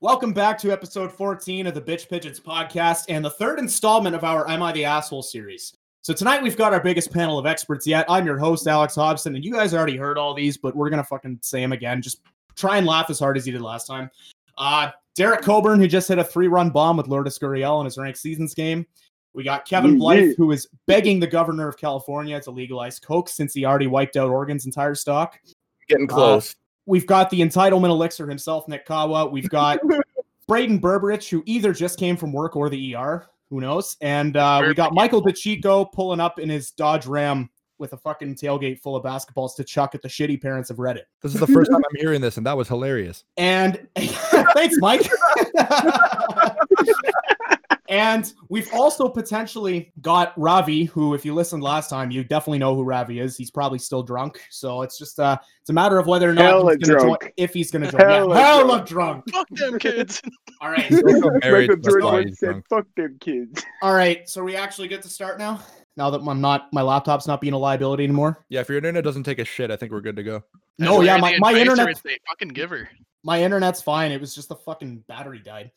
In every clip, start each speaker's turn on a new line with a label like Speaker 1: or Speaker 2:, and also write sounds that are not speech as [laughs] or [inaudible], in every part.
Speaker 1: Welcome back to episode 14 of the Bitch Pigeons podcast and the third installment of our Am I the Asshole series. So tonight we've got our biggest panel of experts yet. I'm your host, Alex Hobson, and you guys already heard all these, but we're going to fucking say them again. Just try and laugh as hard as you did last time. Uh, Derek Coburn, who just hit a three run bomb with Lourdes Gurriel in his ranked seasons game. We got Kevin
Speaker 2: Yeah,
Speaker 1: Blythe,
Speaker 2: yeah.
Speaker 1: who is begging the governor of California to legalize Coke since he already wiped out Oregon's entire stock.
Speaker 3: Getting
Speaker 1: Uh,
Speaker 3: close.
Speaker 2: [laughs]
Speaker 1: We've got the entitlement elixir himself, Nick Kawa. We've got Braden Berberich, who either just came from work or the ER. Who knows? And uh, we got Michael DeChico pulling up in his Dodge Ram with a fucking tailgate full of basketballs to chuck at the shitty parents of Reddit.
Speaker 4: This is the
Speaker 1: [laughs]
Speaker 4: first time I'm hearing this, and that was hilarious.
Speaker 1: And [laughs] thanks, Mike. [laughs] and we've also potentially got Ravi, who, if you listened last time, you definitely know who Ravi is. He's probably still drunk. So it's just uh it's a matter of whether or not
Speaker 2: Hella
Speaker 1: he's gonna join,
Speaker 2: drunk.
Speaker 1: if he's gonna join. Hella,
Speaker 2: Hella
Speaker 1: yeah, hella drunk.
Speaker 3: Fuck
Speaker 4: [laughs]
Speaker 3: them kids.
Speaker 1: All right.
Speaker 4: married,
Speaker 2: Michael
Speaker 4: that's
Speaker 2: Jordan
Speaker 4: why
Speaker 2: once
Speaker 4: he's
Speaker 2: said,
Speaker 4: drunk.
Speaker 2: "Fuck them kids."
Speaker 1: All right. So are we actually good to start now? Now that I'm not my laptop's not being a liability anymore.
Speaker 4: Yeah, if your internet doesn't take a shit, I think we're good to go.
Speaker 1: No, yeah, my, my internet
Speaker 3: They fucking give her.
Speaker 1: my internet's fine. It was just the fucking battery died.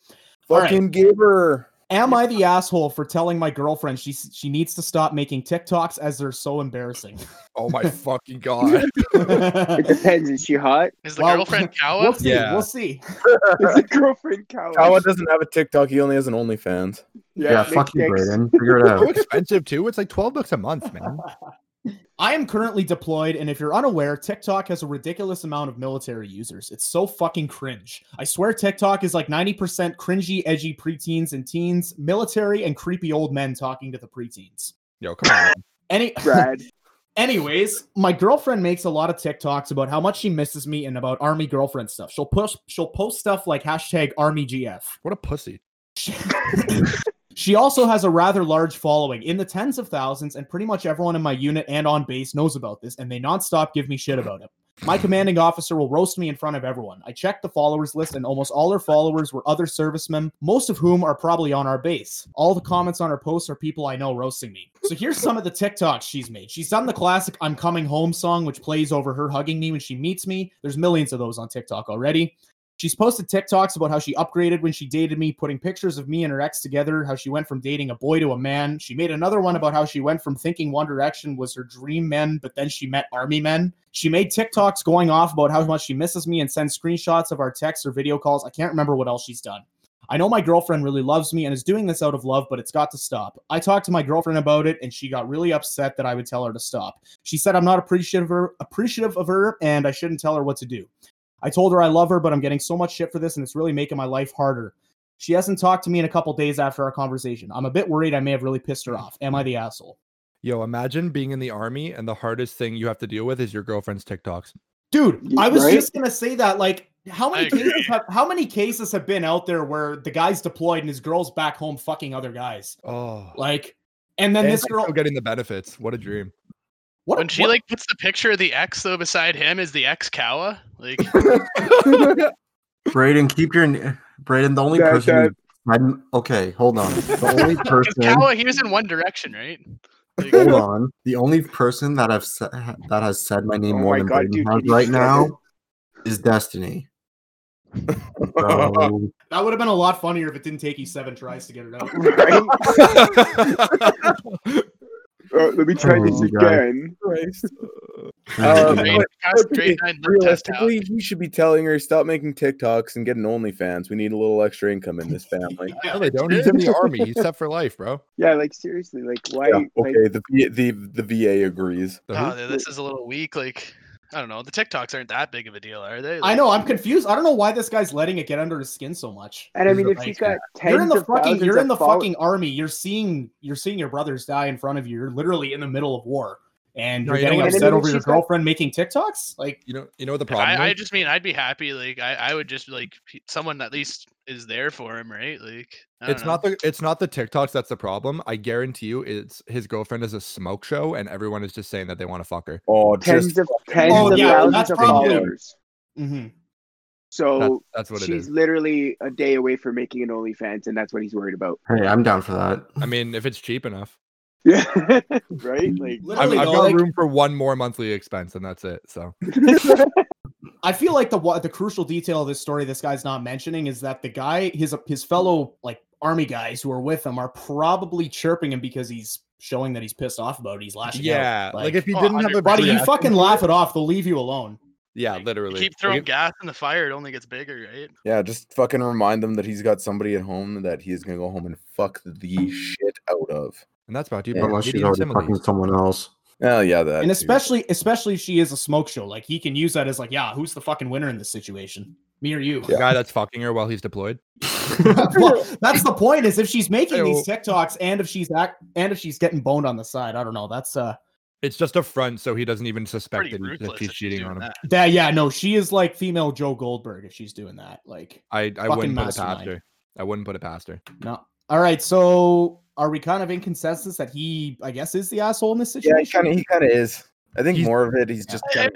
Speaker 1: All right.
Speaker 3: Fucking give her.
Speaker 1: Am I the asshole for telling my girlfriend she she needs to stop making TikToks as they're so embarrassing?
Speaker 4: Oh
Speaker 1: [laughs]
Speaker 4: my fucking god!
Speaker 2: [laughs] It
Speaker 1: we'll
Speaker 2: depends. Is she hot?
Speaker 5: Is the
Speaker 1: Well, [laughs]
Speaker 5: girlfriend Kawa?
Speaker 1: see.
Speaker 4: Yeah.
Speaker 1: We'll see.
Speaker 2: Is the girlfriend college?
Speaker 3: Kawa doesn't have a TikTok. He only has an OnlyFans.
Speaker 6: Yeah,
Speaker 2: Nick
Speaker 6: fuck you,
Speaker 2: Dix. [laughs]
Speaker 6: Braden. Figure it
Speaker 4: so
Speaker 6: out.
Speaker 4: expensive too. It's like twelve bucks a month, man.
Speaker 1: I am currently deployed, and if you're unaware, TikTok has a ridiculous amount of military users. It's so fucking cringe. I swear TikTok is like 90% cringy, edgy preteens and teens, military and creepy old men talking to the preteens.
Speaker 4: Yo, come on. man.
Speaker 1: Any
Speaker 2: Brad.
Speaker 1: Anyways, my girlfriend makes a lot of TikToks about how much she misses me and about army girlfriend stuff. She'll push she'll post stuff like hashtag army GF.
Speaker 4: What a pussy.
Speaker 1: She, she also has a rather large following in the tens of thousands, and pretty much everyone in my unit and on base knows about this, and they nonstop give me shit about it. My commanding officer will roast me in front of everyone. I checked the followers list, and almost all her followers were other servicemen, most of whom are probably on our base. All the comments on her posts are people I know roasting me. So here's some of the TikToks she's made. She's done the classic I'm Coming Home song, which plays over her hugging me when she meets me. There's millions of those on TikTok already. She's posted TikToks about how she upgraded when she dated me, putting pictures of me and her ex together, how she went from dating a boy to a man. She made another one about how she went from thinking One Direction was her dream men, but then she met army men. She made TikToks going off about how much she misses me and sends screenshots of our texts or video calls. I can't remember what else she's done. I know my girlfriend really loves me and is doing this out of love, but it's got to stop. I talked to my girlfriend about it and she got really upset that I would tell her to stop. She said I'm not appreciative of her, appreciative of her and I shouldn't tell her what to do. I told her I love her, but I'm getting so much shit for this and it's really making my life harder. She hasn't talked to me in a couple days after our conversation. I'm a bit worried I may have really pissed her off. Am I the asshole?
Speaker 4: Yo, imagine being in the army and the hardest thing you have to deal with is your girlfriend's TikToks.
Speaker 1: Dude,
Speaker 2: Yeah,
Speaker 1: I was
Speaker 2: right?
Speaker 1: just gonna say that. Like, how
Speaker 5: I
Speaker 1: many
Speaker 5: agree.
Speaker 1: cases have how many cases have been out there where the guy's deployed and his girl's back home fucking other guys?
Speaker 4: Oh,
Speaker 1: Like, and then
Speaker 4: and
Speaker 1: this
Speaker 4: I'm
Speaker 1: girl
Speaker 4: still getting the benefits. What
Speaker 1: [laughs]
Speaker 4: a dream. [laughs]
Speaker 1: what,
Speaker 5: When she
Speaker 1: what-
Speaker 5: like puts the picture of the ex though beside him is the ex Kawa.
Speaker 1: [laughs]
Speaker 5: Like
Speaker 6: Braden, keep your. n- Braden, the only
Speaker 2: That-
Speaker 6: person.
Speaker 2: that-
Speaker 6: who- I'm okay. Hold on.
Speaker 2: [laughs]
Speaker 6: The only
Speaker 5: because
Speaker 6: person.
Speaker 5: Kawa, he was in One Direction, right? Like,
Speaker 6: hold on. The only person that I've se- that has said my name
Speaker 2: Oh
Speaker 6: more
Speaker 2: my
Speaker 6: than
Speaker 2: God,
Speaker 6: Braden
Speaker 2: dude,
Speaker 6: has
Speaker 2: did you
Speaker 6: right
Speaker 2: say
Speaker 6: now is Destiny.
Speaker 2: [laughs] Oh,
Speaker 6: So,
Speaker 1: that would have been a lot funnier if it didn't take you seven tries to get it
Speaker 5: [laughs]
Speaker 1: out.
Speaker 2: Right? Oh, let me try
Speaker 6: Oh,
Speaker 2: this
Speaker 6: God.
Speaker 2: again.
Speaker 1: Oh,
Speaker 5: [laughs]
Speaker 6: uh,
Speaker 2: Um,
Speaker 5: grade- guys, grade
Speaker 3: But
Speaker 5: nine lip test out.
Speaker 3: Realistically, he should be telling her stop making TikToks and get an OnlyFans. We need a little extra income in [laughs] this family.
Speaker 1: Yeah.
Speaker 4: No, they don't. He's in the army. He's set for life, bro.
Speaker 2: Yeah, like seriously, like why?
Speaker 3: Yeah,
Speaker 2: like,
Speaker 3: okay, the, V- the the VA agrees.
Speaker 4: The
Speaker 5: Oh,
Speaker 4: who?
Speaker 5: th- this is a little weak. Like I don't know. The TikToks aren't that big of a deal, are they?
Speaker 1: I
Speaker 5: Like,
Speaker 1: know. I'm confused. I don't know why this guy's letting it get under his skin so much.
Speaker 2: and I mean,
Speaker 1: Like,
Speaker 2: if she's got tens
Speaker 1: you're in the
Speaker 2: of
Speaker 1: fucking
Speaker 2: thousands
Speaker 1: you're in
Speaker 2: of
Speaker 1: the
Speaker 2: follow-
Speaker 1: fucking army. You're seeing you're seeing your brothers die in front of you. You're literally in the middle of war, and you're
Speaker 4: Right,
Speaker 1: getting
Speaker 4: and
Speaker 2: then
Speaker 1: upset
Speaker 2: if
Speaker 1: over your
Speaker 2: she's got-
Speaker 1: girlfriend making TikToks. Like,
Speaker 4: You know, you know what the problem
Speaker 5: I, I
Speaker 4: is?
Speaker 5: just mean I'd be happy. Like I, I would just like p- someone at least is there for him, right? Like I don't
Speaker 4: It's not the it's not the TikToks that's the problem. I guarantee you, it's his girlfriend is a smoke show, and everyone is just saying that they want to fuck her.
Speaker 3: Oh,
Speaker 2: tens
Speaker 3: just
Speaker 2: of tens
Speaker 1: Oh,
Speaker 2: of
Speaker 1: yeah, that's
Speaker 2: thousands of
Speaker 1: probably-
Speaker 2: followers.
Speaker 4: Mm-hmm.
Speaker 1: mhm.
Speaker 4: That's,
Speaker 2: So
Speaker 4: that's what it
Speaker 2: she's
Speaker 4: is.
Speaker 2: literally a day away from making an OnlyFans, and that's what he's worried about. [laughs]
Speaker 6: hey, I'm down for that.
Speaker 4: I mean, if it's cheap enough,
Speaker 2: Yeah, right. Like,
Speaker 4: I've,
Speaker 1: literally,
Speaker 4: I've
Speaker 1: though,
Speaker 4: got
Speaker 1: like,
Speaker 4: room for one more monthly expense, and that's it. So
Speaker 1: I feel like the wa- the crucial detail of this story this guy's not mentioning is that the guy his his fellow like army guys who are with him are probably chirping him because he's showing that he's pissed off about it. He's lashing
Speaker 4: yeah,
Speaker 1: out.
Speaker 4: like, if he
Speaker 5: oh,
Speaker 4: didn't have a
Speaker 5: 100%.
Speaker 4: buddy,
Speaker 1: buddy, you fucking laugh it off. They'll leave you alone.
Speaker 4: yeah,
Speaker 5: Like,
Speaker 4: literally.
Speaker 5: Keep
Speaker 4: Like,
Speaker 5: throwing
Speaker 4: if-
Speaker 5: gas in the fire; it only gets bigger, right?
Speaker 3: Yeah, just fucking remind them that he's got somebody at home that he is gonna go home and fuck the shit out of.
Speaker 4: and that's about you.
Speaker 3: Yeah,
Speaker 4: Yeah,
Speaker 6: Unless she's already fucking someone else.
Speaker 3: Oh yeah, that.
Speaker 1: and
Speaker 3: too.
Speaker 1: especially especially if she is a smoke show. Like he can use that as like, yeah, who's the fucking winner in this situation? Me or you?
Speaker 4: the
Speaker 1: [laughs]
Speaker 4: guy that's fucking her while he's deployed.
Speaker 1: well, that's the point. Is if she's making these
Speaker 4: Ew.
Speaker 1: TikToks and if she's act and if she's getting boned on the side, I don't know. That's uh,
Speaker 4: It's just a front, so he doesn't even suspect
Speaker 5: Pretty
Speaker 4: that, he- that
Speaker 5: ruthless.
Speaker 4: she's
Speaker 5: if you're
Speaker 4: cheating
Speaker 5: doing
Speaker 4: on him.
Speaker 5: that.
Speaker 1: that yeah, no, she is like female Joe Goldberg if she's doing that. Like,
Speaker 4: I, I
Speaker 1: Fucking
Speaker 4: wouldn't put it past
Speaker 1: mastermind.
Speaker 4: her. I wouldn't put it past her.
Speaker 1: no. All right, so are we kind of in consensus that he, I guess, is the asshole in this
Speaker 3: yeah, he
Speaker 1: situation?
Speaker 3: kind of he kind of is. I think
Speaker 4: He's-
Speaker 3: more of it. He's just
Speaker 5: I- I- [laughs]
Speaker 3: kind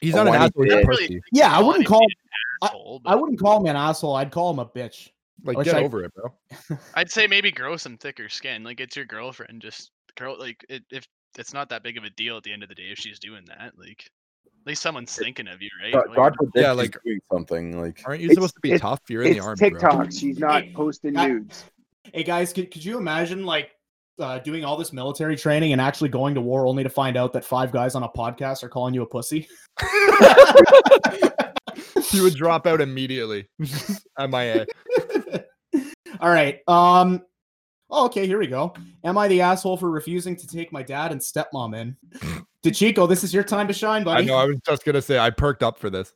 Speaker 4: He's
Speaker 1: Oh,
Speaker 3: A
Speaker 4: not an
Speaker 3: whiny
Speaker 4: asshole. he's a
Speaker 5: bitch.
Speaker 4: pussy.
Speaker 1: Yeah, I
Speaker 5: Well,
Speaker 1: wouldn't
Speaker 5: mean,
Speaker 1: call.
Speaker 5: he's an asshole,
Speaker 1: I
Speaker 5: but
Speaker 1: wouldn't call him an asshole. I'd call him a bitch.
Speaker 4: Like
Speaker 1: Wish
Speaker 4: get
Speaker 1: I-
Speaker 4: over it, bro.
Speaker 5: I'd say maybe grow some thicker skin. Like it's your girlfriend. Just girl. Like it, if it's not that big of a deal at the end of the day, if she's doing that, like at least someone's thinking of you, right?
Speaker 3: of
Speaker 5: Like,
Speaker 3: God forbid
Speaker 4: Yeah,
Speaker 3: she's
Speaker 4: like-
Speaker 3: doing something like
Speaker 4: Aren't you
Speaker 2: It's-
Speaker 4: supposed to be
Speaker 2: it's-
Speaker 4: tough? You're in the
Speaker 2: It's
Speaker 4: army,
Speaker 2: TikTok.
Speaker 4: bro.
Speaker 2: She's not posting
Speaker 1: I-
Speaker 2: nudes.
Speaker 1: Hey guys, could, could you imagine like uh, doing all this military training and actually going to war only to find out that five guys on a podcast are calling you a pussy?
Speaker 4: You would drop out immediately. [laughs] MIA.
Speaker 1: all right. Um. Oh, okay. Here we go. Am I the asshole for refusing to take my dad and stepmom in? DeChico, this is your time to shine,
Speaker 4: I
Speaker 1: buddy.
Speaker 4: know. I was just gonna say I perked up for this.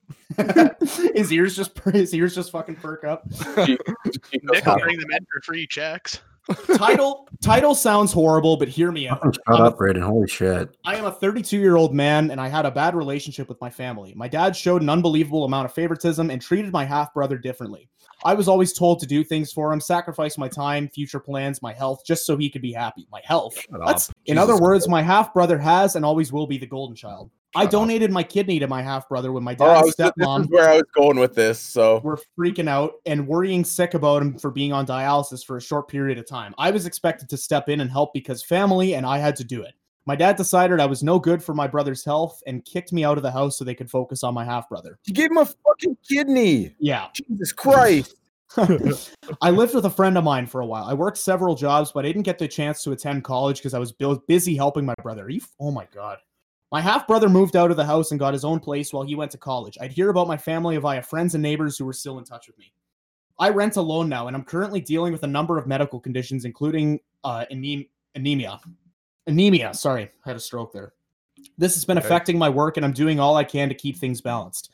Speaker 1: [laughs] his ears just per- his ears just fucking perk up.
Speaker 3: She knows
Speaker 5: Nick
Speaker 3: how-
Speaker 5: will bring them in for free checks.
Speaker 1: title title sounds horrible, but hear me out.
Speaker 6: Shut up, Raiden. Holy shit.
Speaker 1: I am a 32 year old man and I had a bad relationship with my family. My dad showed an unbelievable amount of favoritism and treated my half brother differently. I was always told to do things for him, sacrifice my time, future plans, my health, just so he could be happy. My health.
Speaker 4: Shut
Speaker 1: That's,
Speaker 4: up.
Speaker 1: in
Speaker 4: Jesus
Speaker 1: other words, my half brother has and always will be the golden child. I
Speaker 4: Shut up.
Speaker 1: donated my kidney to my half brother when my
Speaker 3: Oh, I
Speaker 1: dad and
Speaker 3: was, this is [laughs]
Speaker 1: stepmom
Speaker 3: where I was going with this. So
Speaker 1: were freaking out and worrying sick about him for being on dialysis for a short period of time. I was expected to step in and help because family, and I had to do it. My dad decided I was no good for my brother's health and kicked me out of the house so they could focus on my half brother.
Speaker 3: he gave him a fucking kidney.
Speaker 1: Yeah.
Speaker 3: Jesus Christ!
Speaker 1: I lived with a friend of mine for a while. I worked several jobs, but I didn't get the chance to attend college because I was bu- busy helping my brother. Are you f- oh my God. My half brother moved out of the house and got his own place while he went to college. I'd hear about my family via friends and neighbors who were still in touch with me. I rent alone now, and I'm currently dealing with a number of medical conditions, including uh, anem- anemia. Anemia, sorry, I had a stroke there. This has been
Speaker 4: Okay.
Speaker 1: affecting my work, and I'm doing all I can to keep things balanced.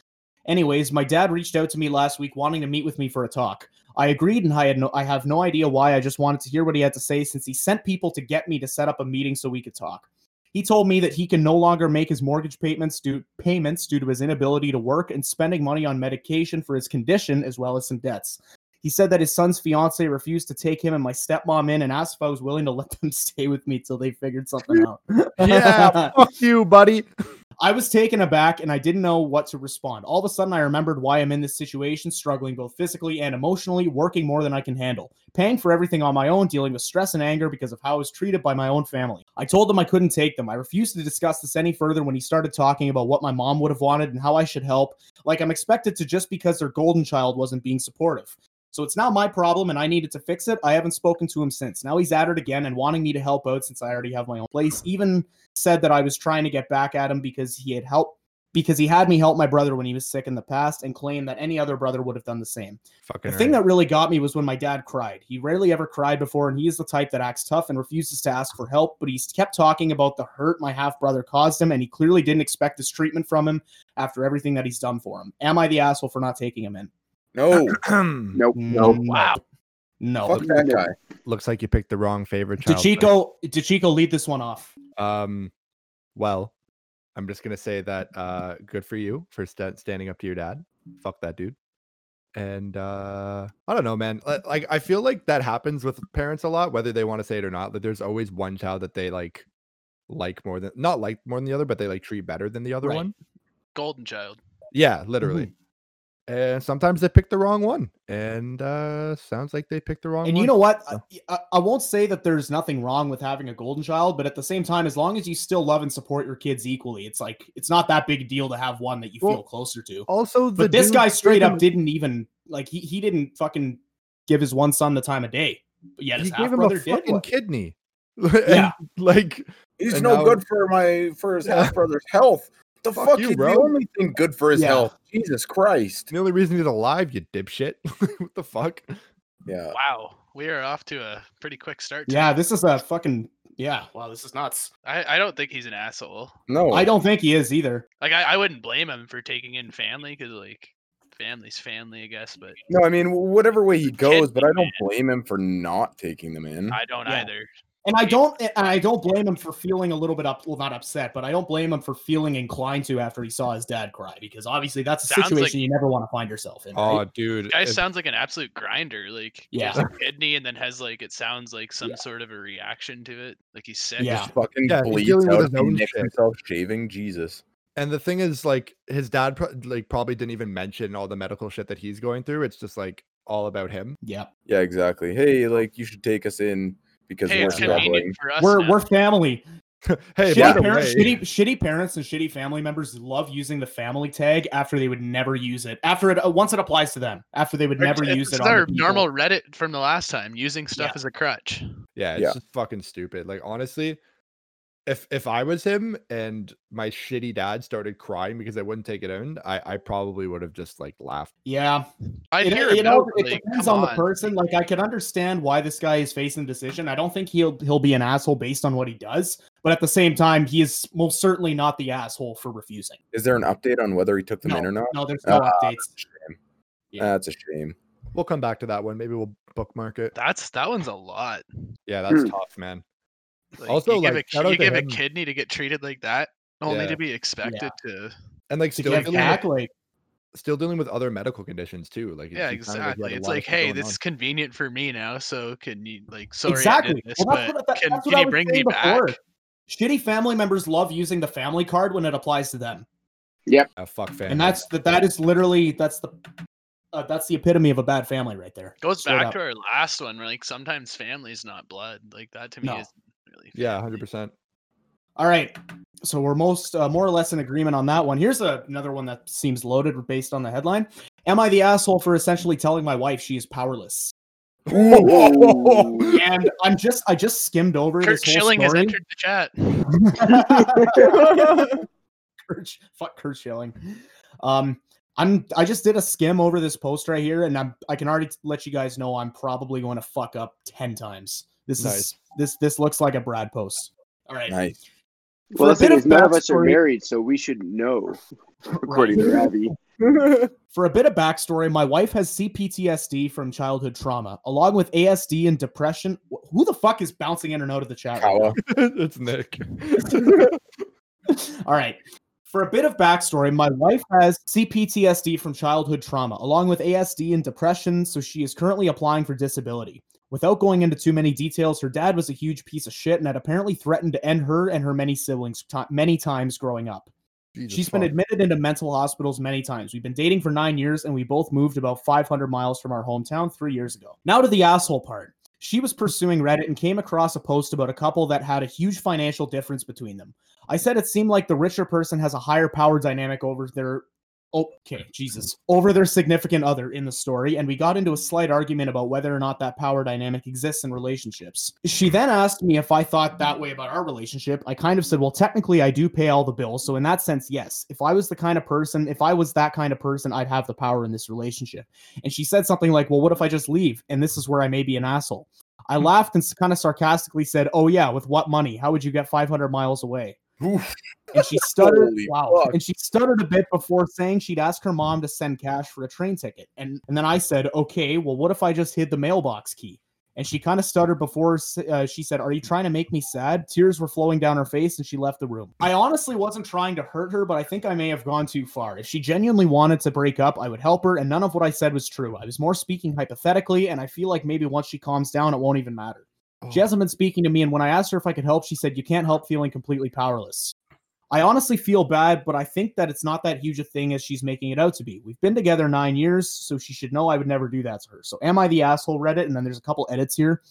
Speaker 1: Anyways, my dad reached out to me last week wanting to meet with me for a talk. I agreed, and I had no, I have no idea why. I just wanted to hear what he had to say since he sent people to get me to set up a meeting so we could talk. He told me that he can no longer make his mortgage payments due payments due to his inability to work and spending money on medication for his condition as well as some debts. He said that his son's fiance refused to take him and my stepmom in and asked if I was willing to let them [laughs] stay with me till they figured something out. [laughs]
Speaker 4: Yeah, fuck you, buddy.
Speaker 1: I was taken aback and I didn't know what to respond. All of a sudden, I remembered why I'm in this situation, struggling both physically and emotionally, working more than I can handle, paying for everything on my own, dealing with stress and anger because of how I was treated by my own family. I told them I couldn't take them. I refused to discuss this any further when he started talking about what my mom would have wanted and how I should help. Like, I'm expected to just because their golden child wasn't being supportive. So it's now my problem and I needed to fix it. I haven't spoken to him since. Now he's at it again and wanting me to help out since I already have my own place, even said that I was trying to get back at him because he had helped because he had me help my brother when he was sick in the past and claimed that any other brother would have done the same.
Speaker 4: Fucking
Speaker 1: The thing
Speaker 4: right.
Speaker 1: that really got me was when my dad cried. He rarely ever cried before, and he is the type that acts tough and refuses to ask for help. But he's kept talking about the hurt my half brother caused him, and he clearly didn't expect this treatment from him after everything that he's done for him. Am I the asshole for not taking him in?
Speaker 3: No,
Speaker 2: Nope.
Speaker 1: No.
Speaker 5: Wow.
Speaker 1: No.
Speaker 3: fuck that guy.
Speaker 4: [clears throat] Looks like you picked the wrong favorite child. but,
Speaker 1: DeChico, DeChico, lead this one off.
Speaker 4: Um, well, I'm just gonna say that uh, good for you for sta standing up to your dad. Fuck that dude. And uh, I don't know, man. Li- Like I feel like that happens with parents a lot, whether they want to say it or not. That there's always one child that they like like more than not like more than the other, but they like treat better than the other
Speaker 1: Right.
Speaker 4: one.
Speaker 5: Golden child.
Speaker 1: Mm-hmm.
Speaker 4: Yeah, literally. and sometimes they pick the wrong one. And uh sounds like they picked the wrong
Speaker 1: And
Speaker 4: one.
Speaker 1: you know what?
Speaker 4: So-
Speaker 1: I, I- I won't say that there's nothing wrong with having a golden child, but at the same time, as long as you still love and support your kids equally, it's like it's not that big a deal to have one that you
Speaker 4: Well,
Speaker 1: feel closer to.
Speaker 4: also the
Speaker 1: But this
Speaker 4: dude
Speaker 1: guy straight
Speaker 4: gave
Speaker 1: up
Speaker 4: him-
Speaker 1: didn't even like he, he didn't fucking give his one son the time of day. But yet his
Speaker 4: he
Speaker 1: half
Speaker 4: gave him a
Speaker 1: brother did.
Speaker 4: fucking
Speaker 1: what-
Speaker 4: kidney. [laughs]
Speaker 1: Yeah.
Speaker 4: And, like
Speaker 3: He's
Speaker 4: And
Speaker 3: no
Speaker 4: now-
Speaker 3: good for my for his
Speaker 4: Yeah.
Speaker 3: half brother's health. The
Speaker 4: Fuck
Speaker 3: fuck,
Speaker 4: you,
Speaker 3: is
Speaker 4: bro.
Speaker 3: the only thing good for his
Speaker 1: Yeah.
Speaker 3: health. Jesus Christ.
Speaker 4: the only reason he's alive, you dipshit. [laughs] what the fuck?
Speaker 3: Yeah.
Speaker 5: Wow, we are off to a pretty quick start. today.
Speaker 1: Yeah, this is a fucking yeah. Wow, this is nuts.
Speaker 5: I, I don't think he's an asshole.
Speaker 3: No.
Speaker 1: I don't think he is either.
Speaker 5: Like I, I wouldn't blame him for taking in family because like family's family, I guess. But
Speaker 3: No, I mean whatever way he goes, but I
Speaker 5: man.
Speaker 3: don't blame him for not taking them in.
Speaker 5: I don't
Speaker 1: Mm-hmm. Yeah.
Speaker 5: either.
Speaker 1: And I don't and I don't blame him for feeling a little bit up well not upset, but I don't blame him for feeling inclined to after he saw his dad cry because obviously that's a
Speaker 5: Sounds like-
Speaker 1: situation you never want to find yourself in.
Speaker 4: Oh,
Speaker 1: right?
Speaker 4: dude.
Speaker 5: Guy
Speaker 4: if-
Speaker 5: sounds like an absolute grinder. Like
Speaker 1: Yeah.
Speaker 5: gives a kidney and then has like it sounds like some
Speaker 1: Yeah.
Speaker 5: sort of a reaction to it. Like he's sick.
Speaker 1: Yeah.
Speaker 3: Just fucking
Speaker 4: Yeah, he's
Speaker 3: bleeds
Speaker 4: dealing with
Speaker 3: out
Speaker 4: his
Speaker 3: and
Speaker 4: own
Speaker 3: nicks
Speaker 4: shit.
Speaker 3: himself shaving. Jesus.
Speaker 4: and the thing is like his dad pro- like probably didn't even mention all the medical shit that he's going through. It's just like all about him. [laughs]
Speaker 1: Yeah.
Speaker 3: Yeah, exactly. Hey, like you should take us in because
Speaker 5: Hey,
Speaker 3: we're
Speaker 5: it's
Speaker 3: struggling.
Speaker 5: convenient for us.
Speaker 1: We're
Speaker 5: now.
Speaker 1: we're family.
Speaker 4: hey, by
Speaker 1: shitty,
Speaker 4: the
Speaker 1: parents,
Speaker 4: way-
Speaker 1: shitty, shitty parents and shitty family members love using the family tag after they would never use it. After it uh, once it applies to them, after they would
Speaker 5: It's-
Speaker 1: never
Speaker 5: it's
Speaker 1: use it. on
Speaker 5: our
Speaker 1: the people.
Speaker 5: normal Reddit from the last time, using stuff
Speaker 1: Yeah.
Speaker 5: as a crutch.
Speaker 4: [laughs] Yeah, it's
Speaker 3: Yeah.
Speaker 4: just fucking stupid. Like honestly, if if I was him and my shitty dad started crying because I wouldn't take it in, I I probably would have just like laughed.
Speaker 1: Yeah,
Speaker 5: I
Speaker 1: it,
Speaker 5: hear
Speaker 1: you
Speaker 5: him
Speaker 1: know
Speaker 5: out,
Speaker 1: it
Speaker 5: like,
Speaker 1: depends
Speaker 5: come
Speaker 1: on the person. Like I can understand why this guy is facing the decision. I don't think he'll he'll be an asshole based on what he does, but at the same time, he is most certainly not the asshole for refusing.
Speaker 3: Is there an update on whether he took them in or not?
Speaker 1: No, there's no
Speaker 4: Uh,
Speaker 3: Ah,
Speaker 1: updates.
Speaker 3: Shame.
Speaker 1: Yeah.
Speaker 3: That's a shame.
Speaker 4: We'll come back to that one. Maybe we'll bookmark it.
Speaker 5: That's that one's a lot.
Speaker 4: Yeah, that's
Speaker 2: Hmm.
Speaker 4: tough, man.
Speaker 5: Like,
Speaker 4: Also,
Speaker 5: you give,
Speaker 4: like,
Speaker 5: a,
Speaker 4: shout
Speaker 5: ki-
Speaker 4: out
Speaker 5: you
Speaker 4: to
Speaker 5: give a
Speaker 4: him.
Speaker 5: kidney to get treated like that, only
Speaker 4: Yeah.
Speaker 5: to be expected to.
Speaker 4: And like
Speaker 1: To
Speaker 4: still
Speaker 1: give
Speaker 4: dealing,
Speaker 1: back,
Speaker 4: with,
Speaker 1: like
Speaker 4: still dealing with other medical conditions too. Like
Speaker 5: Yeah,
Speaker 4: he sounded he
Speaker 5: exactly.
Speaker 4: had a
Speaker 5: it's
Speaker 4: lot of
Speaker 5: like,
Speaker 4: shit
Speaker 5: hey,
Speaker 4: going
Speaker 5: this
Speaker 4: on.
Speaker 5: is convenient for me now, so can you like sorry I
Speaker 1: exactly.
Speaker 5: did this,
Speaker 1: Well, that's
Speaker 5: but
Speaker 1: what, that,
Speaker 5: can,
Speaker 1: that's what
Speaker 5: can
Speaker 1: I
Speaker 5: you
Speaker 1: was
Speaker 5: bring me
Speaker 1: saying before.
Speaker 5: back?
Speaker 1: Shitty family members love using the family card when it applies to them.
Speaker 4: a fuck family.
Speaker 1: and that's that that is literally that's the uh, that's the epitome of a bad family right there
Speaker 5: Goes
Speaker 1: Straight
Speaker 5: back
Speaker 1: up.
Speaker 5: to our last one, where, like sometimes family's not blood. Like that to me
Speaker 1: No.
Speaker 5: isn't really
Speaker 4: yeah,
Speaker 5: family.
Speaker 4: hundred percent.
Speaker 1: all right so we're most uh, more or less in agreement on that one here's a, another one that seems loaded based on the headline am i the asshole for essentially telling my wife she is powerless
Speaker 2: Ooh.
Speaker 1: and i'm just i just skimmed over
Speaker 5: Kurt
Speaker 1: this whole
Speaker 5: Schilling has
Speaker 1: story.
Speaker 5: entered the chat.
Speaker 1: [laughs]
Speaker 2: [laughs]
Speaker 1: Kurt, Sch- fuck Kurt Schilling. Um, I'm I just did a skim over this post right here, and I'm I can already t- let you guys know I'm probably going to fuck up ten times. This
Speaker 4: Nice.
Speaker 1: is this this looks like a Brad post. All right,
Speaker 3: Nice.
Speaker 1: For
Speaker 2: Well,
Speaker 1: a
Speaker 2: the thing
Speaker 1: bit of
Speaker 2: is, none of us are
Speaker 1: backstory-
Speaker 2: married, so we should know, according to Ravi.
Speaker 1: For a bit of backstory, my wife has CPTSD from childhood trauma, along with ASD and depression. Wh- Who the fuck is bouncing in and out of the chat? right now?
Speaker 3: Kawa.
Speaker 4: [laughs] it's
Speaker 5: [laughs]
Speaker 4: Nick.
Speaker 1: All right. For a bit of backstory, my wife has CPTSD from childhood trauma, along with ASD and depression, so she is currently applying for disability. Without going into too many details, her dad was a huge piece of shit and had apparently threatened to end her and her many siblings ti- many times growing up.
Speaker 4: Jesus
Speaker 1: She's been
Speaker 4: fuck.
Speaker 1: admitted into mental hospitals many times. We've been dating for nine years, and we both moved about 500 miles from our hometown three years ago. Now to the asshole part. She was pursuing Reddit and came across a post about a couple that had a huge financial difference between them. I said it seemed like the richer person has a higher power dynamic over their okay, Jesus, over their significant other in the story, and we got into a slight argument about whether or not that power dynamic exists in relationships. She then asked me if I thought that way about our relationship. I kind of said, well, technically, I do pay all the bills. So, in that sense, yes. If I was the kind of person, if I was that kind of person, I'd have the power in this relationship. And she said something like, well, what if I just leave? And this is where I may be an asshole. I laughed and kind of sarcastically said, "Oh yeah, with what money? How would you get 500 miles away?"
Speaker 3: Oof.
Speaker 1: and
Speaker 3: [laughs]
Speaker 1: she stuttered
Speaker 3: Holy
Speaker 1: wow
Speaker 3: fuck.
Speaker 1: and she stuttered a bit before saying she'd ask her mom to send cash for a train ticket and and then i said okay well what if i just hid the mailbox key and she kind of stuttered before s- uh, she said are you trying to make me sad tears were flowing down her face and she left the room i honestly wasn't trying to hurt her but i think i may have gone too far if she genuinely wanted to break up i would help her and none of what i said was true i was more speaking hypothetically and i feel like maybe once she calms down it won't even matter she
Speaker 4: Oh.
Speaker 1: hasn't been speaking to me, and when I asked her if I could help, she said, You can't help feeling completely powerless. I honestly feel bad, but I think that it's not that huge a thing as she's making it out to be. We've been together nine years, so she should know I would never do that to her. So, am I the asshole? Reddit, and then there's a couple edits here.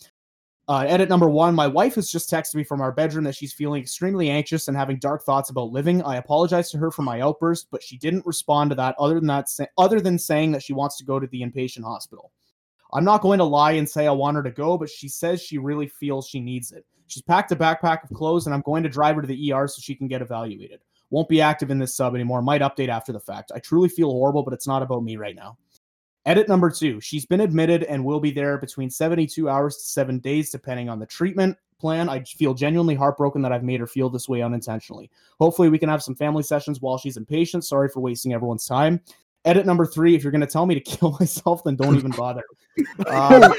Speaker 1: Uh, edit number one: My wife has just texted me from our bedroom that she's feeling extremely anxious and having dark thoughts about living. I apologize to her for my outburst, but she didn't respond to that other than that sa- other than saying that she wants to go to the inpatient hospital. I'm not going to lie and say I want her to go, but she says she really feels she needs it. She's packed a backpack of clothes, and I'm going to drive her to the ER so she can get evaluated. Won't be active in this sub anymore. Might update after the fact. I truly feel horrible, but it's not about me right now. Edit number two. She's been admitted and will be there between 72 hours to seven days, depending on the treatment plan. I feel genuinely heartbroken that I've made her feel this way unintentionally. Hopefully, we can have some family sessions while she's impatient. Sorry for wasting everyone's time. Edit number three. If you're going to tell me to [laughs] kill myself, then don't even bother. Um, all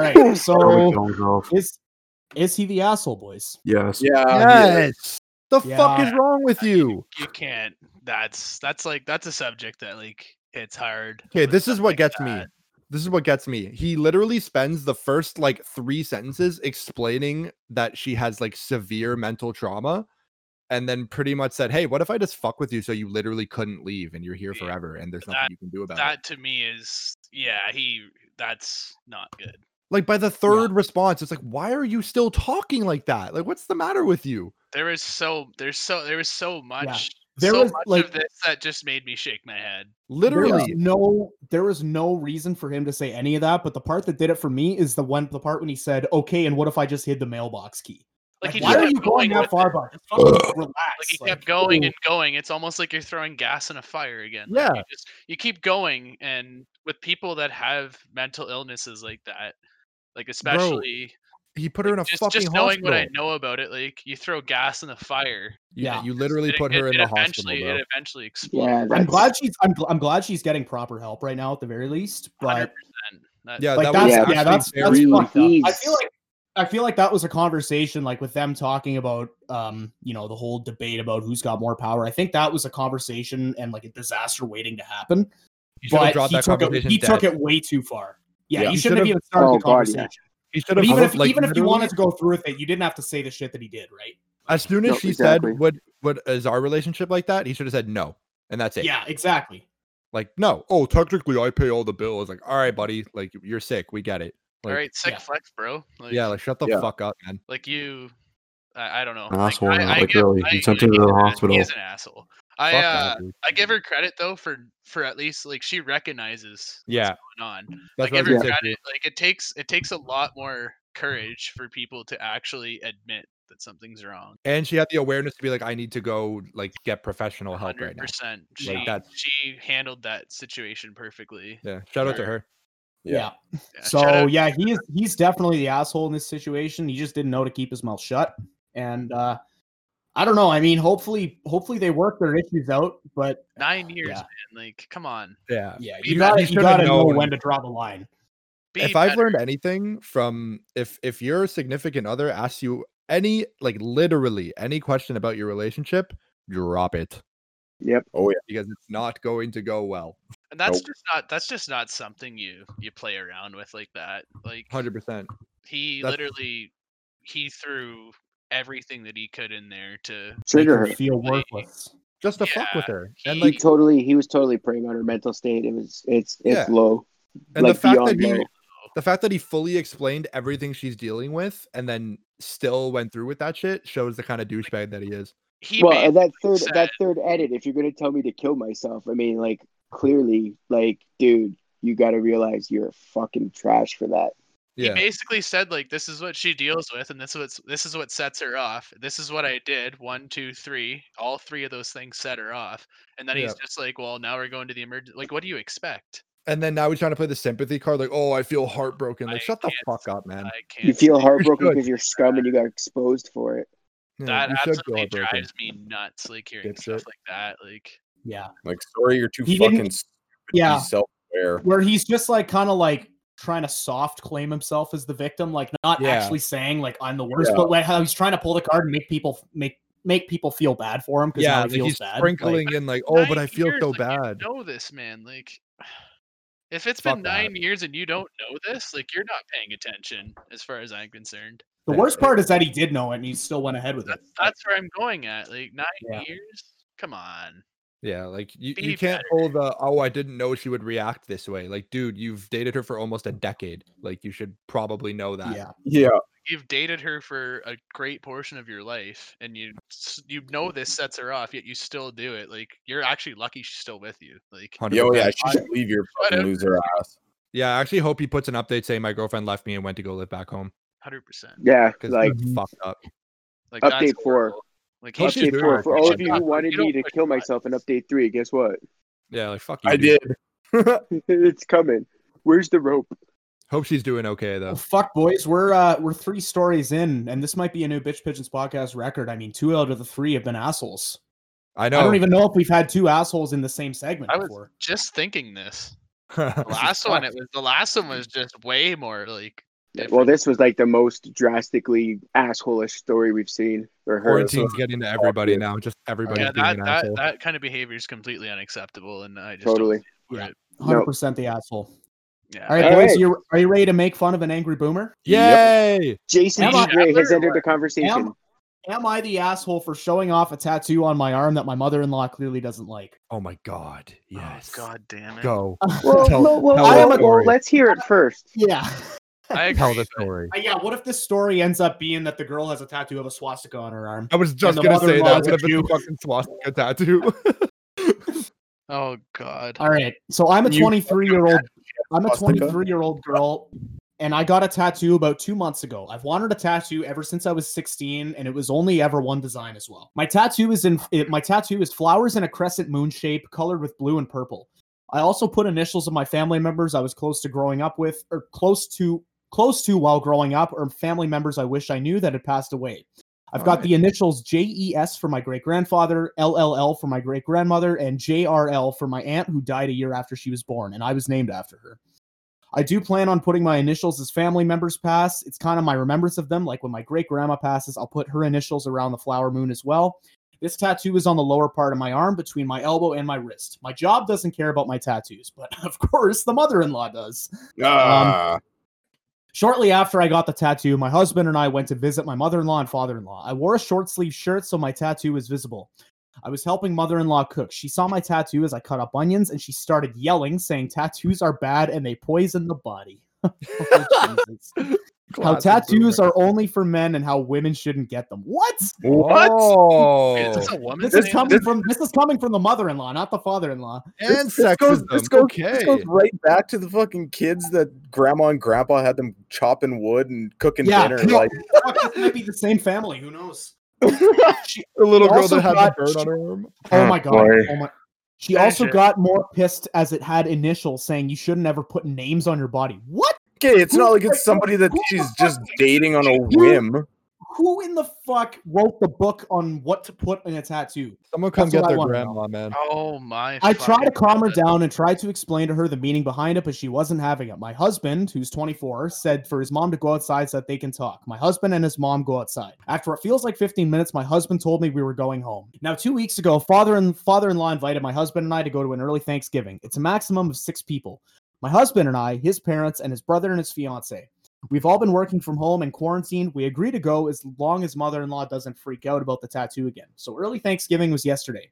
Speaker 1: right. So
Speaker 6: Don't go.
Speaker 1: is is he the asshole, boys?
Speaker 6: Yes.
Speaker 3: Yeah.
Speaker 5: Oh,
Speaker 3: yeah.
Speaker 4: yes. The fuck is
Speaker 1: Yeah.
Speaker 4: wrong with you?
Speaker 5: You can't. That's that's like that's a subject that like hits hard.
Speaker 4: Okay,
Speaker 5: with
Speaker 4: this is what
Speaker 5: something like
Speaker 4: gets me.
Speaker 5: that.
Speaker 4: This is what gets me. He literally spends the first like three sentences explaining that she has like severe mental trauma and then pretty much said, Hey, what if I just fuck with you so you literally couldn't leave and you're here
Speaker 5: Yeah,
Speaker 4: forever and there's
Speaker 5: that-
Speaker 4: nothing you can do about it?
Speaker 5: That to me is yeah. He that's not good.
Speaker 4: Like by the third response, it's like, Why are you still talking like that? Like, what's the matter with you?
Speaker 5: There is so there's so there was so much
Speaker 1: There
Speaker 5: so
Speaker 1: was,
Speaker 5: much
Speaker 1: like-
Speaker 5: of this that just made me shake my head.
Speaker 4: Literally,
Speaker 1: There was no, there was no reason for him to say any of that. But the part that did it for me is the one, the part when he said, "Okay, and what if I just hid the mailbox key?" Like,
Speaker 5: Like, he
Speaker 1: why
Speaker 5: just
Speaker 1: are
Speaker 5: kept
Speaker 1: you going
Speaker 5: with
Speaker 1: that
Speaker 5: it.
Speaker 1: far, Buck? Just fucking Relax.
Speaker 5: Like he
Speaker 1: like,
Speaker 5: kept going
Speaker 1: ooh.
Speaker 5: and going. It's almost like you're throwing gas in a fire again. Like,
Speaker 4: Yeah.
Speaker 5: you, just, you keep going, and with people that have mental illnesses like that, like especially
Speaker 4: he put her in a
Speaker 5: just,
Speaker 4: fucking
Speaker 5: just knowing
Speaker 4: hospital.
Speaker 5: what I know about it, like you throw gas in the fire.
Speaker 4: You-
Speaker 1: Yeah.
Speaker 4: you literally
Speaker 5: it-
Speaker 4: put
Speaker 5: it-
Speaker 4: her in
Speaker 5: it
Speaker 4: the hospital.
Speaker 5: Eventually,
Speaker 4: bro.
Speaker 5: it eventually explodes.
Speaker 2: Yeah,
Speaker 1: I'm
Speaker 2: that's,
Speaker 1: glad she's. I'm, gl- I'm glad she's getting proper help right now, at the very least. But
Speaker 5: 100%. That-
Speaker 4: Yeah,
Speaker 1: like
Speaker 4: that was
Speaker 1: that's
Speaker 4: actually
Speaker 1: yeah, that's that's
Speaker 4: very, like,
Speaker 1: fucked up. I
Speaker 2: Jeez.
Speaker 1: feel like I feel like that was a conversation like with them talking about um you know the whole debate about who's got more power. I think that was a conversation and like a disaster waiting to happen.
Speaker 4: he should have
Speaker 1: But
Speaker 4: dropped
Speaker 1: he
Speaker 4: that
Speaker 1: took it
Speaker 4: conversation.
Speaker 1: he took
Speaker 4: dead.
Speaker 1: it way too far. Yeah,
Speaker 4: Yeah.
Speaker 1: you
Speaker 4: He
Speaker 1: shouldn't have
Speaker 4: should've-
Speaker 1: even started
Speaker 2: Oh,
Speaker 1: the
Speaker 2: God, yeah.
Speaker 1: conversation.
Speaker 4: He should
Speaker 1: But
Speaker 4: have
Speaker 1: even if
Speaker 4: like,
Speaker 1: even if you
Speaker 4: literally-
Speaker 1: wanted to go through with it, you didn't have to say the shit that he did, right?
Speaker 4: As soon as
Speaker 2: No,
Speaker 4: she
Speaker 2: exactly.
Speaker 4: said, "What what is our relationship like that?" He should have said no, and that's it.
Speaker 1: Yeah, exactly.
Speaker 4: like no. Oh, technically, I pay all the bills. Like, all right, buddy. Like, you're sick. We get it. Like,
Speaker 5: all right, sick
Speaker 1: yeah.
Speaker 5: flex, bro. Like,
Speaker 4: Yeah, like shut the
Speaker 3: Yeah.
Speaker 4: fuck up, man.
Speaker 5: like you I, I don't know
Speaker 6: An
Speaker 5: like,
Speaker 6: asshole,
Speaker 5: I,
Speaker 6: not
Speaker 5: I
Speaker 6: like
Speaker 5: give-
Speaker 6: really.
Speaker 5: I-
Speaker 6: He sent him to
Speaker 5: he's an-
Speaker 6: the hospital.
Speaker 5: he is an asshole i
Speaker 4: Fuck
Speaker 5: uh
Speaker 4: that, dude.
Speaker 5: i give her credit though for for at least like she recognizes
Speaker 4: Yeah,
Speaker 5: what's going on
Speaker 4: that's
Speaker 5: like
Speaker 4: what I
Speaker 5: give
Speaker 4: was
Speaker 5: her
Speaker 4: gonna say.
Speaker 5: credit like it takes it takes a lot more courage for people to actually admit that something's wrong
Speaker 4: And she had the awareness to be like, I need to go like get professional help right now.
Speaker 5: 100% she,
Speaker 4: Like, that's-
Speaker 5: she handled that situation perfectly
Speaker 4: Yeah, shout out to her.
Speaker 3: Yeah.
Speaker 1: yeah.
Speaker 5: Yeah, shout
Speaker 1: So
Speaker 5: out-
Speaker 1: yeah, he is he's definitely the asshole in this situation. He just didn't know to keep his mouth shut. And uh I don't know. I mean, hopefully hopefully they work their issues out, but
Speaker 5: nine years
Speaker 1: yeah.
Speaker 5: man like come on
Speaker 4: Yeah,
Speaker 1: yeah,
Speaker 4: He-
Speaker 1: you gotta
Speaker 4: he
Speaker 1: you
Speaker 4: should've
Speaker 1: gotta know
Speaker 4: known.
Speaker 1: when to draw the line.
Speaker 5: be
Speaker 4: if I've
Speaker 5: better.
Speaker 4: learned anything from if if your significant other asks you any like literally any question about your relationship, drop it
Speaker 2: yep.
Speaker 4: because it's not going to go well.
Speaker 5: and that's
Speaker 3: Nope.
Speaker 5: just not that's just not something you you play around with like that like
Speaker 4: Hundred percent.
Speaker 5: he
Speaker 4: That's-
Speaker 5: literally he threw everything that he could in there to
Speaker 1: Make
Speaker 2: Trigger
Speaker 1: her
Speaker 2: her.
Speaker 1: feel worthless.
Speaker 4: Just to fuck with
Speaker 5: Yeah,
Speaker 4: her, and
Speaker 2: He
Speaker 5: he-
Speaker 4: like,
Speaker 2: totally he was totally preying on her mental state. It was it's it's low.
Speaker 4: and
Speaker 2: like
Speaker 4: the fact that
Speaker 2: beyond
Speaker 4: he,
Speaker 2: low.
Speaker 4: the fact that he fully explained everything she's dealing with, and then still went through with that shit, shows the kind of douchebag that he is.
Speaker 5: he
Speaker 2: well, and that
Speaker 5: basically
Speaker 2: third
Speaker 5: said-
Speaker 2: that third edit, if you're gonna tell me to kill myself, I mean, like clearly, like dude, you gotta realize you're fucking trash for that.
Speaker 5: he
Speaker 4: Yeah,
Speaker 5: basically said like this is what she deals with and this is what's this is what sets her off this is what i did one two three all three of those things set her off and then he's
Speaker 4: Yeah.
Speaker 5: just like well now we're going to the emergency like what do you expect
Speaker 4: and then now he's trying to play the sympathy card, like, oh, I feel heartbroken. Like,
Speaker 5: I
Speaker 4: shut the
Speaker 5: can't
Speaker 4: fuck up, man.
Speaker 5: i can't
Speaker 2: You
Speaker 5: [laughs]
Speaker 2: feel heartbroken
Speaker 4: should.
Speaker 2: because you're scum and you got exposed for it.
Speaker 4: Yeah,
Speaker 5: that
Speaker 4: you should feel
Speaker 5: absolutely
Speaker 4: heartbroken.
Speaker 5: drives me nuts like hearing stuff
Speaker 4: Dipshit.
Speaker 5: like that like
Speaker 1: Yeah.
Speaker 3: Like, sorry, you're too
Speaker 1: He didn't-
Speaker 3: fucking stupid. to be
Speaker 1: Yeah.
Speaker 3: Self-aware.
Speaker 1: Where he's just like kind of like trying to soft claim himself as the victim, like not
Speaker 4: Yeah.
Speaker 1: actually saying like I'm the worst,
Speaker 3: Yeah.
Speaker 1: but like how he's trying to pull the card and make people make make people feel bad for him because
Speaker 4: Yeah,
Speaker 1: now he
Speaker 4: like,
Speaker 1: feels
Speaker 4: he's
Speaker 1: bad. Like,
Speaker 4: sprinkling in like, oh, but
Speaker 5: nine
Speaker 4: I feel
Speaker 5: years,
Speaker 4: so
Speaker 5: like, you
Speaker 4: bad.
Speaker 5: know this, man. Like, [sighs] if it's
Speaker 4: Fuck
Speaker 5: been
Speaker 4: that.
Speaker 5: nine years and you don't know this, like, you're not paying attention, as far as I'm concerned.
Speaker 1: The worst part is that he did know it and he still went ahead with it.
Speaker 5: That's that's where I'm going at. Like nine
Speaker 1: Yeah.
Speaker 5: years? Come on.
Speaker 4: Yeah, like you,
Speaker 5: Be
Speaker 4: you can't hold the oh I didn't know she would react this way. Like, dude, you've dated her for almost a decade. Like you should probably know that.
Speaker 1: Yeah.
Speaker 3: Yeah,
Speaker 5: You've dated her for a great portion of your life, and you s- you know this
Speaker 2: Mm-hmm.
Speaker 5: sets her off, yet you still do it. Like you're actually lucky she's still with you. Like
Speaker 4: 100%.
Speaker 3: yo, yeah, she should leave your fucking
Speaker 5: Whatever.
Speaker 3: loser ass.
Speaker 4: Yeah, I actually hope he puts an update saying my girlfriend left me and went to go live back home.
Speaker 5: hundred percent.
Speaker 2: Yeah,
Speaker 4: Because
Speaker 2: like
Speaker 4: like
Speaker 1: Mm-hmm.
Speaker 4: fucked up.
Speaker 5: Like that's
Speaker 2: Update four.
Speaker 5: horrible. Like
Speaker 4: Oh,
Speaker 5: you
Speaker 4: she's
Speaker 2: update
Speaker 5: should
Speaker 4: doing
Speaker 2: four
Speaker 4: it.
Speaker 2: for all of
Speaker 5: Shut
Speaker 2: you
Speaker 5: up.
Speaker 2: who wanted
Speaker 5: You don't
Speaker 2: me to
Speaker 5: push
Speaker 2: kill
Speaker 5: buttons.
Speaker 2: myself in update three. Guess what? [laughs]
Speaker 4: Yeah, like fuck you.
Speaker 3: I
Speaker 4: dude.
Speaker 3: did.
Speaker 2: it's coming. Where's the rope?
Speaker 4: Hope she's doing okay though.
Speaker 1: Well, fuck, boys. We're uh, we're three stories in, and this might be a new Bitch Pigeons podcast record. I mean, two out of the three have been assholes.
Speaker 4: I know.
Speaker 1: I
Speaker 4: [laughs]
Speaker 1: don't even know if we've had two assholes in the same segment
Speaker 5: I was-
Speaker 1: before.
Speaker 5: Just
Speaker 2: [laughs]
Speaker 5: thinking this.
Speaker 3: [laughs]
Speaker 5: The
Speaker 4: even
Speaker 5: last one, it was the last one was just way more like.
Speaker 2: Well,
Speaker 5: different.
Speaker 2: this was like the most drastically assholeish story we've seen or heard.
Speaker 4: quarantine's getting to everybody now. Just everybody's
Speaker 5: [laughs] Oh, yeah,
Speaker 4: being
Speaker 5: that,
Speaker 4: an
Speaker 5: that,
Speaker 4: asshole.
Speaker 5: that kind of behavior is completely unacceptable, and I just don't
Speaker 2: Totally.
Speaker 5: stand for
Speaker 1: Yeah.
Speaker 5: it.
Speaker 1: Hundred percent the asshole.
Speaker 5: Yeah.
Speaker 1: All right,
Speaker 2: All
Speaker 1: boys.
Speaker 2: right.
Speaker 1: You are you ready to make fun of an angry boomer?
Speaker 4: Yay!
Speaker 2: Jason
Speaker 1: Am I-
Speaker 2: D. Gray has
Speaker 5: Am-
Speaker 2: entered the conversation.
Speaker 1: Am, am I the asshole for showing off a tattoo on my arm that my mother-in-law clearly doesn't [laughs] like?
Speaker 4: Oh my god. Yes.
Speaker 5: Oh, God damn it.
Speaker 4: Go.
Speaker 2: Well,
Speaker 4: Tell-
Speaker 2: no, well,
Speaker 4: tell
Speaker 1: the
Speaker 2: I am a-
Speaker 4: story.
Speaker 2: let's hear it first.
Speaker 1: [laughs] Yeah.
Speaker 5: I agree.
Speaker 4: Tell the story.
Speaker 1: Uh, yeah. What if this story ends up being that the girl has a tattoo of a swastika on her arm?
Speaker 4: I was just
Speaker 1: the
Speaker 4: gonna say
Speaker 1: mother-in-law
Speaker 4: that.
Speaker 1: is
Speaker 4: What
Speaker 1: a
Speaker 4: if it's a
Speaker 1: Jew.
Speaker 4: fucking swastika [laughs] tattoo?
Speaker 5: Oh God.
Speaker 1: All right. So I'm a
Speaker 4: You-
Speaker 1: 23 year old. I'm a
Speaker 3: swastika?
Speaker 1: 23 year old girl, and I got a tattoo about two months ago. I've wanted a tattoo ever since I was 16, and it was only ever one design as well. My tattoo is in. It, my tattoo is flowers in a crescent moon shape, colored with blue and purple. I also put initials of my family members I was close to growing up with, or close to close to while growing up, or family members I wish I knew that had passed away. I've got
Speaker 4: Alright.
Speaker 1: the initials JES for my great grandfather, LLL for my great grandmother, and JRL for my aunt who died a year after she was born, and I was named after her. I do plan on putting my initials as family members pass. It's kind of my remembrance of them. Like when my great grandma passes, I'll put her initials around the flower moon as well. This tattoo is on the lower part of my arm between my elbow and my wrist. My job doesn't care about my tattoos, but [laughs] of course the mother in law does.
Speaker 3: Ah,
Speaker 1: Shortly after I got the tattoo, my husband and I went to visit my mother in law and father in law. I wore a short sleeve shirt so my tattoo was visible. I was helping mother in law cook. She saw my tattoo as I cut up onions and she started yelling, saying, Tattoos are bad and they poison the body. [laughs] Oh, Jesus. how
Speaker 4: [laughs] Classic
Speaker 1: tattoos
Speaker 4: boomer.
Speaker 1: are only for men and how women shouldn't get them. What?
Speaker 3: what?
Speaker 4: Oh,
Speaker 5: Wait, is this a woman's
Speaker 1: This is
Speaker 5: name?
Speaker 1: coming from this is coming from the mother-in-law, not the father-in-law.
Speaker 4: and
Speaker 3: this, this
Speaker 4: sexism.
Speaker 3: goes, this, goes,
Speaker 4: okay.
Speaker 3: this goes right back to the fucking kids that grandma and grandpa had them chopping wood and cooking
Speaker 1: Yeah,
Speaker 3: dinner.
Speaker 1: no.
Speaker 3: Like
Speaker 1: Fuck, this might be the same family. Who
Speaker 4: [laughs]
Speaker 1: knows? She-
Speaker 4: the little
Speaker 1: They
Speaker 4: girl
Speaker 1: also
Speaker 4: that had
Speaker 1: got-
Speaker 4: the bird on her arm.
Speaker 1: Oh
Speaker 6: Oh,
Speaker 1: my god.
Speaker 6: boy.
Speaker 1: Oh my. She
Speaker 5: Finish
Speaker 1: also
Speaker 5: it.
Speaker 1: got more pissed as it had initials saying you shouldn't ever put names on your body. What?
Speaker 3: okay, it's
Speaker 1: Who-
Speaker 3: not like it's somebody that
Speaker 1: who the
Speaker 3: she's
Speaker 1: fuck-
Speaker 3: just dating on a whim.
Speaker 1: Who in the fuck wrote the book on what to put in a tattoo?
Speaker 4: Someone come
Speaker 1: That's what
Speaker 4: get
Speaker 1: I
Speaker 4: their
Speaker 1: wanna know.
Speaker 4: grandma, man.
Speaker 5: Oh my.
Speaker 1: I tried to
Speaker 5: fucking
Speaker 1: calm her
Speaker 5: God.
Speaker 1: down and tried to explain to her the meaning behind it, but she wasn't having it. My husband, who's 24, said for his mom to go outside so that they can talk. My husband and his mom go outside. After it feels like 15 minutes, my husband told me we were going home. Now, two weeks ago, father and father-in-law invited my husband and I to go to an early Thanksgiving. It's a maximum of six people. My husband and I, his parents, and his brother and his fiance. We've all been working from home and quarantined. We agree to go as long as mother in law doesn't freak out about the tattoo again. So early Thanksgiving was yesterday.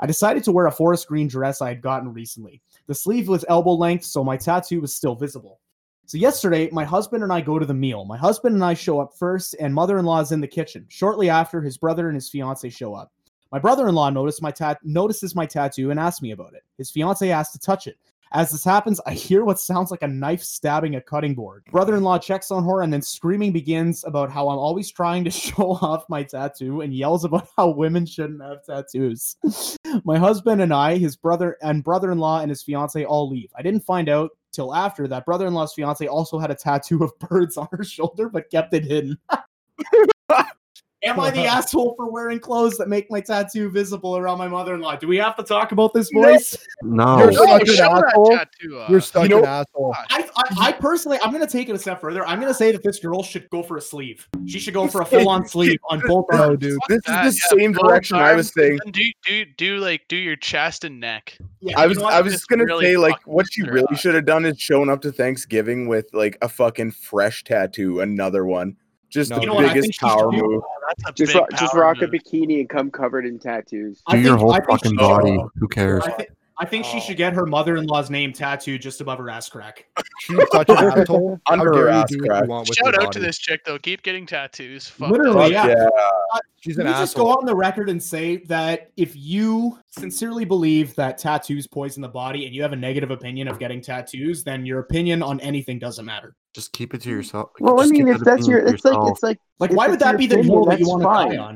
Speaker 1: I decided to wear a forest green dress I had gotten recently. The sleeve was elbow length, so my tattoo was still visible. So yesterday, my husband and I go to the meal. My husband and I show up first, and mother-in-law is in the kitchen. Shortly after, his brother and his fiance show up. My brother-in-law noticed my tat- notices my tattoo and asks me about it. His fiance asks to touch it. As this happens, I [laughs] hear what sounds like a knife stabbing a cutting board. Brother-in-law checks on her and then screaming begins about how I'm always trying to [laughs] show off my tattoo and yells about how women shouldn't have tattoos. [laughs] my husband and I, his brother and brother-in-law and his fiance all leave. I didn't find out till after that brother-in-law's fiance also had a tattoo of [laughs] birds on her shoulder but kept it [laughs] hidden. Am I [laughs] the asshole for wearing clothes that make my tattoo visible around my mother-in-law? Do we have to talk about this,
Speaker 3: No.
Speaker 1: boys?
Speaker 6: No.
Speaker 4: You're such an
Speaker 5: Show that
Speaker 4: asshole.
Speaker 5: tattoo off.
Speaker 4: You're such
Speaker 3: know-
Speaker 4: an asshole.
Speaker 1: I, I, I personally, I'm going to take it a step further. I'm going to say that this girl should go for a sleeve. She should go for [laughs] a full on sleeve on both [laughs]
Speaker 4: No,
Speaker 1: arms.
Speaker 4: dude.
Speaker 5: Fuck
Speaker 3: This is
Speaker 5: that,
Speaker 3: the
Speaker 5: yeah,
Speaker 3: same
Speaker 5: both
Speaker 3: direction I was
Speaker 5: arms,
Speaker 3: saying.
Speaker 5: and Do do do like do your chest and neck.
Speaker 1: Yeah,
Speaker 3: I
Speaker 1: you
Speaker 3: was
Speaker 1: know what?
Speaker 3: I was
Speaker 5: Just
Speaker 3: just gonna
Speaker 5: really
Speaker 3: say like
Speaker 5: fucking
Speaker 3: what she
Speaker 5: her
Speaker 3: really
Speaker 5: up.
Speaker 3: should have done is shown up to Thanksgiving with like a fucking fresh tattoo, another one. Just
Speaker 4: No,
Speaker 3: the
Speaker 4: You know what, I
Speaker 3: biggest
Speaker 1: think she should
Speaker 3: power
Speaker 1: do-
Speaker 3: move.
Speaker 5: That's a
Speaker 2: Just
Speaker 5: big
Speaker 2: rock, just
Speaker 5: power
Speaker 2: rock a
Speaker 5: move.
Speaker 2: bikini and come covered in tattoos.
Speaker 1: I
Speaker 6: Do your
Speaker 1: think-
Speaker 6: whole
Speaker 1: I think she
Speaker 6: fucking
Speaker 1: should- Oh.
Speaker 6: body. Who cares?
Speaker 1: I, thi- I think she should get her mother-in-law's name tattooed just above her ass crack.
Speaker 4: She's such [laughs] an asshole. How
Speaker 3: Under
Speaker 4: dare
Speaker 3: her
Speaker 4: you
Speaker 3: ass
Speaker 4: do what you
Speaker 3: crack.
Speaker 4: want with
Speaker 5: Shout
Speaker 4: your
Speaker 5: out to
Speaker 4: body.
Speaker 5: this chick though. Keep getting tattoos. Fuck
Speaker 1: Literally,
Speaker 5: that.
Speaker 3: Fuck
Speaker 1: yeah.
Speaker 3: yeah.
Speaker 4: She's
Speaker 1: Can
Speaker 4: an
Speaker 1: we just go
Speaker 4: asshole.
Speaker 1: on the record and say that if you sincerely believe that tattoos poison the body and you have a negative opinion of getting tattoos, then your opinion on anything doesn't matter.
Speaker 6: Just keep it to yourself.
Speaker 2: Well, I
Speaker 6: Just keep
Speaker 2: mean, if
Speaker 6: that
Speaker 2: that's
Speaker 6: opinion
Speaker 2: your,
Speaker 6: to
Speaker 2: it's like,
Speaker 6: yourself.
Speaker 2: it's like
Speaker 1: Like,
Speaker 2: If
Speaker 1: why
Speaker 2: it's
Speaker 1: would that
Speaker 2: your
Speaker 1: be the
Speaker 2: opinion,
Speaker 1: hill that you
Speaker 2: that's
Speaker 1: want to die
Speaker 2: fine.
Speaker 1: on?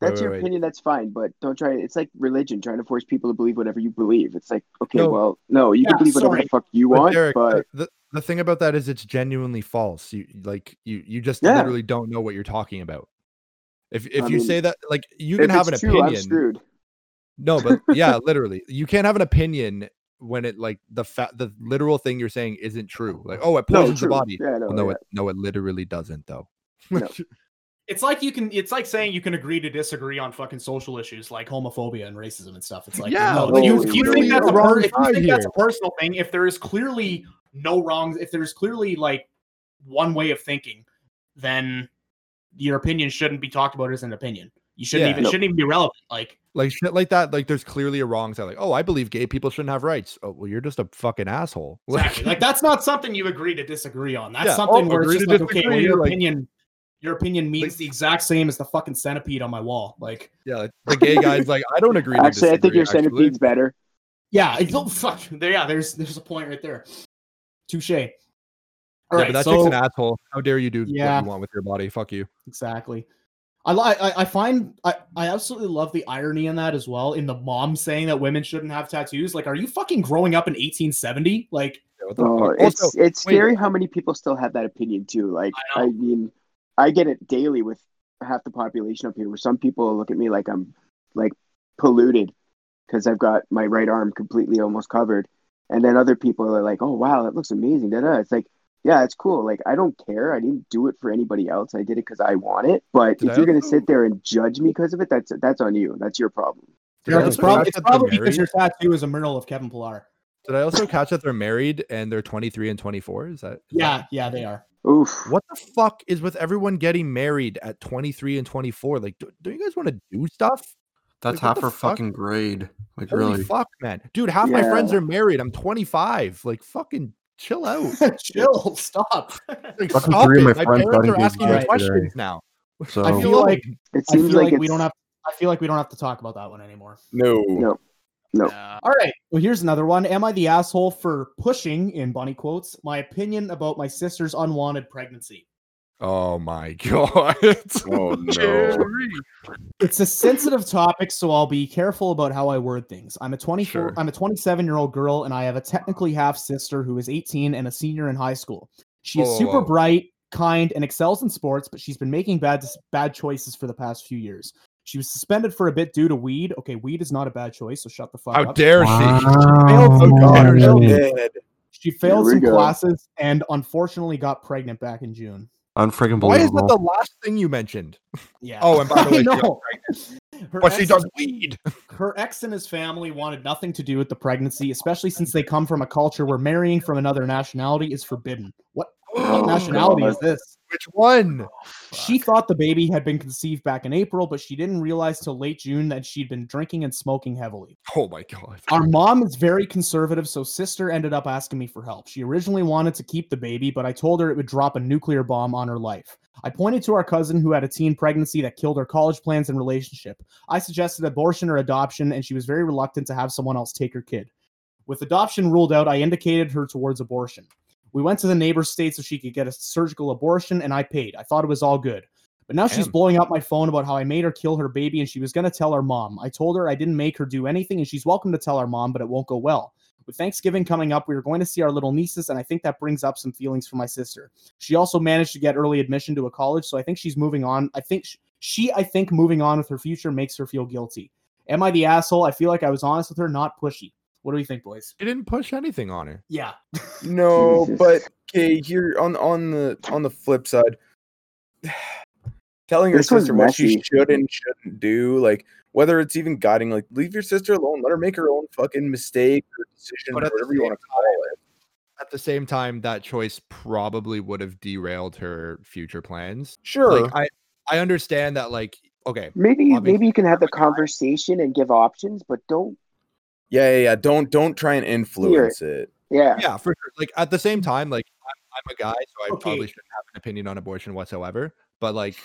Speaker 4: Wait,
Speaker 2: that's
Speaker 4: wait,
Speaker 2: your
Speaker 4: wait.
Speaker 2: opinion. That's fine, but don't try. It's like religion, trying to force people to believe whatever you believe. It's like, okay,
Speaker 4: No.
Speaker 2: well, no, you
Speaker 1: Yeah,
Speaker 2: can believe whatever
Speaker 1: sorry.
Speaker 2: the fuck you
Speaker 4: But
Speaker 2: want,
Speaker 4: Derek,
Speaker 2: but
Speaker 4: the, the, the thing about that is it's genuinely false. You like you you just
Speaker 2: Yeah.
Speaker 4: literally don't know what you're talking about. If if
Speaker 2: I
Speaker 4: you
Speaker 2: mean,
Speaker 4: say that like you
Speaker 2: if
Speaker 4: can have an
Speaker 2: it's true, I'm
Speaker 4: opinion.
Speaker 2: screwed.
Speaker 4: No, but yeah, literally. You can't have an opinion when it like the fa- the literal thing you're saying isn't true. Like, oh, it
Speaker 2: No,
Speaker 4: poisons
Speaker 2: true.
Speaker 4: the body.
Speaker 2: Yeah, no,
Speaker 4: Well, no,
Speaker 2: yeah.
Speaker 4: it no, it literally doesn't though.
Speaker 2: No.
Speaker 1: It's like you can. It's like saying you can agree to disagree on fucking social issues like homophobia and racism and stuff. It's like,
Speaker 4: Yeah,
Speaker 1: no,
Speaker 2: well,
Speaker 1: you,
Speaker 2: it's
Speaker 1: if you
Speaker 2: clearly
Speaker 1: think that's
Speaker 4: the
Speaker 1: a per-
Speaker 4: wrong
Speaker 1: if you
Speaker 4: side
Speaker 1: think that's a
Speaker 4: here.
Speaker 1: personal thing, if there is clearly no wrong, if there's clearly like one way of thinking, then your opinion shouldn't be talked about as an opinion. You shouldn't
Speaker 4: Yeah.
Speaker 1: even
Speaker 2: No.
Speaker 1: shouldn't even be relevant.
Speaker 4: [laughs]
Speaker 1: Like,
Speaker 4: like shit like that. Like, there's clearly a wrong side. Like, oh, I believe gay people shouldn't have rights. Oh, well, you're just a fucking asshole. [laughs]
Speaker 1: Exactly. like that's not something you agree to disagree on. That's
Speaker 4: Yeah.
Speaker 1: something
Speaker 4: Oh,
Speaker 1: where it's
Speaker 4: agree
Speaker 1: just
Speaker 4: to
Speaker 1: like, okay, well,
Speaker 4: disagree,
Speaker 1: your
Speaker 4: like-
Speaker 1: opinion, your opinion means
Speaker 4: Like-
Speaker 1: the exact same as the fucking centipede on my wall. Like,
Speaker 4: yeah, like, the gay guy's like, I don't agree. to
Speaker 2: Actually, I think
Speaker 4: disagree,
Speaker 2: your
Speaker 4: actually."
Speaker 2: centipede's better.
Speaker 1: yeah, I don't fuck. There, yeah, there's there's a point right there. Touche. All right,
Speaker 4: Yeah, but that chick's
Speaker 1: so
Speaker 4: an asshole. How dare you do
Speaker 1: Yeah.
Speaker 4: what you want with your body? Fuck you.
Speaker 1: exactly. I, li- I I find I, I absolutely love the irony in that as well. In the mom saying that women shouldn't have tattoos. Like, are you fucking growing up in 1870? Like,
Speaker 4: Yeah, what the
Speaker 2: Oh,
Speaker 4: fuck?
Speaker 2: it's
Speaker 4: Also,
Speaker 2: it's
Speaker 4: wait.
Speaker 2: scary how many people still have that opinion too. Like,
Speaker 1: I
Speaker 2: I,
Speaker 1: know.
Speaker 2: mean, I get it daily with half the population up here. Where some people look at me like I'm like polluted because I've got my right arm completely almost covered, and then other people are like, "Oh wow, that looks amazing." Da da. It's like, yeah, it's cool. Like, I don't care. I didn't do it for anybody else. I did it because I want it. But
Speaker 4: Did
Speaker 2: if
Speaker 4: I
Speaker 2: you're gonna
Speaker 4: also-
Speaker 2: sit there and judge me because of it, that's that's on you. That's your problem.
Speaker 4: did I
Speaker 1: Derek, it's,
Speaker 4: also
Speaker 1: prob-
Speaker 4: catch
Speaker 1: it's
Speaker 4: that they're
Speaker 1: probably because
Speaker 4: married?
Speaker 1: your tattoo is a mural of Kevin Pillar.
Speaker 4: Did I also catch that they're married and they're 23 and 24? Is that is that-
Speaker 1: Yeah, yeah, they are. [laughs]
Speaker 2: Oof.
Speaker 4: What the fuck is with everyone getting married at 23 and 24? Like, do, do you guys want to do stuff? Like,
Speaker 6: That's
Speaker 4: what
Speaker 6: half
Speaker 4: the
Speaker 6: her
Speaker 4: fuck?
Speaker 6: fucking grade. Like
Speaker 4: Holy
Speaker 6: really.
Speaker 4: fuck, man. Dude, half my friends
Speaker 2: Yeah.
Speaker 4: are married. I'm 25. Like, fucking chill out.
Speaker 1: Chill, stop. [laughs]
Speaker 4: Like,
Speaker 6: Fucking
Speaker 4: stop
Speaker 6: three of
Speaker 4: it.
Speaker 6: my
Speaker 4: My
Speaker 6: friends got
Speaker 4: parents are
Speaker 6: engaged
Speaker 4: asking me
Speaker 1: yesterday.
Speaker 4: questions now.
Speaker 6: So
Speaker 1: I
Speaker 4: Feel
Speaker 1: feel
Speaker 4: old.
Speaker 1: like
Speaker 2: It
Speaker 1: I feel like,
Speaker 2: seems like,
Speaker 1: we
Speaker 2: it's-
Speaker 1: don't have. I feel like we don't have to talk about that one anymore.
Speaker 3: No.
Speaker 2: No. No.
Speaker 5: Nah.
Speaker 1: All right. Well, here's another one. Am I the asshole for pushing in bunny quotes my opinion about my sister's unwanted pregnancy?
Speaker 4: Oh my [laughs] god.
Speaker 3: [laughs] Oh no.
Speaker 5: Jerry.
Speaker 1: It's a
Speaker 4: [laughs]
Speaker 1: sensitive topic, so I'll be careful about how I word things. I'm a 24.
Speaker 4: Sure.
Speaker 1: I'm a 27 year old girl, and I have a technically half sister who is 18 and a senior in high school. She is
Speaker 4: Whoa, whoa,
Speaker 1: super
Speaker 4: whoa.
Speaker 1: bright, kind, and excels in sports, but she's been making bad bad choices for the past few years. She was suspended for a bit due to weed. Okay, weed is not a bad choice, so shut the fuck
Speaker 4: How
Speaker 1: up.
Speaker 4: dare she?
Speaker 1: Oh,
Speaker 4: no.
Speaker 3: Dead.
Speaker 1: She failed
Speaker 2: we
Speaker 1: some
Speaker 2: go.
Speaker 1: classes and unfortunately got pregnant back in June.
Speaker 6: Unfreaking
Speaker 4: Why is that the
Speaker 6: believable.
Speaker 4: last thing you mentioned?
Speaker 1: Yeah.
Speaker 4: Oh, and by the way,
Speaker 1: [laughs] I
Speaker 4: she got
Speaker 1: know. Her
Speaker 4: But she
Speaker 1: ex-
Speaker 4: does
Speaker 1: [laughs]
Speaker 4: weed. [gasps]
Speaker 1: her ex and his family wanted nothing to do with the pregnancy, especially since they come from a culture where marrying from another nationality is forbidden. What,
Speaker 4: Oh,
Speaker 1: what nationality Oh.
Speaker 2: God.
Speaker 1: is this?
Speaker 4: Which one?
Speaker 1: She thought the baby had been conceived back in April, but she didn't realize till late June that she'd been drinking and smoking heavily.
Speaker 4: Oh my god.
Speaker 1: Our mom is very conservative, so sister ended up asking me for help. She originally wanted to keep the baby, but I told her it would drop a nuclear bomb on her life. I pointed to our cousin who had a teen pregnancy that killed her college plans and relationship. I suggested abortion or adoption, and she was very reluctant to have someone else take her kid. With adoption ruled out, I indicated her towards abortion. We went to the neighbor's state so she could get a surgical abortion, and I paid. I thought it was all good. But now she's
Speaker 4: Damn.
Speaker 1: blowing up my phone about how I made her kill her baby and she was going to tell her mom. I told her I didn't make her do anything and she's welcome to tell her mom, but it won't go well. With Thanksgiving coming up, we are going to see our little nieces, and I think that brings up some feelings for my sister. She also managed to get early admission to a college, so I think she's moving on. I think sh- she, I think moving on with her future makes her feel guilty. Am I the asshole? I feel like I was honest with her, not pushy. What do we think, boys?
Speaker 4: She didn't push anything on her.
Speaker 1: Yeah.
Speaker 3: No,
Speaker 2: Jesus.
Speaker 3: but okay, here on on the on the flip side, [sighs] telling her
Speaker 2: This one's
Speaker 3: sister what she
Speaker 2: messy.
Speaker 3: should and shouldn't do, like whether it's even guiding, like leave your sister alone, let her make her own fucking mistake or decision,
Speaker 4: But at the
Speaker 3: whatever you
Speaker 4: same
Speaker 3: want to call it.
Speaker 4: at the same time, that choice probably would have derailed her future plans.
Speaker 3: Sure.
Speaker 4: Like I, I understand that. Like, okay,
Speaker 2: Maybe
Speaker 4: Obviously,
Speaker 2: maybe you can have the
Speaker 4: I'm a guy.
Speaker 2: conversation and give options, but don't.
Speaker 3: yeah, yeah, yeah. Don't don't try and influence it.
Speaker 2: Yeah,
Speaker 4: yeah, for sure. Like at the same time, like I'm, I'm a guy, so I
Speaker 1: Okay.
Speaker 4: probably shouldn't have an opinion on abortion whatsoever. But like,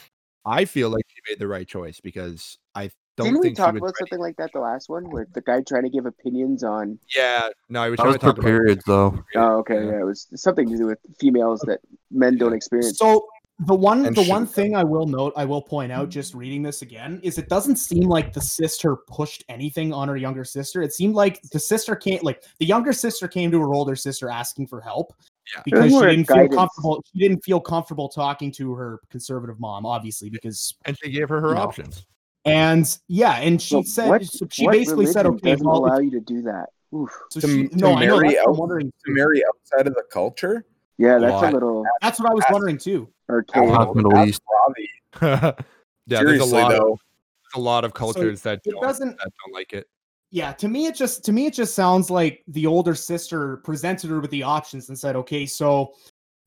Speaker 4: I feel like she made the right choice because I don't
Speaker 2: didn't we
Speaker 4: think
Speaker 2: talk
Speaker 4: she was.
Speaker 2: about
Speaker 4: ready-
Speaker 2: something like that the last one with the guy trying to give opinions on?
Speaker 4: Yeah, no, I was
Speaker 6: That
Speaker 4: trying
Speaker 6: was
Speaker 4: to
Speaker 6: per
Speaker 4: talk about
Speaker 6: period, though.
Speaker 2: Oh, okay,
Speaker 4: Yeah.
Speaker 2: yeah. it was something to do with females that men don't experience.
Speaker 1: So the one
Speaker 3: And
Speaker 1: the one
Speaker 3: should've
Speaker 1: thing I will note, I will point out just reading this again, is it doesn't seem like the sister pushed anything on her younger sister. It seemed like the sister can't like the younger sister came to her older sister asking for help
Speaker 4: Yeah.
Speaker 1: because she
Speaker 2: More
Speaker 1: didn't
Speaker 2: guidance.
Speaker 1: feel comfortable she didn't feel comfortable talking to her conservative mom, obviously, because
Speaker 4: and she gave her her
Speaker 1: you know.
Speaker 4: options.
Speaker 1: and yeah, and she
Speaker 2: Well,
Speaker 1: said
Speaker 2: what-
Speaker 1: so she
Speaker 2: what
Speaker 1: basically said
Speaker 2: religion
Speaker 1: okay,
Speaker 2: doesn't
Speaker 1: well
Speaker 2: allow
Speaker 1: if-
Speaker 2: you to do that. Oof.
Speaker 1: so
Speaker 3: to-
Speaker 1: she,
Speaker 3: to
Speaker 1: no, I know
Speaker 3: marry
Speaker 1: that's what I'm
Speaker 3: out-
Speaker 1: wondering.
Speaker 3: To marry outside of the culture,
Speaker 2: Yeah, that's
Speaker 4: Why?
Speaker 2: a little
Speaker 1: That's what I was
Speaker 3: ask-
Speaker 1: wondering too.
Speaker 2: arcane.
Speaker 6: Half Middle
Speaker 3: Ask
Speaker 6: East.
Speaker 3: Ravi.
Speaker 4: [laughs] yeah, there's a
Speaker 3: Seriously,
Speaker 4: lot.
Speaker 3: though.
Speaker 4: a lot of cultures that
Speaker 1: it
Speaker 4: don't,
Speaker 1: doesn't-
Speaker 4: that don't like it.
Speaker 1: Yeah, to me it just to me it just sounds like the older sister presented her with the options and said, "Okay, so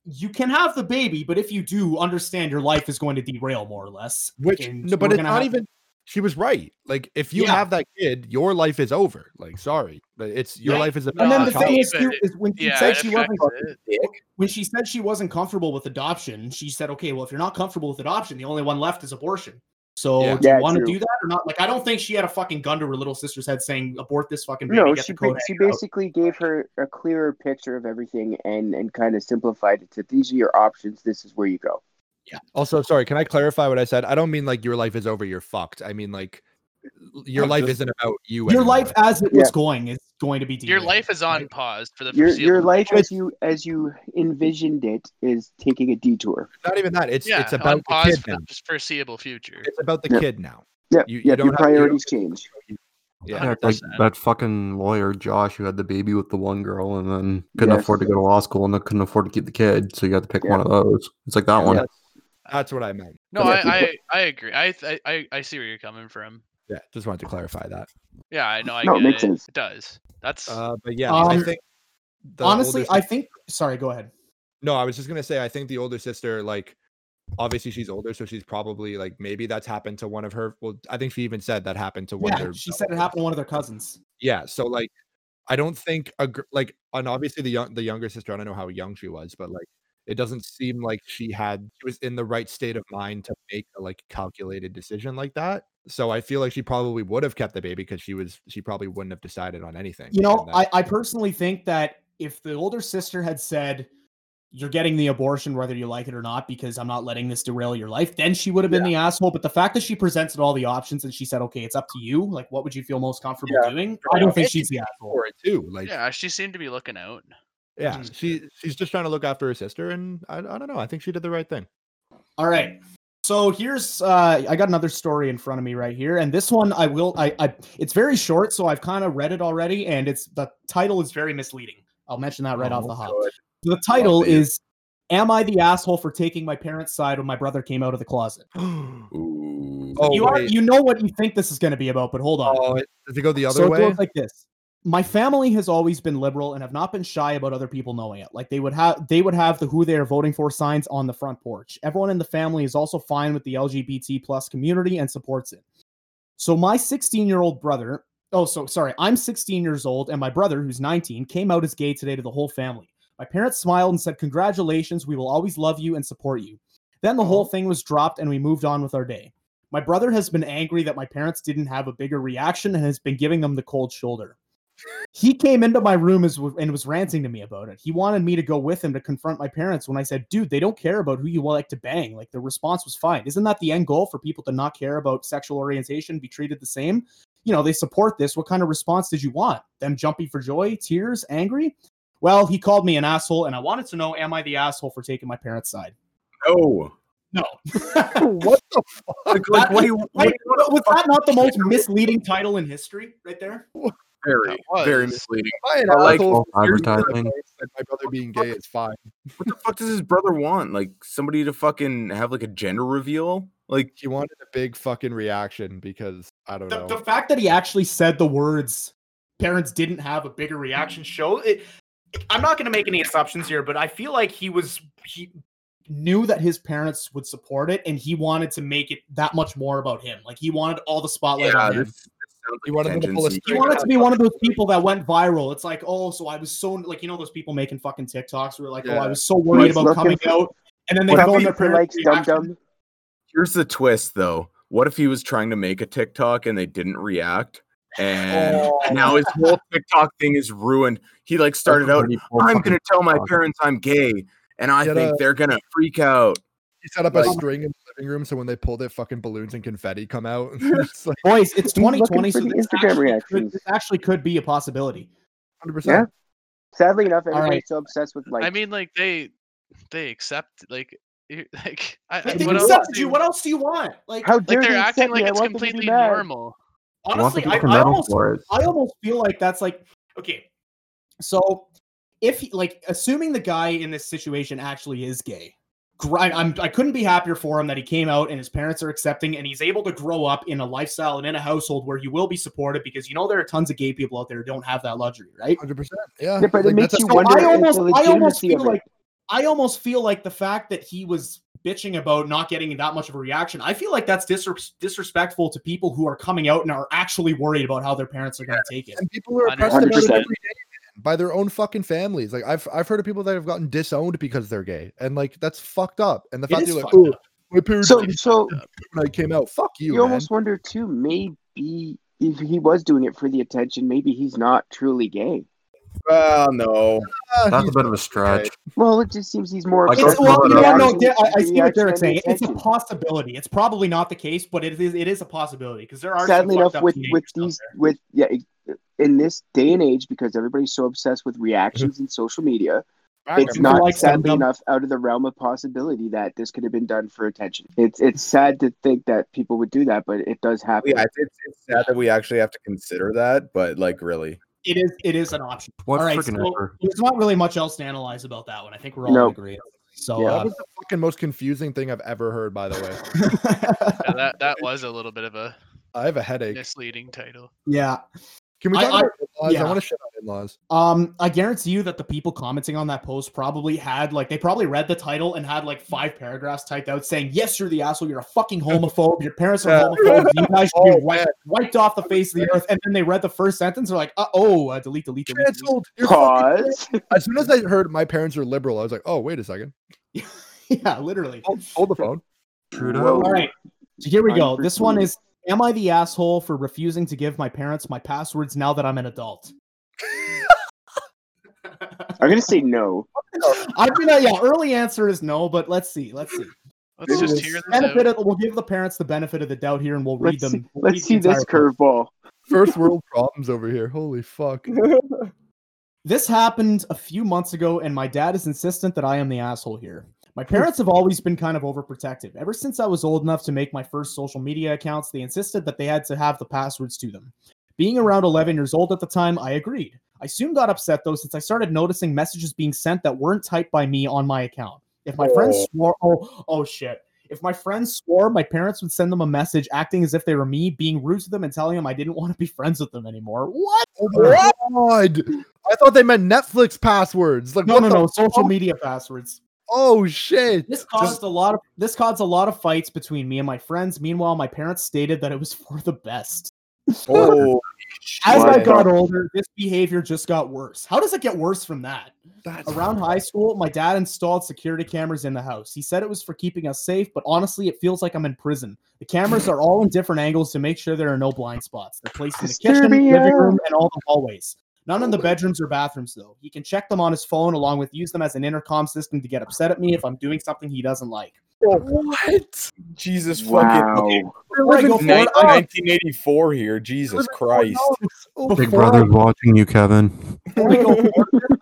Speaker 1: you can have the baby, but if you do, understand your life is going to derail more or less."
Speaker 4: Which
Speaker 1: And
Speaker 4: no, but
Speaker 1: we're
Speaker 4: it's
Speaker 1: gonna
Speaker 4: not
Speaker 1: have-
Speaker 4: even. She was right. Like if you
Speaker 1: Yeah.
Speaker 4: have that kid, your life is over. Like sorry, but it's your
Speaker 1: Yeah.
Speaker 4: life is.
Speaker 1: And then
Speaker 4: about
Speaker 1: the
Speaker 4: a
Speaker 1: thing
Speaker 4: child.
Speaker 1: is, too, is when she
Speaker 5: Yeah,
Speaker 1: said
Speaker 5: it
Speaker 1: she
Speaker 5: affects
Speaker 1: wasn't
Speaker 5: it.
Speaker 1: when she said she wasn't comfortable with adoption, she said, "Okay, well, if you're not comfortable with adoption, the only one left is abortion." So
Speaker 4: Yeah.
Speaker 1: do
Speaker 2: Yeah,
Speaker 1: you want to
Speaker 2: true.
Speaker 1: do that or not? Like, I don't think she had a fucking gun to her little sister's head saying, "Abort this fucking baby."
Speaker 2: No,
Speaker 1: get
Speaker 2: she
Speaker 1: the
Speaker 2: ba-
Speaker 1: code
Speaker 2: she
Speaker 1: out."
Speaker 2: basically gave her a clearer picture of everything and and kind of simplified it to these are your options. This is where you go.
Speaker 4: Also, sorry, can I clarify what I said? I don't mean like your life is over, you're fucked. I mean like l- your
Speaker 3: I'm
Speaker 4: life
Speaker 3: just-
Speaker 4: isn't about you.
Speaker 1: Your
Speaker 4: anymore.
Speaker 1: life as it was
Speaker 2: Yeah.
Speaker 1: going is going to be
Speaker 5: Your
Speaker 1: derailed,
Speaker 5: life is on
Speaker 1: right?
Speaker 5: pause for the
Speaker 2: Your
Speaker 5: foreseeable.
Speaker 2: your life
Speaker 4: It's-
Speaker 2: as you as you envisioned it is taking a detour.
Speaker 4: It's not even that. It's
Speaker 5: yeah,
Speaker 4: it's about
Speaker 5: on
Speaker 4: the
Speaker 5: pause
Speaker 4: kid
Speaker 5: for
Speaker 4: now.
Speaker 5: the f- foreseeable future.
Speaker 4: It's about the
Speaker 2: Yeah.
Speaker 4: kid now.
Speaker 2: Yeah,
Speaker 4: You- you
Speaker 2: yeah.
Speaker 4: don't
Speaker 2: Your
Speaker 4: have to- you
Speaker 2: priorities
Speaker 1: [laughs]
Speaker 2: change.
Speaker 4: Yeah.
Speaker 6: Yeah, it's like
Speaker 5: 100%.
Speaker 6: that fucking lawyer Josh who had the baby with the one girl and then couldn't
Speaker 2: Yes.
Speaker 6: afford to go to law school and then couldn't afford to keep the kid, so you had to pick
Speaker 2: Yeah.
Speaker 6: one of those. It's like that
Speaker 4: Yeah.
Speaker 6: one.
Speaker 4: That's, that's what I meant.
Speaker 5: No,
Speaker 2: Yeah,
Speaker 5: I, I I agree. I th- I I- I see where you're coming from.
Speaker 4: Yeah, just wanted to clarify that.
Speaker 5: Yeah, I know. I
Speaker 2: No, it
Speaker 5: get
Speaker 2: makes sense.
Speaker 5: It does. That's
Speaker 4: Uh, but yeah, I
Speaker 1: Um,
Speaker 4: think the
Speaker 1: Honestly,
Speaker 4: older
Speaker 1: I
Speaker 4: sis-
Speaker 1: think. Sorry, go ahead.
Speaker 4: no, I was just gonna say I think the older sister like. Obviously, she's older, so she's probably like maybe that's happened to one of her. Well, I think she even said that happened to one of
Speaker 1: Yeah,
Speaker 4: her.
Speaker 1: she said it
Speaker 4: relatives.
Speaker 1: happened to one of their cousins.
Speaker 4: yeah so like i don't think a gr- like and obviously the young the younger sister i don't know how young she was but like it doesn't seem like she had she was in the right state of mind to make a like calculated decision like that so i feel like she probably would have kept the baby because she was she probably wouldn't have decided on anything
Speaker 1: You know,
Speaker 4: and that-
Speaker 1: I, I personally think that if the older sister had said, "You're getting the abortion whether you like it or not," because I'm not letting this derail your life, then she would have been the asshole. But the fact that she presented all the options and she said, "Okay, it's up to you. Like, what would you feel most comfortable
Speaker 3: Yeah.
Speaker 1: doing?" I don't think
Speaker 4: And she
Speaker 1: she's the asshole.
Speaker 4: for it too like yeah,
Speaker 5: yeah. She seemed to be looking out. Mhm.
Speaker 4: she she's just trying to look after her sister and I, I don't know i think she did the right [gasps] thing
Speaker 1: All right. So here's uh I got another story in front of me right here. And this one I will I, I it's very short, so I've kind of read it already, and it's the title is very misleading. I'll mention that right
Speaker 4: Oh,
Speaker 1: off the hop. So the title
Speaker 3: Love these.
Speaker 1: is Am I the asshole for taking my parents' side when my brother came out of the closet?
Speaker 4: oh
Speaker 3: Ooh.
Speaker 1: you are,
Speaker 4: wait.
Speaker 1: you know what you think this is gonna be about, but hold on.
Speaker 4: Oh, it- does it go the other
Speaker 1: so it
Speaker 4: way
Speaker 1: goes like this. My family has always been liberal and have not been shy about other people knowing it. Like they would have they would have the who they are voting for signs on the front porch. Everyone in the family is also fine with the LGBT plus community and supports it. So my 16-year-old brother, oh so sorry, I'm 16 years old and my brother who's 19 came out as gay today to the whole family. My parents smiled and said, "Congratulations, we will always love you and support you." Then the
Speaker 4: Uh-huh.
Speaker 1: whole thing was dropped and we moved on with our day. My brother has been angry that my parents didn't have a bigger reaction and has been giving them the cold shoulder. He came into my room as, and was ranting to me about it. He wanted me to go with him to confront my parents when I said, dude, they don't care about who you like to bang. Like, the response was fine. Isn't that the end goal for people to not care about sexual orientation, be treated the same? You know, they support this. What kind of response did you want? Them jumpy for joy, tears, angry? Well, he called me an asshole, and I wanted to know, am I the asshole for taking my parents' side?
Speaker 3: No.
Speaker 1: No.
Speaker 4: what the fuck
Speaker 3: Like, like, what [laughs] do you? What
Speaker 1: Wait, was that not the most misleading title in history, right there?
Speaker 3: very,
Speaker 5: That
Speaker 3: very
Speaker 5: was-
Speaker 3: misleading.
Speaker 4: Am I an
Speaker 3: I like
Speaker 4: asshole for hearing that
Speaker 6: advertising.
Speaker 4: advice that my brother being gay is fine.
Speaker 3: What the fuck does his brother want? Like somebody to fucking have like a gender reveal? Like
Speaker 4: He wanted a big fucking reaction because I don't
Speaker 1: The,
Speaker 4: know.
Speaker 1: the fact that he actually said the words "parents didn't have a bigger reaction" show it.
Speaker 7: I'm not going to make any assumptions here, but I feel like he was he
Speaker 1: knew that his parents would support it and he wanted to make it that much more about him. Like he wanted all the spotlight on him.
Speaker 4: You wanted them to pull a
Speaker 1: He wanted to be one of those people that went viral. It's like, oh, so I was so like you know those people making fucking TikToks where like, oh,
Speaker 4: Yeah.
Speaker 1: I was so worried
Speaker 2: Let's
Speaker 1: about
Speaker 2: look
Speaker 1: coming
Speaker 2: into-
Speaker 1: out, and then they
Speaker 2: What
Speaker 1: go in their
Speaker 2: if he likes
Speaker 1: parents.
Speaker 2: Dum Dum?
Speaker 3: Here's the twist, though. What if he was trying to make a TikTok and they didn't react? And
Speaker 4: Oh.
Speaker 3: now his whole TikTok thing is ruined. He like started out, I'm gonna tell my parents I'm gay, and I
Speaker 4: Get
Speaker 3: think
Speaker 4: up.
Speaker 3: they're gonna freak out.
Speaker 4: He set up a
Speaker 3: Like-
Speaker 4: string in the living room, so when they pulled it, fucking balloons and confetti
Speaker 2: [laughs]
Speaker 4: come out. [laughs] it's like
Speaker 1: Boys, it's
Speaker 2: He's looking
Speaker 1: 2020, so
Speaker 2: for the
Speaker 1: this
Speaker 2: Instagram
Speaker 1: actually, could,
Speaker 2: reactions.
Speaker 1: this actually could be a possibility.
Speaker 4: 100%.
Speaker 2: Yeah. Sadly enough,
Speaker 1: right.
Speaker 2: everybody's so obsessed with like
Speaker 5: I mean, like they they accept like you- [laughs] like I, I-
Speaker 1: Like, they
Speaker 5: what else
Speaker 1: accepted
Speaker 5: do
Speaker 1: you. What else do you want? Like,
Speaker 2: how
Speaker 5: Like
Speaker 2: dare
Speaker 5: they're
Speaker 2: they
Speaker 5: acting
Speaker 2: accept me?
Speaker 5: like
Speaker 2: I
Speaker 5: it's
Speaker 2: want them to be
Speaker 5: completely
Speaker 2: mad.
Speaker 5: normal.
Speaker 6: I want
Speaker 1: honestly,
Speaker 6: them
Speaker 1: I,
Speaker 6: to come
Speaker 1: I
Speaker 6: out
Speaker 1: almost
Speaker 6: for it.
Speaker 1: I almost feel like that's like okay. So if he- like assuming the guy in this situation actually is gay, gr- I- I'm I couldn't be happier for him that he came out and his parents are accepting and he's able to grow up in a lifestyle and in a household where you will be supported because you know there are tons of gay people out there who don't have that luxury, right?
Speaker 4: 100%. Yeah.
Speaker 2: Yeah, but it
Speaker 4: Like,
Speaker 2: makes
Speaker 4: that's
Speaker 2: you
Speaker 4: how-
Speaker 2: wonder
Speaker 1: I
Speaker 2: if
Speaker 1: almost,
Speaker 2: the
Speaker 1: I almost
Speaker 2: legitimacy
Speaker 1: feel
Speaker 2: of it.
Speaker 1: like, I almost feel like the fact that he was bitching about not getting that much of a reaction, I feel like that's disres- disrespectful to people who are coming out and are actually worried about how their parents are going to take it.
Speaker 4: And people are oppressed about it
Speaker 2: 100%.
Speaker 4: every day man, by their own fucking families. Like I've I've heard of people that have gotten disowned because they're gay, and like that's fucked up. And the fact
Speaker 1: is
Speaker 4: that you're like,
Speaker 1: fucked
Speaker 4: oh, my parents
Speaker 2: So,
Speaker 4: hated
Speaker 2: so
Speaker 4: me when I came out, fuck you,
Speaker 2: you,
Speaker 4: man.
Speaker 2: almost wonder too. Maybe if he was doing it for the attention, maybe he's not truly gay.
Speaker 3: Well, no.
Speaker 4: Ah,
Speaker 6: That's a
Speaker 4: he's
Speaker 6: bit of a stretch.
Speaker 2: Well, it just seems he's more.
Speaker 6: Like,
Speaker 2: obsessed
Speaker 1: It's,
Speaker 2: with
Speaker 6: that's
Speaker 1: well,
Speaker 6: not
Speaker 2: the
Speaker 1: you don't know.
Speaker 2: reaction-
Speaker 1: Dan- I, I
Speaker 2: the
Speaker 1: see what
Speaker 2: reaction
Speaker 1: Derek's
Speaker 2: and the
Speaker 1: saying. It's a
Speaker 2: attention.
Speaker 1: possibility. It's probably not the case, but it is. It is a possibility because there are. some
Speaker 2: Sadly
Speaker 1: fucked
Speaker 2: enough,
Speaker 1: up
Speaker 2: with
Speaker 1: teenagers
Speaker 2: with
Speaker 1: out
Speaker 2: these
Speaker 1: there.
Speaker 2: with yeah, it- in this day and age, because everybody's so obsessed with
Speaker 4: [laughs]
Speaker 2: reactions in social media, it's
Speaker 1: Who
Speaker 2: not
Speaker 1: likes
Speaker 2: sadly
Speaker 1: them?
Speaker 2: enough out of the realm of possibility that this could have been done for attention. It's it's sad to think that people would do that, but it does happen.
Speaker 3: Yeah, it's, it's, it's sad that we actually have to consider that, but like, really,
Speaker 1: it is. It is an option.
Speaker 6: What
Speaker 1: all right,
Speaker 6: freaking
Speaker 1: so
Speaker 6: ever?
Speaker 1: there's not really much else to analyze about that one. I think we're all
Speaker 2: Nope.
Speaker 1: in agreement. So
Speaker 2: Yeah.
Speaker 4: That was the fucking most confusing thing I've ever heard, by the way.
Speaker 1: uh, [laughs]
Speaker 5: Yeah, that that was a little bit
Speaker 2: [laughs]
Speaker 5: of a
Speaker 4: I have a headache.
Speaker 5: misleading title.
Speaker 1: yeah.
Speaker 4: Can we
Speaker 1: I-
Speaker 4: talk
Speaker 1: I-
Speaker 4: about in-laws?
Speaker 1: yeah.
Speaker 4: I want to shit on in-laws.
Speaker 1: Um, I guarantee you that the people commenting on that post probably had like they probably read the title and had like five paragraphs typed out saying, "Yes, you're the asshole. You're a fucking homophobe. Your parents are
Speaker 4: Yeah.
Speaker 1: homophobes. You guys should
Speaker 4: [laughs] Oh,
Speaker 1: be wiped, wiped off the face of the earth." And then they read the first sentence, they're like, uh, "Oh, uh, delete, delete, delete." delete.
Speaker 4: Cancelled. You're fucking-
Speaker 2: Cause [laughs]
Speaker 4: As soon as I heard my parents are liberal, I was like, oh, wait a second.
Speaker 1: [laughs] yeah, literally.
Speaker 4: Hold, hold the phone.
Speaker 6: Trudeau.
Speaker 1: All right, so here we go. This one
Speaker 2: Unforeseen.
Speaker 1: is: Am I the asshole for refusing to give my parents my passwords now that I'm an adult?
Speaker 2: I'm gonna say no.
Speaker 4: Oh.
Speaker 1: [laughs] I'm gonna uh, yeah. Early answer is no, but let's see. Let's see.
Speaker 5: Let's
Speaker 2: This
Speaker 5: just
Speaker 2: is
Speaker 5: hear this
Speaker 1: Benefit
Speaker 5: out.
Speaker 1: of, we'll give the parents the benefit of the doubt here, and we'll read them.
Speaker 2: Let's see,
Speaker 1: we'll read
Speaker 2: let's
Speaker 1: the
Speaker 2: see this
Speaker 1: entire post.
Speaker 2: curveball.
Speaker 1: [laughs]
Speaker 4: First world problems over here. Holy fuck. Oh
Speaker 1: This happened a few months ago, and my dad is insistent that I am the asshole here. My parents have always been kind of overprotective. Ever since I was old enough to make my first social media accounts, they insisted that they had to have the passwords to them. Being around 11 years old at the time, I agreed. I soon got upset though, since I started noticing messages being sent that weren't typed by me on my account. If my friends swore, oh, oh shit. If my friends swore, my parents would send them a message acting as if they were me, being rude to them and telling them I didn't want to be [laughs] friends with them anymore. What?
Speaker 4: Oh my god. I thought they meant Netflix passwords. Like
Speaker 1: No,
Speaker 4: what
Speaker 1: no,
Speaker 4: the-
Speaker 1: no. Social
Speaker 4: fuck?
Speaker 1: media passwords.
Speaker 4: Oh shit.
Speaker 1: This caused a lot of this caused a lot of fights between me and my friends. Meanwhile, my parents stated that it was for the best.
Speaker 3: oh,
Speaker 1: As I
Speaker 2: Wow.
Speaker 1: got older, this behavior just got worse. How does it get worse from that?
Speaker 4: That's
Speaker 1: Around high school, my dad installed security cameras in the house. He said it was for keeping us safe, but honestly, it feels like I'm in prison. The cameras are all in different angles to make sure there are no blind spots. They're placed in the kitchen,
Speaker 2: Disturbia.
Speaker 1: living room, and all the hallways. None in the bedrooms or bathrooms, though. He can check them on his phone, along with use them as an intercom system to get upset at me if I'm doing something he doesn't like.
Speaker 4: what?
Speaker 3: Jesus
Speaker 2: Wow.
Speaker 3: fucking okay,
Speaker 1: Before I go
Speaker 3: nine-
Speaker 1: forward, I-
Speaker 3: 1984 here, Jesus Christ.
Speaker 6: Big
Speaker 1: before I-
Speaker 6: brother's watching you, Kevin.
Speaker 1: before we go forward,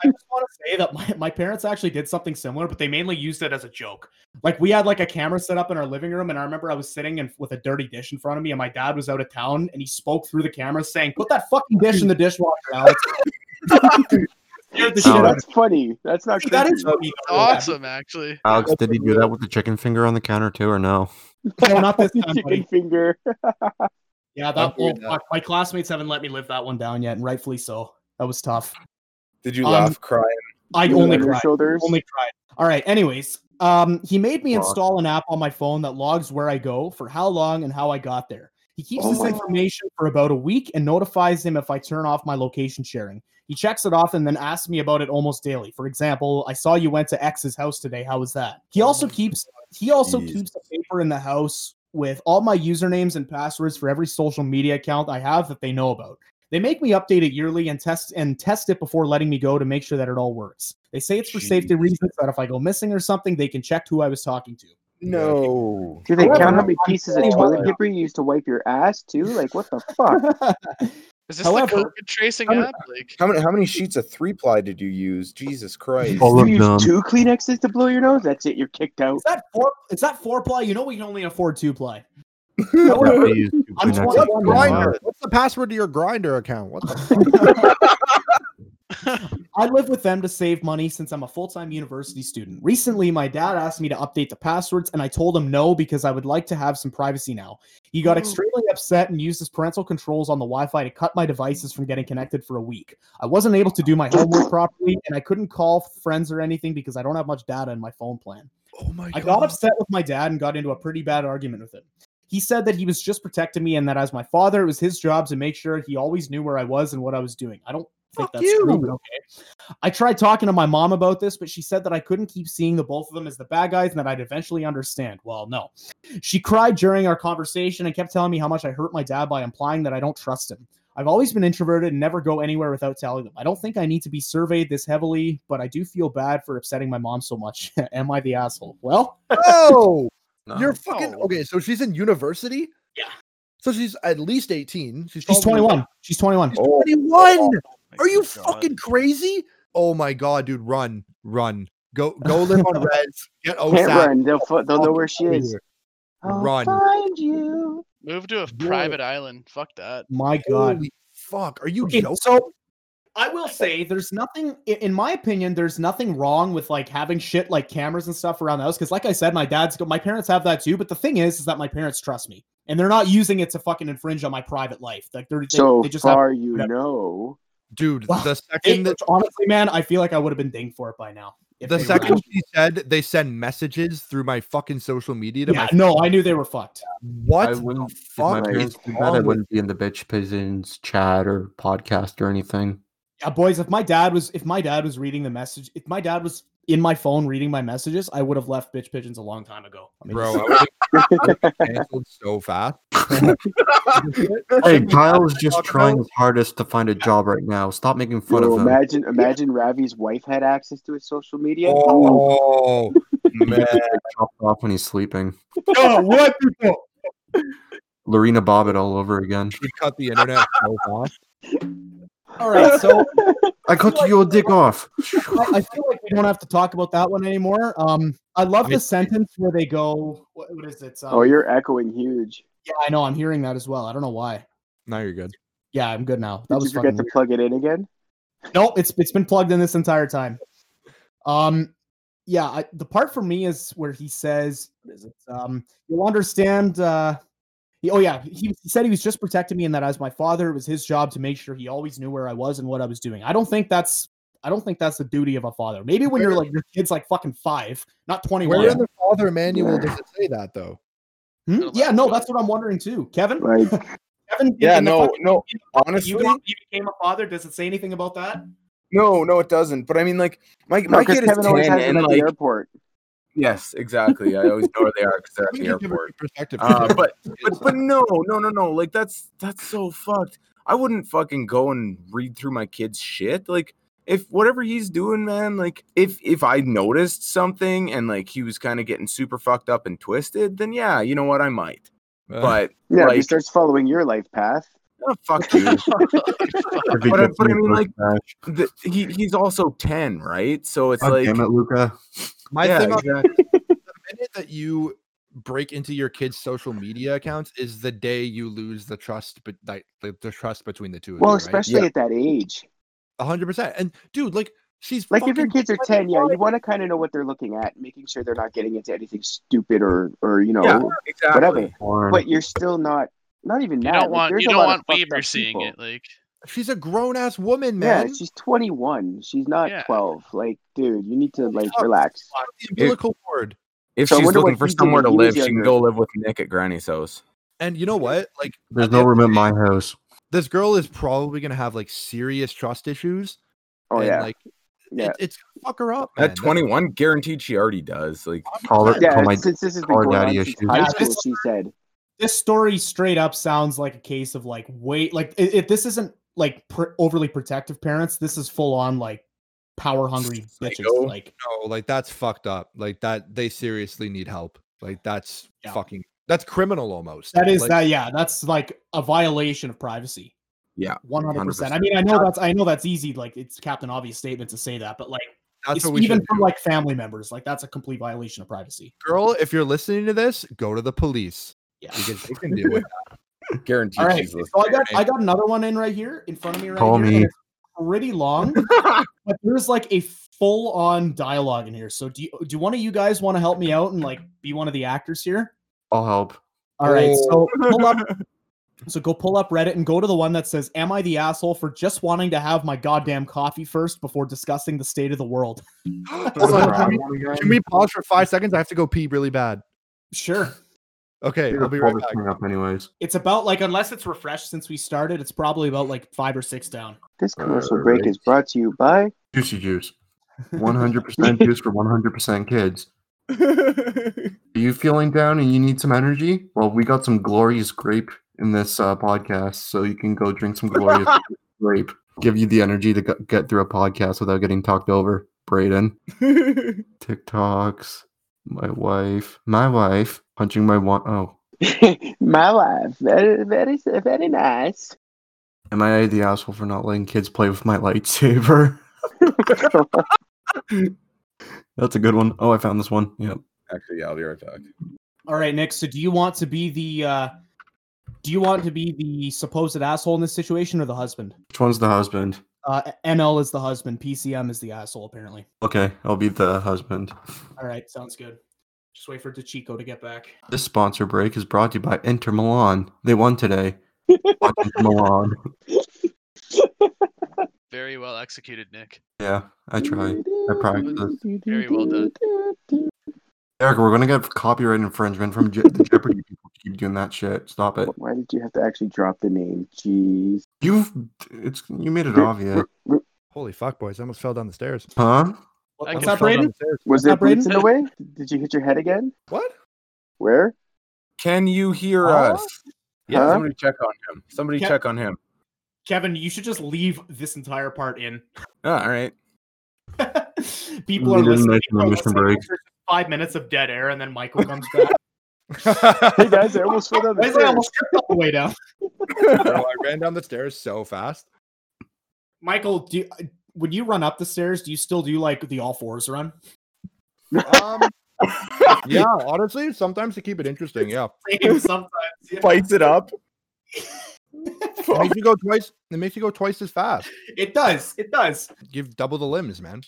Speaker 1: I just want to say that my, my parents actually did something similar, but they mainly used it as a joke. Like we had like a camera set up in our living room, and I remember I was sitting and with a dirty dish in front of me, and my dad was out of town, and he spoke through the camera saying, "Put that fucking dish in the dishwasher, Alex." [laughs] Scared the shit
Speaker 2: Oh,
Speaker 1: out of me.
Speaker 2: that's funny. That's not.
Speaker 1: That
Speaker 2: creepy.
Speaker 1: is
Speaker 2: [laughs]
Speaker 1: funny. though, yeah.
Speaker 5: Awesome, actually.
Speaker 6: Alex, did he do that with the chicken finger on the counter too,
Speaker 1: [laughs]
Speaker 6: or no?
Speaker 1: [laughs] No, not this time,
Speaker 2: chicken [laughs]
Speaker 1: buddy.
Speaker 2: finger.
Speaker 1: Yeah,
Speaker 4: I'm
Speaker 1: that.
Speaker 4: doing
Speaker 1: oh,
Speaker 4: that.
Speaker 1: fuck, My classmates haven't let me live that one down yet, and rightfully so. That was tough.
Speaker 3: Did you
Speaker 1: Um,
Speaker 3: laugh, cry?
Speaker 1: I
Speaker 2: You
Speaker 1: only
Speaker 2: on your
Speaker 1: cried.
Speaker 2: shoulders.
Speaker 1: Only cried. All right. Anyways, um, he made me
Speaker 6: Fuck.
Speaker 1: install an app on my phone that logs where I go, for how long, and how I got there. He keeps
Speaker 6: Oh
Speaker 1: this
Speaker 6: my-
Speaker 1: information for about a week and notifies him if I turn off my location sharing. He checks it off and then asks me about it almost daily. For example, I saw you went to X's house today. How was that? He also keeps he also
Speaker 6: Oh Jeez.
Speaker 1: keeps a paper in the house with all my usernames and passwords for every social media account I have that they know about. They make me update it yearly and test and test it before letting me go to make sure that it all works. They say it's for safety reasons that if I go missing or something, they can check who I was talking to.
Speaker 3: No.
Speaker 2: Do they
Speaker 1: However,
Speaker 2: count how many pieces of
Speaker 1: saying-
Speaker 2: toilet paper you used to wipe your ass too? Like what the fuck?
Speaker 5: Is this
Speaker 1: However,
Speaker 5: the COVID tracing
Speaker 3: I'm-
Speaker 5: app? Like, [laughs]
Speaker 3: How many how many sheets of three ply did you use? Jesus Christ.
Speaker 6: All
Speaker 2: you
Speaker 6: of
Speaker 2: use
Speaker 6: them.
Speaker 2: two Kleenexes to blow your nose? That's it. You're kicked out.
Speaker 1: is that four? Is that four ply? You know we can only afford two ply.
Speaker 6: Definitely use two
Speaker 1: I'm
Speaker 6: Kleenexes
Speaker 1: 21
Speaker 6: for
Speaker 1: right
Speaker 6: now.
Speaker 1: now.
Speaker 4: What's the password to your grinder account? What the
Speaker 1: [laughs] I live with them to save money since I'm a full time university student. Recently, my dad asked me to update the passwords, and I told him no because I would like to have some privacy now. He got extremely upset and used his parental controls on the Wi Fi to cut my devices from getting connected for a week. I wasn't able to do my homework properly, and I couldn't call friends or anything because I don't have much data in my phone plan.
Speaker 4: Oh my
Speaker 1: I got upset with my dad and got into a pretty bad argument with him. He said that he was just protecting me and that as my father, it was his job to make sure he always knew where I was and what I was doing. I don't think
Speaker 4: Fuck
Speaker 1: that's true,
Speaker 4: you.
Speaker 1: but okay. I tried talking to my mom about this, but she said that I couldn't keep seeing the both of them as the bad guys and that I'd eventually understand. Well, no. She cried during our conversation and kept telling me how much I hurt my dad by implying that I don't trust him. I've always been introverted and never go anywhere without telling them. I don't think I need to be surveyed this heavily, but I do feel bad for upsetting my mom so much. [laughs] Am I the asshole? Well,
Speaker 4: Oh,
Speaker 6: No.
Speaker 4: you're fucking
Speaker 5: No.
Speaker 4: okay. So she's in university.
Speaker 1: Yeah.
Speaker 4: So she's at least eighteen. She's,
Speaker 1: She's
Speaker 4: probably-
Speaker 1: 21. She's 21.
Speaker 4: She's
Speaker 3: Oh.
Speaker 4: Twenty-one. Are you
Speaker 5: God.
Speaker 4: fucking crazy? Oh my god, dude! Run, run, go, go live on Reds. Get
Speaker 2: Can't
Speaker 4: OSAP.
Speaker 2: run. They'll fo- they'll know
Speaker 4: Fucking
Speaker 2: where she
Speaker 4: outta
Speaker 2: is.
Speaker 4: here.
Speaker 2: Oh, I'll
Speaker 4: Run.
Speaker 2: find you.
Speaker 5: move to a private island? Fuck that.
Speaker 1: My God.
Speaker 4: Holy fuck! Are you
Speaker 1: Okay,
Speaker 4: joking?
Speaker 1: so I will say there's nothing, i- in my opinion, there's nothing wrong with like having shit like cameras and stuff around the house. Cause like I said, my dad's, my parents have that too. But the thing is, is that my parents trust me and they're not using it to fucking infringe on my private life. Like they're, they,
Speaker 2: So
Speaker 1: they just have,
Speaker 2: far, you
Speaker 1: whatever.
Speaker 2: know.
Speaker 4: Dude,
Speaker 1: Wow.
Speaker 4: the
Speaker 1: they-
Speaker 4: second that
Speaker 1: honestly, man, I feel like I would have been dinged for it by now. if
Speaker 4: the
Speaker 1: they were
Speaker 4: second
Speaker 1: actually-
Speaker 4: she said they send messages through my fucking social media to
Speaker 1: yeah,
Speaker 4: my
Speaker 1: no, I knew they were fucked.
Speaker 4: what
Speaker 6: I
Speaker 4: the
Speaker 6: wouldn't. If my
Speaker 4: fuck is
Speaker 6: parents did that,
Speaker 4: wrong
Speaker 6: I
Speaker 4: with-
Speaker 6: wouldn't be in the bitch pigeons chat or podcast or anything.
Speaker 1: Yeah, boys, if my dad was, if my dad was reading the message, if my dad was in my phone reading my messages, I would have left bitch pigeons a long time ago. I mean, [laughs]
Speaker 4: bro?
Speaker 1: just-
Speaker 4: I would've- would've canceled so fast. [laughs]
Speaker 6: Hey, Kyle's just
Speaker 4: talk
Speaker 6: trying
Speaker 4: about-
Speaker 6: his hardest to find a job right now. Stop making fun
Speaker 2: Yo,
Speaker 6: of him.
Speaker 2: imagine imagine Ravi's wife had access to his social media.
Speaker 4: Oh
Speaker 6: Man.
Speaker 4: man.
Speaker 6: Chopped off when he's sleeping.
Speaker 1: no, Oh, what people?
Speaker 6: Lorena Bobbitt all over again.
Speaker 4: We cut the internet so fast.
Speaker 1: All right, so
Speaker 6: I cut your dick off.
Speaker 1: I, I feel like we don't have to talk about that one anymore. Um, I love the sentence where they go, what, what is it? Um,
Speaker 2: Oh, you're echoing huge.
Speaker 1: yeah, I know, I'm hearing that as well. I don't know why.
Speaker 4: Now you're good.
Speaker 1: Yeah, I'm good now. That
Speaker 2: Did you
Speaker 1: was
Speaker 2: forget
Speaker 1: fucking
Speaker 2: to plug it in again?
Speaker 1: Nope, it's it's been plugged in this entire time. Um, yeah, I, the part for me is where he says, "What is it? Um, you'll understand." Uh, he, oh yeah, he, he said he was just protecting me, and that as my father, it was his job to make sure he always knew where I was and what I was doing. I don't think that's I don't think that's the duty of a father. Maybe when you're like your kid's like fucking five, not twenty
Speaker 4: Where in
Speaker 1: one.
Speaker 4: the father manual does it say that though?
Speaker 1: Hmm? Yeah, no, that's what I'm wondering too, Kevin.
Speaker 2: Like,
Speaker 1: Kevin,
Speaker 3: Yeah,
Speaker 1: in the
Speaker 3: no,
Speaker 1: fucking-
Speaker 3: no.
Speaker 1: if
Speaker 3: Honestly,
Speaker 1: you, you became a father. Does it say anything about that?
Speaker 3: no, no, it doesn't. But I mean, like, my,
Speaker 2: no,
Speaker 3: my
Speaker 2: 'cause
Speaker 3: kid is
Speaker 2: oh, Kevin always
Speaker 3: 10
Speaker 2: has it
Speaker 3: and
Speaker 2: at
Speaker 3: like,
Speaker 2: the airport.
Speaker 3: yes, exactly. I always know where they are because they're at [laughs]
Speaker 4: We
Speaker 3: the
Speaker 4: can give a
Speaker 3: airport.
Speaker 4: good perspective. [laughs]
Speaker 3: Uh, [laughs] but but but no, no, no, no. Like that's that's so fucked. I wouldn't fucking go and read through my kid's shit. Like if whatever he's doing, man, like if if I noticed something and like he was kind of getting super fucked up and twisted, then yeah, you know what, I might.
Speaker 2: Uh.
Speaker 3: But
Speaker 2: Yeah, if he
Speaker 3: Like-
Speaker 2: starts following your life path.
Speaker 3: oh, fuck you.
Speaker 6: If he
Speaker 3: but I-
Speaker 6: gets
Speaker 3: but I
Speaker 6: me
Speaker 3: mean,
Speaker 6: first
Speaker 3: like,
Speaker 6: bash.
Speaker 3: The- he he's also ten, right? So it's
Speaker 6: God
Speaker 3: like
Speaker 6: damn it, Luca.
Speaker 4: my
Speaker 3: yeah,
Speaker 4: thing on
Speaker 3: exactly.
Speaker 4: the minute that you break into your kids' social media accounts is the day you lose the trust, but like the, the trust between the two. Of
Speaker 2: Well,
Speaker 4: you,
Speaker 2: especially at that age.
Speaker 4: right? hundred percent. And dude, like she's
Speaker 2: Like if your
Speaker 4: fucking
Speaker 2: kids are ten, yeah, you want to kind of know what they're looking at, making sure they're not getting into anything stupid or or you know
Speaker 3: Yeah, exactly.
Speaker 2: whatever.
Speaker 6: Porn.
Speaker 2: But you're still not. Not even
Speaker 5: You
Speaker 2: now. like,
Speaker 5: don't want
Speaker 2: there's
Speaker 5: you
Speaker 2: a
Speaker 5: don't
Speaker 2: lot of
Speaker 5: want
Speaker 2: fucked
Speaker 5: Weaver
Speaker 2: up
Speaker 5: seeing
Speaker 2: people.
Speaker 5: it. Like,
Speaker 4: She's a grown ass woman,
Speaker 2: Yeah,
Speaker 4: man.
Speaker 2: she's 21. She's not
Speaker 5: Yeah.
Speaker 2: 12. Like, dude, you need to like
Speaker 4: Yeah.
Speaker 2: relax.
Speaker 4: Fuck the umbilical cord.
Speaker 3: If
Speaker 2: So I
Speaker 3: she's
Speaker 2: wonder what
Speaker 3: looking for
Speaker 2: he did
Speaker 3: somewhere
Speaker 2: when
Speaker 3: to
Speaker 2: he was
Speaker 3: live, she can
Speaker 2: younger.
Speaker 3: go live with Nick at Granny's house.
Speaker 4: And you know what? Like
Speaker 6: There's
Speaker 4: at the
Speaker 6: no
Speaker 4: end of
Speaker 6: room
Speaker 4: the
Speaker 6: at
Speaker 4: day,
Speaker 6: my house.
Speaker 4: This girl is probably gonna have like serious trust issues.
Speaker 2: Oh
Speaker 4: and,
Speaker 2: yeah,
Speaker 4: Like
Speaker 2: yeah,
Speaker 4: it- it's gonna fuck her up.
Speaker 3: At 21, guaranteed she already does. Like
Speaker 6: Call her,
Speaker 2: yeah.
Speaker 6: call my.
Speaker 2: since this has been
Speaker 6: car
Speaker 2: going on
Speaker 6: daddy
Speaker 2: since
Speaker 6: issues.
Speaker 2: high
Speaker 1: Yeah,
Speaker 2: school,
Speaker 1: this-
Speaker 2: she said.
Speaker 6: [laughs]
Speaker 1: this story straight up sounds like a case of like wait like i- if this isn't like pr- overly protective parents this is full on like power hungry bitches
Speaker 3: Psycho.
Speaker 1: like
Speaker 4: No, like that's fucked up. Like that they seriously need help. Like that's
Speaker 1: Yeah.
Speaker 4: fucking that's criminal almost.
Speaker 1: that is
Speaker 4: Like,
Speaker 1: that yeah that's like a violation of privacy
Speaker 3: Yeah,
Speaker 1: 100%, i mean i know that's i know that's easy like it's captain obvious statement to say that but like
Speaker 4: That's
Speaker 1: it's
Speaker 4: what we
Speaker 1: even
Speaker 4: should
Speaker 1: from
Speaker 4: do.
Speaker 1: like family members like that's a complete violation of privacy
Speaker 4: girl. If you're listening to this, go to the police
Speaker 1: yeah
Speaker 4: because they
Speaker 1: [laughs]
Speaker 4: can deal with that.
Speaker 3: guaranteed
Speaker 1: all right
Speaker 3: she's
Speaker 1: so
Speaker 3: listening.
Speaker 1: i got i got another one in right here in front of me right
Speaker 6: Call
Speaker 1: here and
Speaker 6: me.
Speaker 1: it's pretty long [laughs] but there's like a full on dialogue in here. So do you, do one of you guys want to help me out and like be one of the actors here?
Speaker 6: I'll help.
Speaker 1: All right. So pull up so go pull up Reddit and go to the one that says am I the asshole for just wanting to have my goddamn coffee first before discussing the state of the world?
Speaker 4: Hold on, can, we, can we pause for five seconds? I have to go pee really bad.
Speaker 1: Sure.
Speaker 4: Okay,
Speaker 6: You're
Speaker 4: I'll
Speaker 6: gonna
Speaker 4: be
Speaker 6: pull
Speaker 4: right
Speaker 6: this
Speaker 4: back.
Speaker 6: thing up anyways.
Speaker 1: It's about like unless it's refreshed since we started, it's probably about like 5 or 6 down.
Speaker 2: This
Speaker 6: Uh,
Speaker 2: commercial
Speaker 6: Alright.
Speaker 2: break is brought to you by. [laughs]
Speaker 6: Juicy juice. 100% juice for 100% kids. Are you feeling down and you need some energy? Well, we got some glorious grape in this uh, podcast, so you can go drink some glorious grape. Give you the energy to g- get through a podcast without getting talked over. Braden. TikToks. My wife. My wife. Punching my one. Oh.
Speaker 2: My wife, very, very, very
Speaker 6: [laughs]
Speaker 2: nice.
Speaker 6: Am I the asshole for not letting kids play with my lightsaber? [laughs] That's a good one. Oh, I found this one. Yep.
Speaker 3: Actually, yeah, I'll be right back.
Speaker 1: All right, Nick, so do you want to be the uh do you want to be the supposed asshole in this situation or the husband?
Speaker 6: Which one's the husband?
Speaker 1: Uh, NL is the husband. PCM is the asshole, apparently.
Speaker 6: Okay, I'll be the husband.
Speaker 1: All right, sounds good. Just wait for DeChico to get back.
Speaker 6: This sponsor break is brought to you by Inter Milan. They won today. Fuck Inter Milan.
Speaker 5: Very well executed, Nick.
Speaker 6: Yeah, I try. I practice.
Speaker 5: Very well done.
Speaker 6: Eric, we're gonna get copyright infringement from Je- the Jeopardy people. Keep doing that shit. Stop it.
Speaker 2: [laughs] Why did you have to actually drop the name? Jeez.
Speaker 6: You've it's you made it obvious,
Speaker 4: Holy fuck, boys! I almost fell down the stairs.
Speaker 6: huh?
Speaker 1: What,
Speaker 5: I
Speaker 1: what's
Speaker 5: can
Speaker 1: up,
Speaker 4: Fell down
Speaker 1: Braden?
Speaker 4: the stairs.
Speaker 2: Was
Speaker 1: Yeah,
Speaker 2: there bleeds in
Speaker 5: Braden?
Speaker 2: the way? Did you hit your head again?
Speaker 4: What?
Speaker 6: [laughs]
Speaker 2: Where?
Speaker 3: Can you hear
Speaker 4: Huh?
Speaker 3: us? Yeah,
Speaker 2: Huh?
Speaker 3: somebody check on him. Somebody
Speaker 1: Yeah.
Speaker 3: check on him.
Speaker 1: Kevin, you should just leave this entire part in. [laughs]
Speaker 3: Oh, all right.
Speaker 1: People are
Speaker 6: We didn't
Speaker 1: listening.
Speaker 6: mention
Speaker 1: people are
Speaker 6: the mission
Speaker 1: listening
Speaker 6: break.
Speaker 1: after Five minutes of dead air, and then Michael comes back.
Speaker 4: [laughs]
Speaker 2: Hey guys, I almost fell down the
Speaker 1: Why is I
Speaker 2: stairs.
Speaker 1: almost tripped all the way down?
Speaker 4: Bro, I ran down the stairs so fast.
Speaker 1: Michael, do you, when you run up the stairs, do you still do like the all fours run? [laughs]
Speaker 4: Um, yeah, honestly, sometimes to keep it interesting, yeah.
Speaker 1: Same sometimes. yeah.
Speaker 3: Fights it up.
Speaker 4: It makes you go twice. It makes you go twice as fast.
Speaker 1: It does. It does.
Speaker 4: Give double the limbs, man.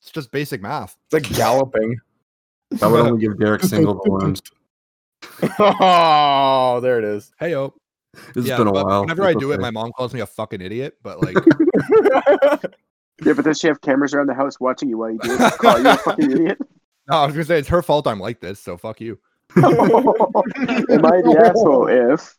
Speaker 4: It's just basic math.
Speaker 3: It's like galloping.
Speaker 6: That would only give Derek single balloons.
Speaker 3: [laughs] oh, there it is.
Speaker 4: Hey yo.
Speaker 6: This has been a
Speaker 4: but
Speaker 6: while.
Speaker 4: Whenever I
Speaker 6: It's
Speaker 4: do it,
Speaker 6: okay.
Speaker 4: my mom calls me a fucking idiot. But
Speaker 6: [laughs]
Speaker 4: like,
Speaker 2: Yeah, but does she have cameras around the house watching you while you do it? Call you a fucking idiot? [laughs]
Speaker 4: no, I was gonna say it's her fault. I'm like this, so fuck you.
Speaker 2: Am I the asshole if?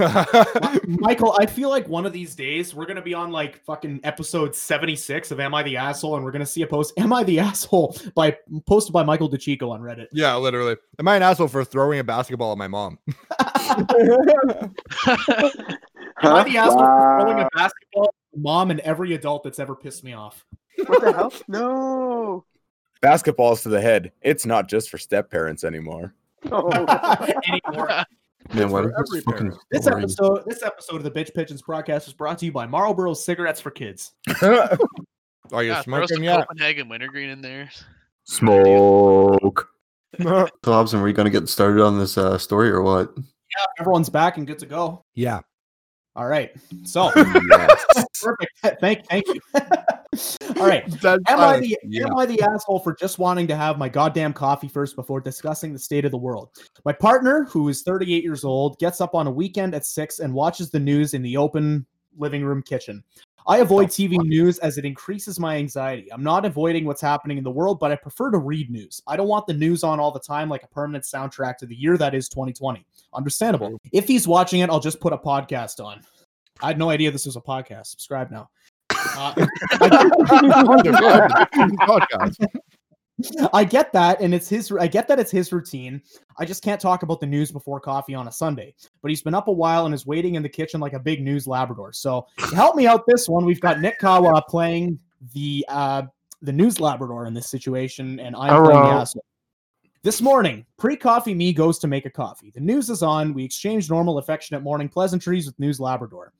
Speaker 1: Mi- Michael, I feel like one of these days we're gonna be on like fucking episode seventy six of Am I the Asshole, and we're gonna see a post Am I the Asshole by posted by Michael DeChico on Reddit.
Speaker 4: [laughs] yeah, literally. Am I an asshole for throwing a basketball at my mom? [laughs]
Speaker 1: Am I
Speaker 2: Huh?
Speaker 1: the asshole for throwing
Speaker 2: Wow.
Speaker 1: a basketball at mom and every adult that's ever pissed me off?
Speaker 2: What
Speaker 1: [laughs]
Speaker 2: the hell?
Speaker 6: [laughs]
Speaker 2: No.
Speaker 3: Basketballs to the head. It's not just for step parents anymore. [laughs]
Speaker 2: No.
Speaker 1: Anymore.
Speaker 6: Man, why
Speaker 4: for
Speaker 6: is this
Speaker 4: every
Speaker 6: fucking
Speaker 4: parent.
Speaker 1: This
Speaker 6: story?
Speaker 1: episode, this episode of the Bitch Pigeons podcast is brought to you by Marlboro cigarettes for kids.
Speaker 4: Are you
Speaker 5: yeah, Ah, throw some
Speaker 4: smoking yet?
Speaker 5: Copenhagen wintergreen in there.
Speaker 3: [laughs] Smoke.
Speaker 6: So, Hobson, are we gonna get started on this uh, story or what?
Speaker 1: Yeah, everyone's back and good to go.
Speaker 4: yeah.
Speaker 1: All right,
Speaker 3: [laughs]
Speaker 1: so perfect. Thank, thank you. [laughs] All right.
Speaker 4: Dead
Speaker 1: Am I
Speaker 4: silence.
Speaker 1: the
Speaker 4: yeah.
Speaker 1: am I the asshole for just wanting to have my goddamn coffee first before discussing the state of the world? My partner, who is 38 years old, gets up on a weekend at six and watches the news in the open living room kitchen. I avoid TV news as it increases my anxiety. I'm not avoiding what's happening in the world, but I prefer to read news. I don't want the news on all the time like a permanent soundtrack to the year that is 2020. Understandable. If he's watching it, I'll just put a podcast on. I had no idea this was a podcast. Subscribe now. Uh,
Speaker 6: [laughs]
Speaker 4: podcast.
Speaker 1: I get that, and it's his. I get that it's his routine. I just can't talk about the news before coffee on a Sunday. But he's been up a while and is waiting in the kitchen like a big news Labrador. So to help me out this one, we've got Nick Kawa playing the uh, the news Labrador in this situation, and I'm playing the
Speaker 6: Hello.
Speaker 1: asshole. This morning, pre-coffee me goes to make a coffee. The news is on. We exchange normal, affectionate morning pleasantries with news Labrador.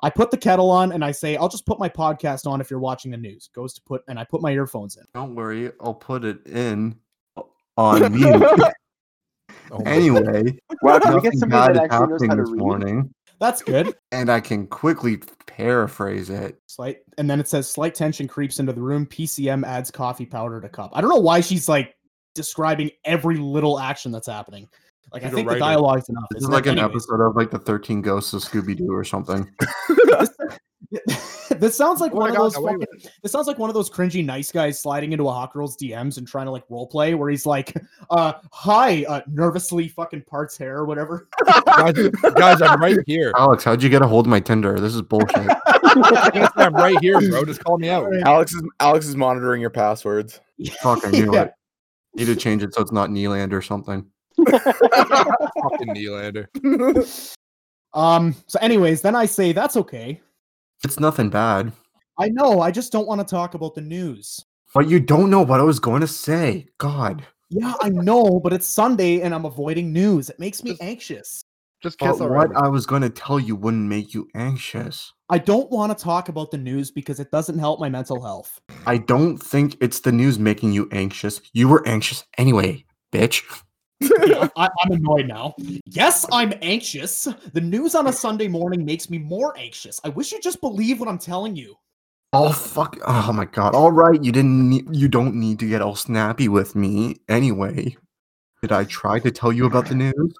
Speaker 1: I put the kettle on and I say, "I'll just put my podcast on if you're watching the news." Goes to put, and I put my earphones in.
Speaker 6: Don't worry, I'll put it in uh, on mute.
Speaker 4: Oh
Speaker 6: anyway,
Speaker 2: Wow, can we
Speaker 6: nothing
Speaker 2: get somebody that
Speaker 6: bad is
Speaker 2: actually knows how
Speaker 6: happening
Speaker 2: to
Speaker 6: this
Speaker 2: read?
Speaker 6: morning,
Speaker 1: That's good.
Speaker 6: and I can quickly paraphrase it.
Speaker 1: Slight, and then it says slight tension creeps into the room. PCM adds coffee powder to cup. I don't know why she's like describing every little action that's happening. Like I
Speaker 4: She's a
Speaker 1: think the
Speaker 4: writer.
Speaker 1: dialogue's enough.
Speaker 6: This is
Speaker 1: isn't
Speaker 6: like
Speaker 1: it?
Speaker 6: an
Speaker 1: Anyways,
Speaker 6: episode of like the Thirteen Ghosts of Scooby Doo or something.
Speaker 1: [laughs] this sounds like
Speaker 4: Oh
Speaker 1: one
Speaker 4: my
Speaker 1: of
Speaker 4: God,
Speaker 1: those.
Speaker 4: no, wait,
Speaker 1: Fucking, this sounds like one of those cringy nice guys sliding into a hot girl's DMs and trying to like role play, where he's like, [laughs] uh, "Hi," uh, nervously fucking parts hair or whatever. [laughs]
Speaker 4: guys, guys, I'm right here. [laughs]
Speaker 6: Alex, how'd you get a hold of my Tinder? This is bullshit.
Speaker 4: I'm right here, bro. Just call me out.
Speaker 3: Alex is Alex is monitoring your passwords.
Speaker 1: [laughs]
Speaker 6: Fuck, I knew
Speaker 1: Yeah.
Speaker 6: it. Need to change it so it's not Neeland or something.
Speaker 4: Fucking Nylander.
Speaker 1: Um. So, anyways, then I say that's okay.
Speaker 6: It's nothing bad.
Speaker 1: I know. I just don't want to talk about the news.
Speaker 6: But you don't know what I was going to say. God.
Speaker 1: Yeah, I know, but it's Sunday and I'm avoiding news. It makes me anxious.
Speaker 4: Just
Speaker 6: But
Speaker 4: kiss already.
Speaker 6: what I was going to tell you wouldn't make you anxious.
Speaker 1: I don't want to talk about the news because it doesn't help my mental
Speaker 6: [laughs]
Speaker 1: health.
Speaker 6: I don't think it's the news making you anxious. You were anxious anyway, bitch.
Speaker 1: I, I'm annoyed now. Yes, I'm anxious. The news on a Sunday morning makes me more anxious. I wish you just believe what I'm telling you.
Speaker 6: Oh fuck. Oh my god. All right, you didn't need, you don't need to get all snappy with me anyway. Did I try to tell you about the news?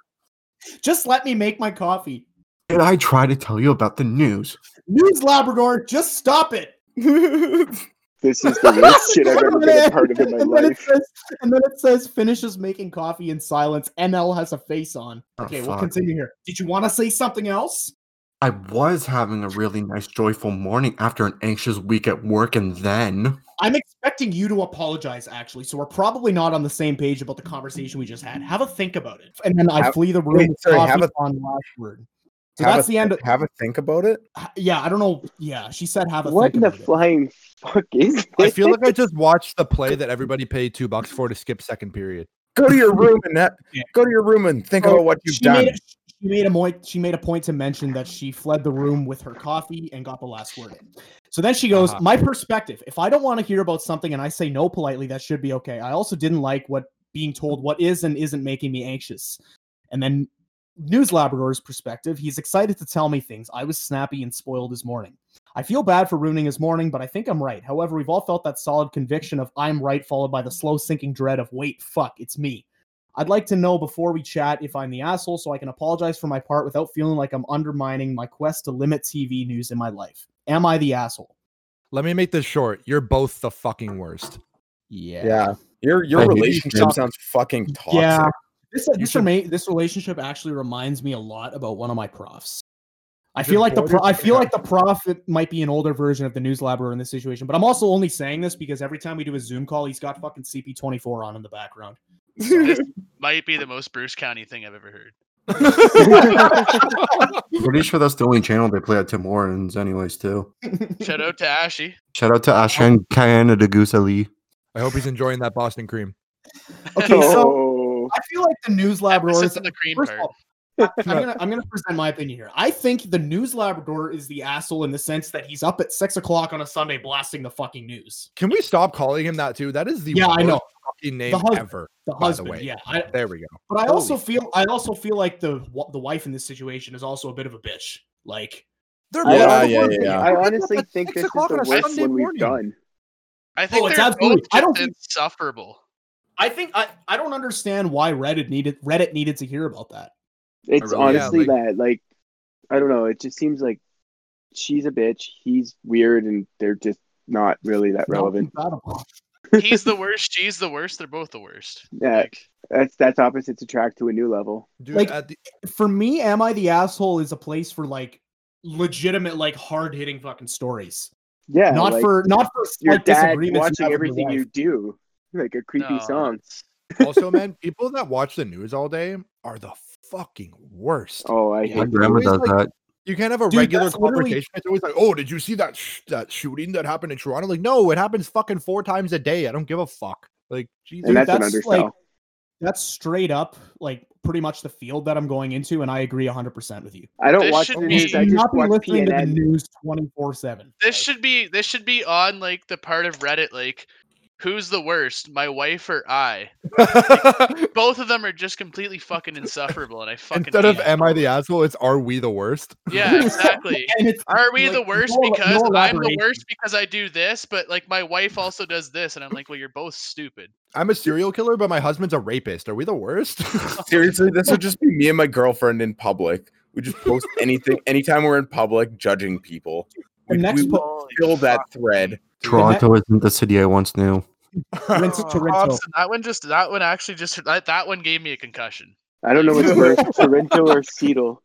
Speaker 1: Just let me make my coffee.
Speaker 6: Did I try to tell you about the news?
Speaker 1: News Labrador, just stop
Speaker 6: [laughs]
Speaker 1: it.
Speaker 2: This is the worst shit I've
Speaker 1: [laughs]
Speaker 2: ever been a part of in my
Speaker 1: and, then it
Speaker 2: life.
Speaker 1: says, and then it says finishes making coffee in silence. NL has a face on.
Speaker 6: Oh,
Speaker 1: Okay, we'll
Speaker 6: fuck.
Speaker 1: continue here. Did you want to say something else?
Speaker 6: I was having a really nice, joyful morning after an anxious week at work, and then
Speaker 1: I'm expecting you to apologize, actually. So we're probably not on the same page about the conversation we just had. Have a think about it, and then I
Speaker 3: Have-
Speaker 1: flee the room.
Speaker 3: wait,
Speaker 1: with
Speaker 3: sorry,
Speaker 1: coffee
Speaker 3: have a-
Speaker 1: on last word. So
Speaker 3: Have
Speaker 1: that's
Speaker 3: a-
Speaker 1: the end. Of,
Speaker 3: Have a think about it.
Speaker 1: yeah, I don't know. Yeah, she said have a
Speaker 2: What
Speaker 1: think
Speaker 2: the
Speaker 1: about it.
Speaker 2: flying fuck is this?
Speaker 4: I feel
Speaker 1: [laughs]
Speaker 4: like I just watched the play that everybody paid two bucks for to skip second period.
Speaker 3: Go to your room and that,
Speaker 1: Yeah.
Speaker 3: go to your room and think
Speaker 1: Oh,
Speaker 3: about what you've
Speaker 1: She made,
Speaker 3: done.
Speaker 1: a, she made a point. She made a point to mention that she fled the room with her coffee and got the last word in. So then she goes,
Speaker 4: Uh-huh.
Speaker 1: "My perspective. If I don't want to hear about something and I say no politely, that should be okay. I also didn't like what being told what is and isn't making me anxious." And then News Labrador's perspective. He's excited to tell me things. I was snappy and spoiled his morning. I feel bad for ruining his morning, but I think I'm right. However, we've all felt that solid conviction of I'm right, followed by the slow sinking dread of wait, fuck, it's me. I'd like to know before we chat if I'm the asshole so I can apologize for my part without feeling like I'm undermining my quest to limit TV news in my life. Am I the asshole?
Speaker 4: Let me make this short. You're both the fucking worst.
Speaker 1: Yeah.
Speaker 3: Yeah, your
Speaker 6: I
Speaker 3: your
Speaker 6: hate you,
Speaker 3: relationship
Speaker 6: Jim.
Speaker 3: sounds fucking toxic.
Speaker 1: Yeah. This this,
Speaker 4: should-
Speaker 1: rema- this relationship actually reminds me a lot about one of my profs. I
Speaker 4: You
Speaker 1: feel
Speaker 4: should
Speaker 1: like the
Speaker 4: board
Speaker 1: pro-
Speaker 4: it
Speaker 1: I
Speaker 4: and
Speaker 1: feel
Speaker 4: have
Speaker 1: like the prof it might be an older version of the news laborer in this situation, but I'm also only saying this because every time we do a Zoom call, he's got fucking CP24 on in the background.
Speaker 5: This might be the most Bruce County thing I've ever heard.
Speaker 6: pretty sure that's the only channel they play at Tim Hortons, anyways. Too
Speaker 5: Shout out to
Speaker 1: [laughs]
Speaker 5: Ashy.
Speaker 6: shout out to Ashan
Speaker 1: Oh.
Speaker 6: Kayana de Gusali.
Speaker 4: I hope he's enjoying that Boston cream.
Speaker 1: Okay,
Speaker 2: [laughs]
Speaker 1: so
Speaker 2: Oh.
Speaker 1: I feel like the news laborer
Speaker 5: Emphasis
Speaker 1: is
Speaker 5: on the cream
Speaker 1: First
Speaker 5: part.
Speaker 1: of all,
Speaker 2: [laughs]
Speaker 1: I- I'm gonna I'm gonna present my opinion here. I think the news Labrador is the asshole in the sense that he's up at six o'clock on a Sunday blasting the fucking news.
Speaker 4: Can we stop calling him that too? That is the
Speaker 1: Yeah, I
Speaker 4: worst
Speaker 1: know.
Speaker 4: fucking name
Speaker 1: The husband.
Speaker 4: ever.
Speaker 1: The
Speaker 4: By the
Speaker 1: husband,
Speaker 4: way.
Speaker 1: yeah. I,
Speaker 4: There we go.
Speaker 1: but I
Speaker 4: Holy
Speaker 1: also feel I also feel like the wa- the wife in this situation is also a bit of a bitch. Like
Speaker 4: They're
Speaker 2: Yeah,
Speaker 4: both the
Speaker 3: yeah,
Speaker 4: worst.
Speaker 3: yeah, yeah.
Speaker 2: I
Speaker 4: [laughs] They're
Speaker 2: honestly
Speaker 4: up at
Speaker 2: think
Speaker 4: six
Speaker 2: this is
Speaker 4: o'clock on
Speaker 2: the
Speaker 4: a
Speaker 2: worst
Speaker 4: Sunday
Speaker 2: one we've
Speaker 4: morning.
Speaker 2: done.
Speaker 5: I think
Speaker 1: Oh, it's
Speaker 5: they're
Speaker 1: absolutely-
Speaker 5: both
Speaker 1: I don't
Speaker 5: just
Speaker 1: think-
Speaker 5: insufferable.
Speaker 1: I think I, I don't understand why Reddit needed Reddit needed to hear about that.
Speaker 2: It's
Speaker 6: really-
Speaker 2: honestly
Speaker 4: yeah,
Speaker 2: that, like, I don't know. It just seems like she's a bitch, he's weird, and they're just not really that
Speaker 1: Not
Speaker 2: relevant.
Speaker 1: compatible.
Speaker 5: He's the worst. She's the worst. They're both the worst.
Speaker 2: Yeah.
Speaker 5: Like,
Speaker 2: That's that's opposites attract to a new level.
Speaker 4: Dude,
Speaker 1: Like-
Speaker 4: at the
Speaker 1: For me, Am I the Asshole is a place for like legitimate, like hard hitting fucking stories.
Speaker 2: Yeah,
Speaker 1: not
Speaker 2: like,
Speaker 1: for not for
Speaker 2: your
Speaker 1: slight
Speaker 2: dad
Speaker 1: disagreements you have
Speaker 2: watching
Speaker 1: with your
Speaker 2: everything
Speaker 1: wife.
Speaker 2: you do, like a creepy
Speaker 5: No.
Speaker 2: song.
Speaker 4: also, man, people that watch the news all day are the fucking worst.
Speaker 2: Oh, I
Speaker 4: Yeah.
Speaker 6: My
Speaker 2: hate
Speaker 6: grandma
Speaker 4: always,
Speaker 6: does
Speaker 4: like,
Speaker 6: that.
Speaker 4: You can't have a
Speaker 1: Dude,
Speaker 4: regular
Speaker 1: that's literally-
Speaker 4: conversation. It's always like, "Oh, did you see that sh- that shooting that happened in Toronto?" Like, no, it happens fucking four times a day. I don't give a fuck. Like, Jesus.
Speaker 2: and that's, an
Speaker 1: that's like-
Speaker 2: undersell.
Speaker 1: That's straight up like pretty much the field that I'm going into, and I agree 100 percent with you.
Speaker 2: I don't
Speaker 5: This
Speaker 2: watch
Speaker 5: should
Speaker 2: the news.
Speaker 5: be-
Speaker 2: I
Speaker 1: You
Speaker 2: just
Speaker 1: not be
Speaker 2: watch
Speaker 1: listening to the
Speaker 2: PNN.
Speaker 1: news 24 seven.
Speaker 5: this should be this should be on like the part of Reddit like, who's the worst, my wife or I? Both of them are just completely fucking insufferable, and I fucking
Speaker 4: Instead
Speaker 5: hate
Speaker 4: of
Speaker 5: it.
Speaker 4: "Am I the asshole?" it's "Are we the worst?"
Speaker 5: [laughs]
Speaker 4: [laughs]
Speaker 5: yeah, exactly.
Speaker 1: and it's
Speaker 5: Are we the
Speaker 1: Like,
Speaker 5: worst
Speaker 1: no-
Speaker 5: because
Speaker 1: no
Speaker 5: I'm the
Speaker 1: elaboration.
Speaker 5: worst because I do this, but like my wife also does this, and I'm like, well, you're both stupid.
Speaker 4: I'm a serial killer, but my husband's a rapist. Are we the worst? [laughs]
Speaker 3: [laughs] Seriously, this would just be me and my girlfriend in public. We just post anything anytime we're in public judging people.
Speaker 1: the
Speaker 3: We,
Speaker 1: next
Speaker 3: we
Speaker 1: po-
Speaker 3: fill that thread.
Speaker 6: Toronto isn't the city I once knew.
Speaker 1: [laughs] Rinse
Speaker 5: Oh,
Speaker 1: Toronto.
Speaker 5: so that one just that one actually just that, that one gave me a concussion.
Speaker 2: I don't know what's worse,
Speaker 1: [laughs]
Speaker 2: Sorrento or Cetal.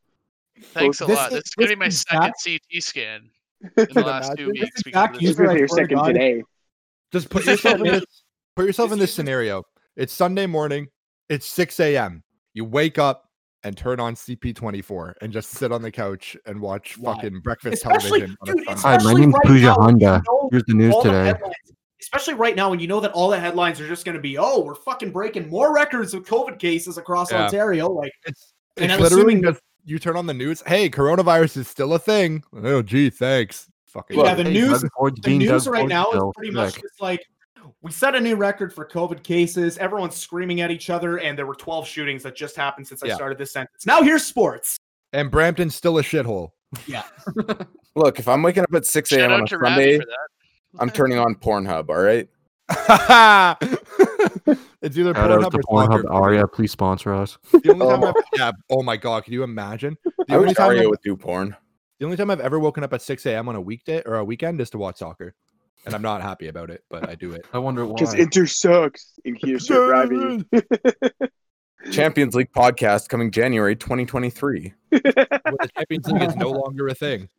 Speaker 5: Thanks a
Speaker 1: This
Speaker 5: lot.
Speaker 1: is-
Speaker 5: This is gonna
Speaker 1: this
Speaker 5: be my
Speaker 1: is
Speaker 5: second
Speaker 1: back-
Speaker 5: CT scan in the last
Speaker 4: Imagine
Speaker 5: two
Speaker 4: this
Speaker 5: weeks.
Speaker 1: is
Speaker 5: because
Speaker 1: back
Speaker 5: of
Speaker 1: you-
Speaker 5: this.
Speaker 2: This was
Speaker 1: I
Speaker 2: your
Speaker 1: swear to
Speaker 2: second
Speaker 1: God.
Speaker 2: today.
Speaker 4: Just put yourself in this,
Speaker 1: [laughs]
Speaker 4: put yourself in this scenario. It's Sunday morning. It's 6 a.m. You wake up and turn on CP24 and just sit on the couch and watch
Speaker 1: Why?
Speaker 4: fucking breakfast
Speaker 1: Especially,
Speaker 4: television. on a
Speaker 1: dude,
Speaker 4: Sunday.
Speaker 6: Hi, my
Speaker 1: especially
Speaker 6: name's
Speaker 1: right
Speaker 6: Pooja
Speaker 1: now, when you
Speaker 6: Honda.
Speaker 1: know
Speaker 6: Here's the news
Speaker 1: all the
Speaker 6: today.
Speaker 1: headlines- especially right now when you know that all the headlines are just going to be, oh, we're fucking breaking more records of COVID cases across
Speaker 4: Yeah.
Speaker 1: Ontario. Like,
Speaker 4: It's,
Speaker 1: And
Speaker 4: it's
Speaker 1: I'm
Speaker 4: literally
Speaker 1: assuming-
Speaker 4: just you turn on the news. Hey, coronavirus is still a thing. Oh, gee, thanks. Fucking
Speaker 1: Yeah, the
Speaker 6: Hey,
Speaker 1: news-
Speaker 6: Doug Ford's
Speaker 1: the
Speaker 6: being
Speaker 1: news
Speaker 6: Doug
Speaker 1: right
Speaker 6: Ford
Speaker 1: now is
Speaker 6: still.
Speaker 1: pretty much
Speaker 6: Sick.
Speaker 1: just like we set a new record for COVID cases. Everyone's screaming at each other, and there were 12 shootings that just happened since
Speaker 4: Yeah.
Speaker 1: I started this sentence. Now here's sports.
Speaker 4: and Brampton's still a
Speaker 6: [laughs]
Speaker 4: shithole. [laughs]
Speaker 3: Look, if I'm waking up at 6
Speaker 5: Shout
Speaker 3: a.m. on
Speaker 5: out
Speaker 3: a
Speaker 5: to Ravi
Speaker 3: Sunday,
Speaker 5: for that.
Speaker 3: I'm turning on Pornhub, all right?
Speaker 4: it's either
Speaker 6: Shout out
Speaker 4: Pornhub
Speaker 6: to
Speaker 4: or
Speaker 6: Pornhub
Speaker 4: Pornhub.
Speaker 6: Aria, please sponsor us.
Speaker 4: The only time
Speaker 3: Oh.
Speaker 4: I've, yeah, oh my god, can you imagine? The
Speaker 3: I
Speaker 4: only,
Speaker 3: wish
Speaker 4: time
Speaker 3: Aria
Speaker 4: I've,
Speaker 3: would do porn.
Speaker 4: the only time I've ever woken up at 6 a.m. on a weekday or a weekend is to watch soccer. And I'm not happy about it, but I do it.
Speaker 6: I wonder why.
Speaker 2: Because Inter sucks. And here's your gravity. [laughs]
Speaker 3: Champions League podcast coming January 2023.
Speaker 4: When the Champions League is no longer a thing.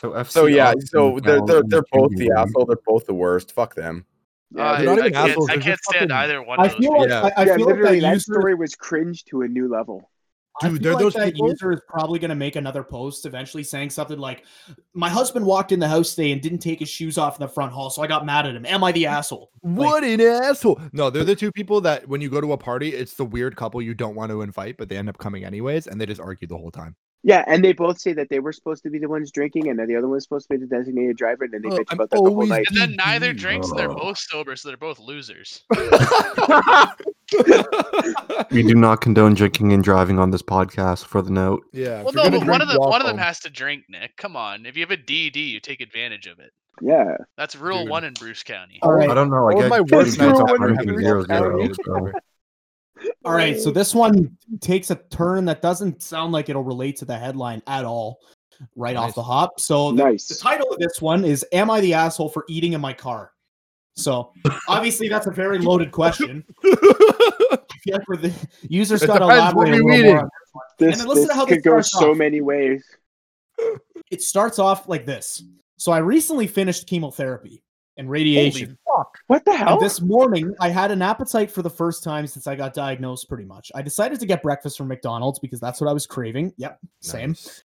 Speaker 6: So, FC
Speaker 3: So yeah,
Speaker 6: Austin
Speaker 3: so they're
Speaker 6: fell
Speaker 3: they're,
Speaker 6: in
Speaker 3: they're both
Speaker 6: junior
Speaker 3: the
Speaker 6: league.
Speaker 3: asshole. They're both the worst. Fuck them.
Speaker 5: Uh,
Speaker 4: they're not even
Speaker 5: I, can't,
Speaker 4: assholes,
Speaker 5: I
Speaker 4: they're
Speaker 5: can't
Speaker 4: just
Speaker 5: stand
Speaker 4: fucking-
Speaker 5: either one.
Speaker 1: I
Speaker 5: of those
Speaker 1: feel
Speaker 5: people.
Speaker 1: like
Speaker 4: Yeah.
Speaker 1: I, I
Speaker 2: yeah,
Speaker 1: feel like
Speaker 2: literally,
Speaker 1: that,
Speaker 2: that
Speaker 1: user,
Speaker 2: story was cringe to a new level.
Speaker 1: I
Speaker 4: Dude,
Speaker 1: feel
Speaker 4: they're
Speaker 1: like
Speaker 4: those
Speaker 1: that
Speaker 4: people-
Speaker 1: user is probably going to make another post eventually saying something like, "My husband walked in the house today and didn't take his shoes off in the front hall, so I got mad at him. Am I the asshole?" Like,
Speaker 4: What an asshole. No, they're the two people that when you go to a party, it's the weird couple you don't want to invite, but they end up coming anyways, and they just argue the whole time.
Speaker 2: Yeah, and they both say that they were supposed to be the ones drinking, and that the other one was supposed to be the designated driver, and then they
Speaker 4: Oh,
Speaker 2: bitch
Speaker 4: I'm
Speaker 2: about that the whole
Speaker 4: always
Speaker 2: night.
Speaker 5: And then neither
Speaker 4: DD.
Speaker 5: drinks, and they're
Speaker 6: Oh.
Speaker 5: both sober, so they're both losers.
Speaker 6: We do not condone drinking and driving on this podcast for the note.
Speaker 4: yeah.
Speaker 5: Well,
Speaker 4: if you're
Speaker 5: no,
Speaker 4: gonna
Speaker 5: but one
Speaker 4: drink,
Speaker 5: of them
Speaker 4: walk
Speaker 5: one of them
Speaker 4: home.
Speaker 5: has to drink. Nick, come on. If you have a DD, you take advantage of it.
Speaker 2: Yeah,
Speaker 5: That's rule
Speaker 4: Dude.
Speaker 5: one in Bruce County.
Speaker 1: All right,
Speaker 6: I don't know. I
Speaker 4: All
Speaker 6: get
Speaker 4: my worst
Speaker 6: worst
Speaker 2: nights
Speaker 6: on
Speaker 2: out were
Speaker 6: drinking
Speaker 2: having
Speaker 6: zero
Speaker 2: a
Speaker 6: zero.
Speaker 2: party.
Speaker 6: so-
Speaker 1: All right, so this one takes a turn that doesn't sound like it'll relate to the headline at all, right
Speaker 4: Nice.
Speaker 1: off the hop. So the, the
Speaker 2: nice.
Speaker 1: title of this one is "Am I the asshole for eating in my car?"
Speaker 4: [laughs]
Speaker 1: So obviously that's a very loaded question. I feel like where the user's
Speaker 4: It
Speaker 1: got to
Speaker 4: depends what
Speaker 1: elaborate a
Speaker 4: you're
Speaker 1: little
Speaker 4: eating.
Speaker 1: more. on-
Speaker 2: This,
Speaker 1: then listen
Speaker 2: this
Speaker 1: to how
Speaker 2: could
Speaker 1: this
Speaker 2: go
Speaker 1: starts
Speaker 2: so
Speaker 1: off.
Speaker 2: many ways.
Speaker 1: It starts off like this. So I recently finished chemotherapy and radiation.
Speaker 2: What the
Speaker 1: And
Speaker 2: hell?
Speaker 1: Uh, this morning, I had an appetite for the first time since I got diagnosed, pretty much. I decided to get breakfast from McDonald's because that's what I was craving. Yep, same.
Speaker 4: Nice.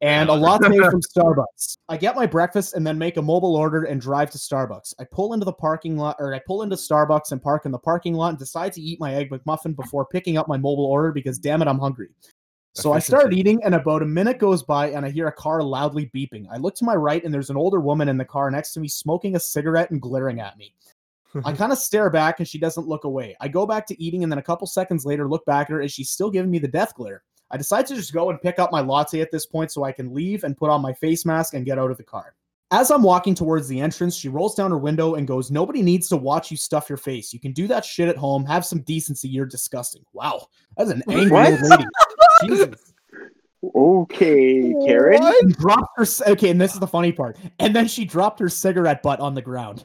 Speaker 1: And a latte from Starbucks. I get my breakfast and then make a mobile order and drive to Starbucks. I pull into the parking lot, or I pull into Starbucks and park in the parking lot and decide to eat my Egg McMuffin before picking up my mobile order because damn it, I'm hungry. So I start
Speaker 4: Efficiency.
Speaker 1: eating, and about a minute goes by, and I hear a car loudly beeping. I look to my right, and there's an older woman in the car next to me smoking a cigarette and glaring at me. I kind of stare back, and she doesn't look away. I go back to eating, and then a couple seconds later, look back at her, and she's still giving me the death glare. I decide to just go and pick up my latte at this point so I can leave and put on my face mask and get out of the car. As I'm walking towards the entrance, she rolls down her window and goes, Nobody needs to watch you stuff your face. You can do that shit at home. Have some decency. You're disgusting. Wow. That's an angry
Speaker 2: What?
Speaker 1: old lady. Jesus.
Speaker 2: Okay, Karen.
Speaker 1: And dropped her. c- Okay, and this is the funny part. And then she dropped her cigarette butt on the ground.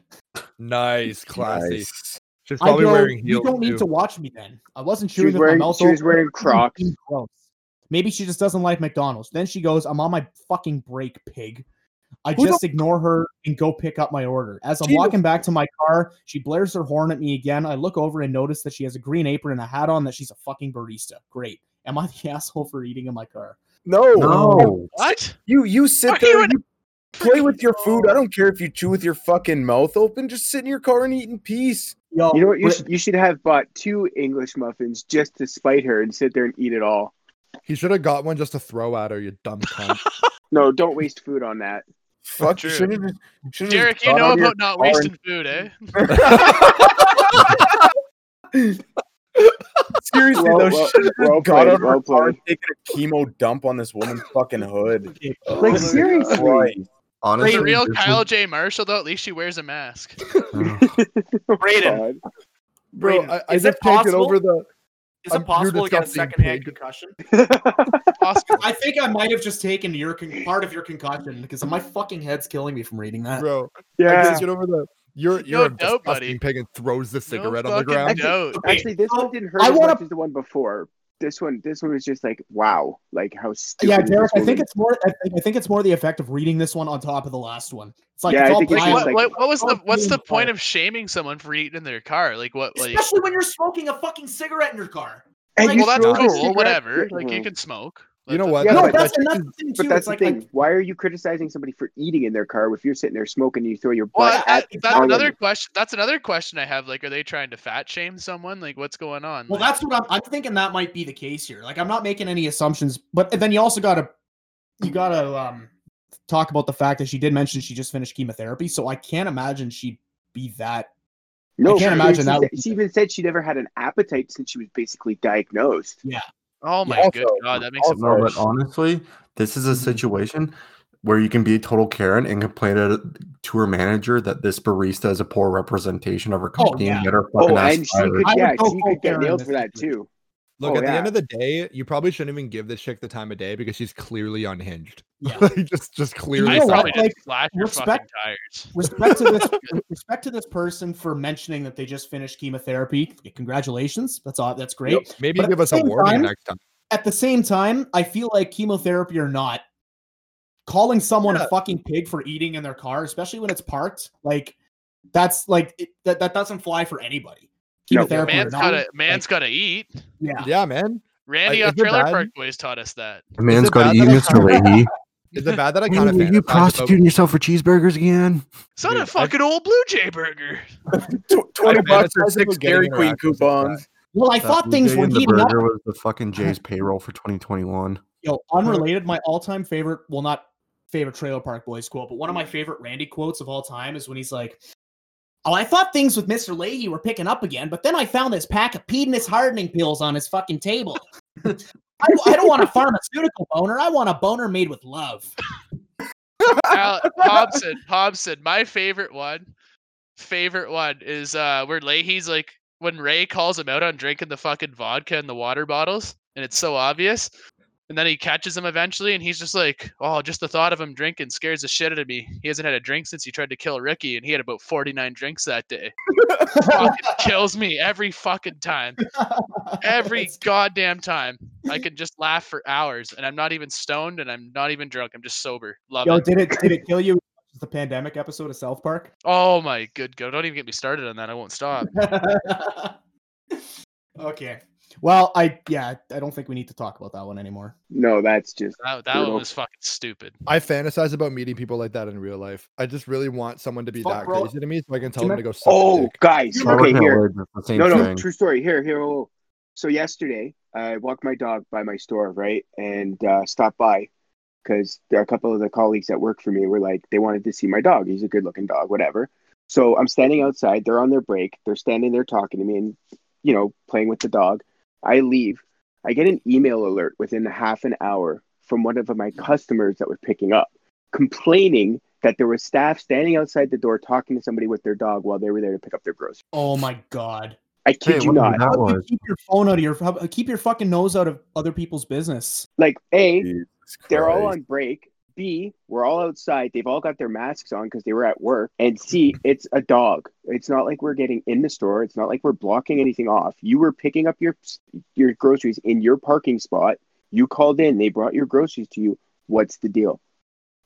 Speaker 4: Nice, classy.
Speaker 3: Nice.
Speaker 4: She's
Speaker 1: I
Speaker 4: probably
Speaker 1: go,
Speaker 4: wearing
Speaker 1: you
Speaker 4: heels.
Speaker 1: don't need
Speaker 4: too.
Speaker 1: to
Speaker 4: [laughs]
Speaker 1: watch me then. I wasn't
Speaker 2: She was
Speaker 1: chewing with
Speaker 2: wearing
Speaker 1: my mouth
Speaker 2: she was
Speaker 1: open. [laughs]
Speaker 2: wearing Crocs.
Speaker 1: Fucking gross. Maybe she just doesn't like McDonald's. Then she goes, "I'm on my fucking break, pig." I
Speaker 4: Who the-
Speaker 1: just ignore her and go pick up my order. As I'm
Speaker 4: Jesus.
Speaker 1: walking back to my car, she blares her horn at me again. I look over and notice that she has a green apron and a hat on. That she's a fucking barista. Great. Am I the [laughs] asshole for eating in my car?
Speaker 3: No,
Speaker 6: No.
Speaker 5: What?
Speaker 3: You you sit
Speaker 5: Why
Speaker 3: there,
Speaker 5: would-
Speaker 3: you play with your food. I don't care if you chew with your fucking mouth open. Just sit in your car and eat in peace.
Speaker 1: Yo,
Speaker 2: You know what? You
Speaker 1: Brit-
Speaker 2: should, you should have bought two English muffins just to spite her and sit there and eat it all.
Speaker 4: He should have got one just to throw at her, you dumb cunt.
Speaker 2: No, don't waste food on that.
Speaker 3: Fuck, you
Speaker 5: True.
Speaker 3: shouldn't have- shouldn't have
Speaker 5: Derek, you
Speaker 3: got
Speaker 5: know
Speaker 3: out of your
Speaker 5: about not
Speaker 3: car and-
Speaker 5: wasting food, eh?
Speaker 3: [laughs] Seriously
Speaker 2: Well-
Speaker 3: though,
Speaker 2: well-
Speaker 3: should have
Speaker 2: well
Speaker 3: got
Speaker 2: played,
Speaker 3: out of her
Speaker 2: well
Speaker 3: car
Speaker 2: played.
Speaker 3: and taken a chemo dump on this woman's fucking hood.
Speaker 2: Like seriously,
Speaker 3: Christ.
Speaker 6: Honestly,
Speaker 5: The real
Speaker 6: this
Speaker 5: Kyle J. Marshall, though, at least she wears a mask.
Speaker 6: was-
Speaker 7: Braden,
Speaker 2: God.
Speaker 4: Bro,
Speaker 7: Brayden,
Speaker 4: I, I
Speaker 7: is
Speaker 4: just
Speaker 7: it
Speaker 4: can't get
Speaker 7: possible-
Speaker 4: over the.
Speaker 7: is
Speaker 4: I'm
Speaker 7: it
Speaker 4: here
Speaker 7: possible
Speaker 4: to
Speaker 7: to get a
Speaker 4: stop being
Speaker 7: secondhand
Speaker 4: paid.
Speaker 7: concussion?
Speaker 5: Possible.
Speaker 1: I think I might have just taken your con- part of your concussion because my fucking head's killing me from reading that.
Speaker 4: Bro, I
Speaker 2: yeah.
Speaker 4: can't get over the. You're,
Speaker 5: No
Speaker 4: you're a
Speaker 5: doubt, buddy.
Speaker 4: disgusting pig and throws the cigarette
Speaker 5: no
Speaker 4: on the
Speaker 5: fucking
Speaker 4: ground.
Speaker 5: Doubt.
Speaker 2: Actually, this one didn't hurt
Speaker 1: Oh, I
Speaker 2: as
Speaker 1: wanna-
Speaker 2: much as the one before. This one, this one was just like, wow, like how stupid.
Speaker 1: Yeah,
Speaker 2: is
Speaker 1: Derek,
Speaker 2: this
Speaker 1: I think
Speaker 2: woman?
Speaker 1: it's more. I think, I think it's more the effect of reading this one on top of the last one. It's like
Speaker 2: Yeah,
Speaker 1: it's
Speaker 2: I
Speaker 1: all
Speaker 2: think it's
Speaker 5: Like,
Speaker 1: piled
Speaker 2: just
Speaker 5: what,
Speaker 1: up.
Speaker 2: like-
Speaker 5: what, what was the
Speaker 1: Oh,
Speaker 5: what's the
Speaker 1: Jesus.
Speaker 5: point of shaming someone for eating in their car? Like what like
Speaker 1: especially when you're smoking a fucking cigarette in your car.
Speaker 2: And
Speaker 1: like-
Speaker 2: you
Speaker 5: well that's
Speaker 2: throw the
Speaker 5: cool,
Speaker 2: cigarette
Speaker 5: whatever.
Speaker 2: in
Speaker 5: Like you
Speaker 2: her.
Speaker 5: can smoke.
Speaker 4: You know what?
Speaker 5: That's-
Speaker 2: Yeah,
Speaker 1: no,
Speaker 2: but
Speaker 1: that's
Speaker 4: that
Speaker 1: and that's
Speaker 4: chick
Speaker 1: the thing too.
Speaker 2: But that's
Speaker 1: it's
Speaker 2: the
Speaker 1: like,
Speaker 2: thing.
Speaker 1: like
Speaker 2: Why are you criticizing somebody for eating in their car if you're sitting there smoking and you throw your
Speaker 5: Well,
Speaker 2: butt
Speaker 5: that-
Speaker 2: at the
Speaker 5: that's
Speaker 2: car?
Speaker 5: another question. That's another question I have. Like, are they trying to fat shame someone? Like, what's going on?
Speaker 1: well,
Speaker 5: Like,
Speaker 1: that's what I'm, I'm thinking. That might be the case here. Like, I'm not making any assumptions, but then you also gotta you gotta um talk about the fact that she did mention she just finished chemotherapy, so I can't imagine she'd be [laughs] that.
Speaker 2: No,
Speaker 1: I can't
Speaker 2: she
Speaker 1: imagine
Speaker 2: even
Speaker 1: that
Speaker 2: said-
Speaker 1: would-
Speaker 2: She even said she never had an appetite since she was basically diagnosed.
Speaker 5: oh my
Speaker 3: also-
Speaker 5: good god, that makes it
Speaker 6: No, [laughs] but
Speaker 5: worse.
Speaker 6: honestly, this is a
Speaker 3: Mm-hmm.
Speaker 6: situation where you can be a total Karen and complain to, to her manager that this barista is a poor representation of her
Speaker 1: Oh,
Speaker 6: company and get her fucking
Speaker 2: Oh,
Speaker 6: ass
Speaker 2: and she
Speaker 6: fired.
Speaker 2: could,
Speaker 1: I would
Speaker 2: yeah,
Speaker 1: go
Speaker 2: she
Speaker 1: full
Speaker 2: could get
Speaker 1: Karen in
Speaker 2: nailed
Speaker 1: this
Speaker 2: for that
Speaker 1: situation.
Speaker 2: too.
Speaker 4: Look,
Speaker 2: Oh,
Speaker 4: at the
Speaker 2: yeah.
Speaker 4: end of the day, you probably shouldn't even give this chick the time of day because she's clearly unhinged. [laughs]
Speaker 1: Yeah.
Speaker 4: Like, just, just clearly.
Speaker 5: I
Speaker 1: know
Speaker 5: probably
Speaker 1: what?
Speaker 5: just
Speaker 1: Like,
Speaker 5: slash your fucking
Speaker 1: respect-
Speaker 5: tires.
Speaker 1: Respect to this respect to this person for mentioning that they just finished chemotherapy. Congratulations, that's all. That's great.
Speaker 4: Maybe
Speaker 1: But at
Speaker 4: give
Speaker 1: the
Speaker 4: us a
Speaker 1: same
Speaker 4: warning
Speaker 1: time-
Speaker 4: next time.
Speaker 1: at the same time, I feel like chemotherapy or not, calling someone
Speaker 4: Yeah.
Speaker 1: a fucking pig for eating in their car, especially when it's parked, like that's like it, that that doesn't fly for anybody.
Speaker 2: No.
Speaker 1: Chemotherapy or
Speaker 5: Man's
Speaker 1: not,
Speaker 5: gotta man's gotta eat.
Speaker 1: yeah.
Speaker 4: Yeah, man.
Speaker 5: Randy
Speaker 4: Like,
Speaker 5: on
Speaker 4: is it
Speaker 5: Trailer
Speaker 4: bad?
Speaker 5: Park Boys taught us that.
Speaker 6: The man's
Speaker 4: it
Speaker 6: got to
Speaker 4: bad
Speaker 6: eat,
Speaker 4: that I
Speaker 6: Mr. Leahy.
Speaker 4: Is it bad that I kind of
Speaker 6: Will you prostituting yourself for cheeseburgers again?
Speaker 5: It's not
Speaker 4: Dude, I-
Speaker 5: a fucking old Blue Jay burger.
Speaker 3: Tw- Twenty bucks
Speaker 4: fantasize
Speaker 3: for
Speaker 4: about
Speaker 3: six
Speaker 4: getting
Speaker 3: Dairy Queen
Speaker 4: interactions like
Speaker 3: coupons.
Speaker 1: Well, I thought things were
Speaker 6: the
Speaker 1: heating up.
Speaker 6: burger was the fucking Jay's payroll for 2021.
Speaker 1: Yo, unrelated, [laughs] my all-time favorite, well, not favorite Trailer Park Boys quote, but one of my favorite Randy quotes of all time is when he's like, "Oh, I thought things with Mister Leahy were picking up again, but then I found this pack of pedinous hardening pills on his fucking [laughs] table." I, I don't want a pharmaceutical boner. I want a boner made with love. [laughs]
Speaker 5: Al- Hobson, Hobson, my favorite one. Favorite one is uh where Leahy's like when Ray calls him out on drinking the fucking vodka and the water bottles, and it's so obvious. And then he catches him eventually, and he's just like, "Oh, just the thought of him drinking scares the shit out of me. He hasn't had a drink since he tried to kill Ricky, and he had about forty-nine drinks that day. Fucking kills me every fucking time, every [laughs] goddamn time. I can just laugh for hours, and I'm not even stoned, and I'm not even drunk. I'm just sober. Love
Speaker 1: Yo,
Speaker 5: it.
Speaker 1: did it did it kill you? The pandemic episode of South Park. [laughs]
Speaker 5: Oh my good god! Don't even get me started on that. I
Speaker 4: [laughs]
Speaker 5: won't stop.
Speaker 1: okay. Well, I yeah, I don't think we need to talk about that one anymore.
Speaker 2: No, that's just
Speaker 5: That, that one
Speaker 2: Brutal.
Speaker 5: was fucking stupid.
Speaker 4: I fantasize about meeting people like that in real life. I just really want someone to be
Speaker 1: Fuck,
Speaker 4: that
Speaker 1: bro.
Speaker 4: crazy to me so I can tell
Speaker 1: You
Speaker 4: them
Speaker 1: met-
Speaker 4: to go suck
Speaker 2: Oh,
Speaker 4: dick.
Speaker 2: guys.
Speaker 6: Sorry,
Speaker 2: Okay,
Speaker 6: that
Speaker 2: here.
Speaker 6: word, it's the same
Speaker 2: No, no,
Speaker 6: thing.
Speaker 2: true story. Here, here. hold- hold. So yesterday, I walked my dog by my store, right, and uh, stopped by because there are a couple of the colleagues that work for me were like they wanted to see my dog. He's a good-looking dog, whatever. So I'm standing outside. They're on their break. They're standing there talking to me and you know playing with the dog. I leave. I get an email alert within half an hour from one of my customers that was picking up, complaining that there was staff standing outside the door talking to somebody with their dog while they were there to pick up their groceries.
Speaker 1: Oh my god.
Speaker 2: I kid
Speaker 6: Hey,
Speaker 2: you
Speaker 6: what
Speaker 2: not.
Speaker 6: did that
Speaker 1: Fucking
Speaker 6: was.
Speaker 1: Keep your phone out of your keep your fucking nose out of other people's business.
Speaker 2: Like a,
Speaker 3: Jesus
Speaker 2: they're all
Speaker 3: Christ.
Speaker 2: on break. B, we're all outside. They've all got their masks on because they were at work. And C, it's a dog. It's not like we're getting in the store. It's not like we're blocking anything off. You were picking up your your groceries in your parking spot. You called in. They brought your groceries to you. What's the deal?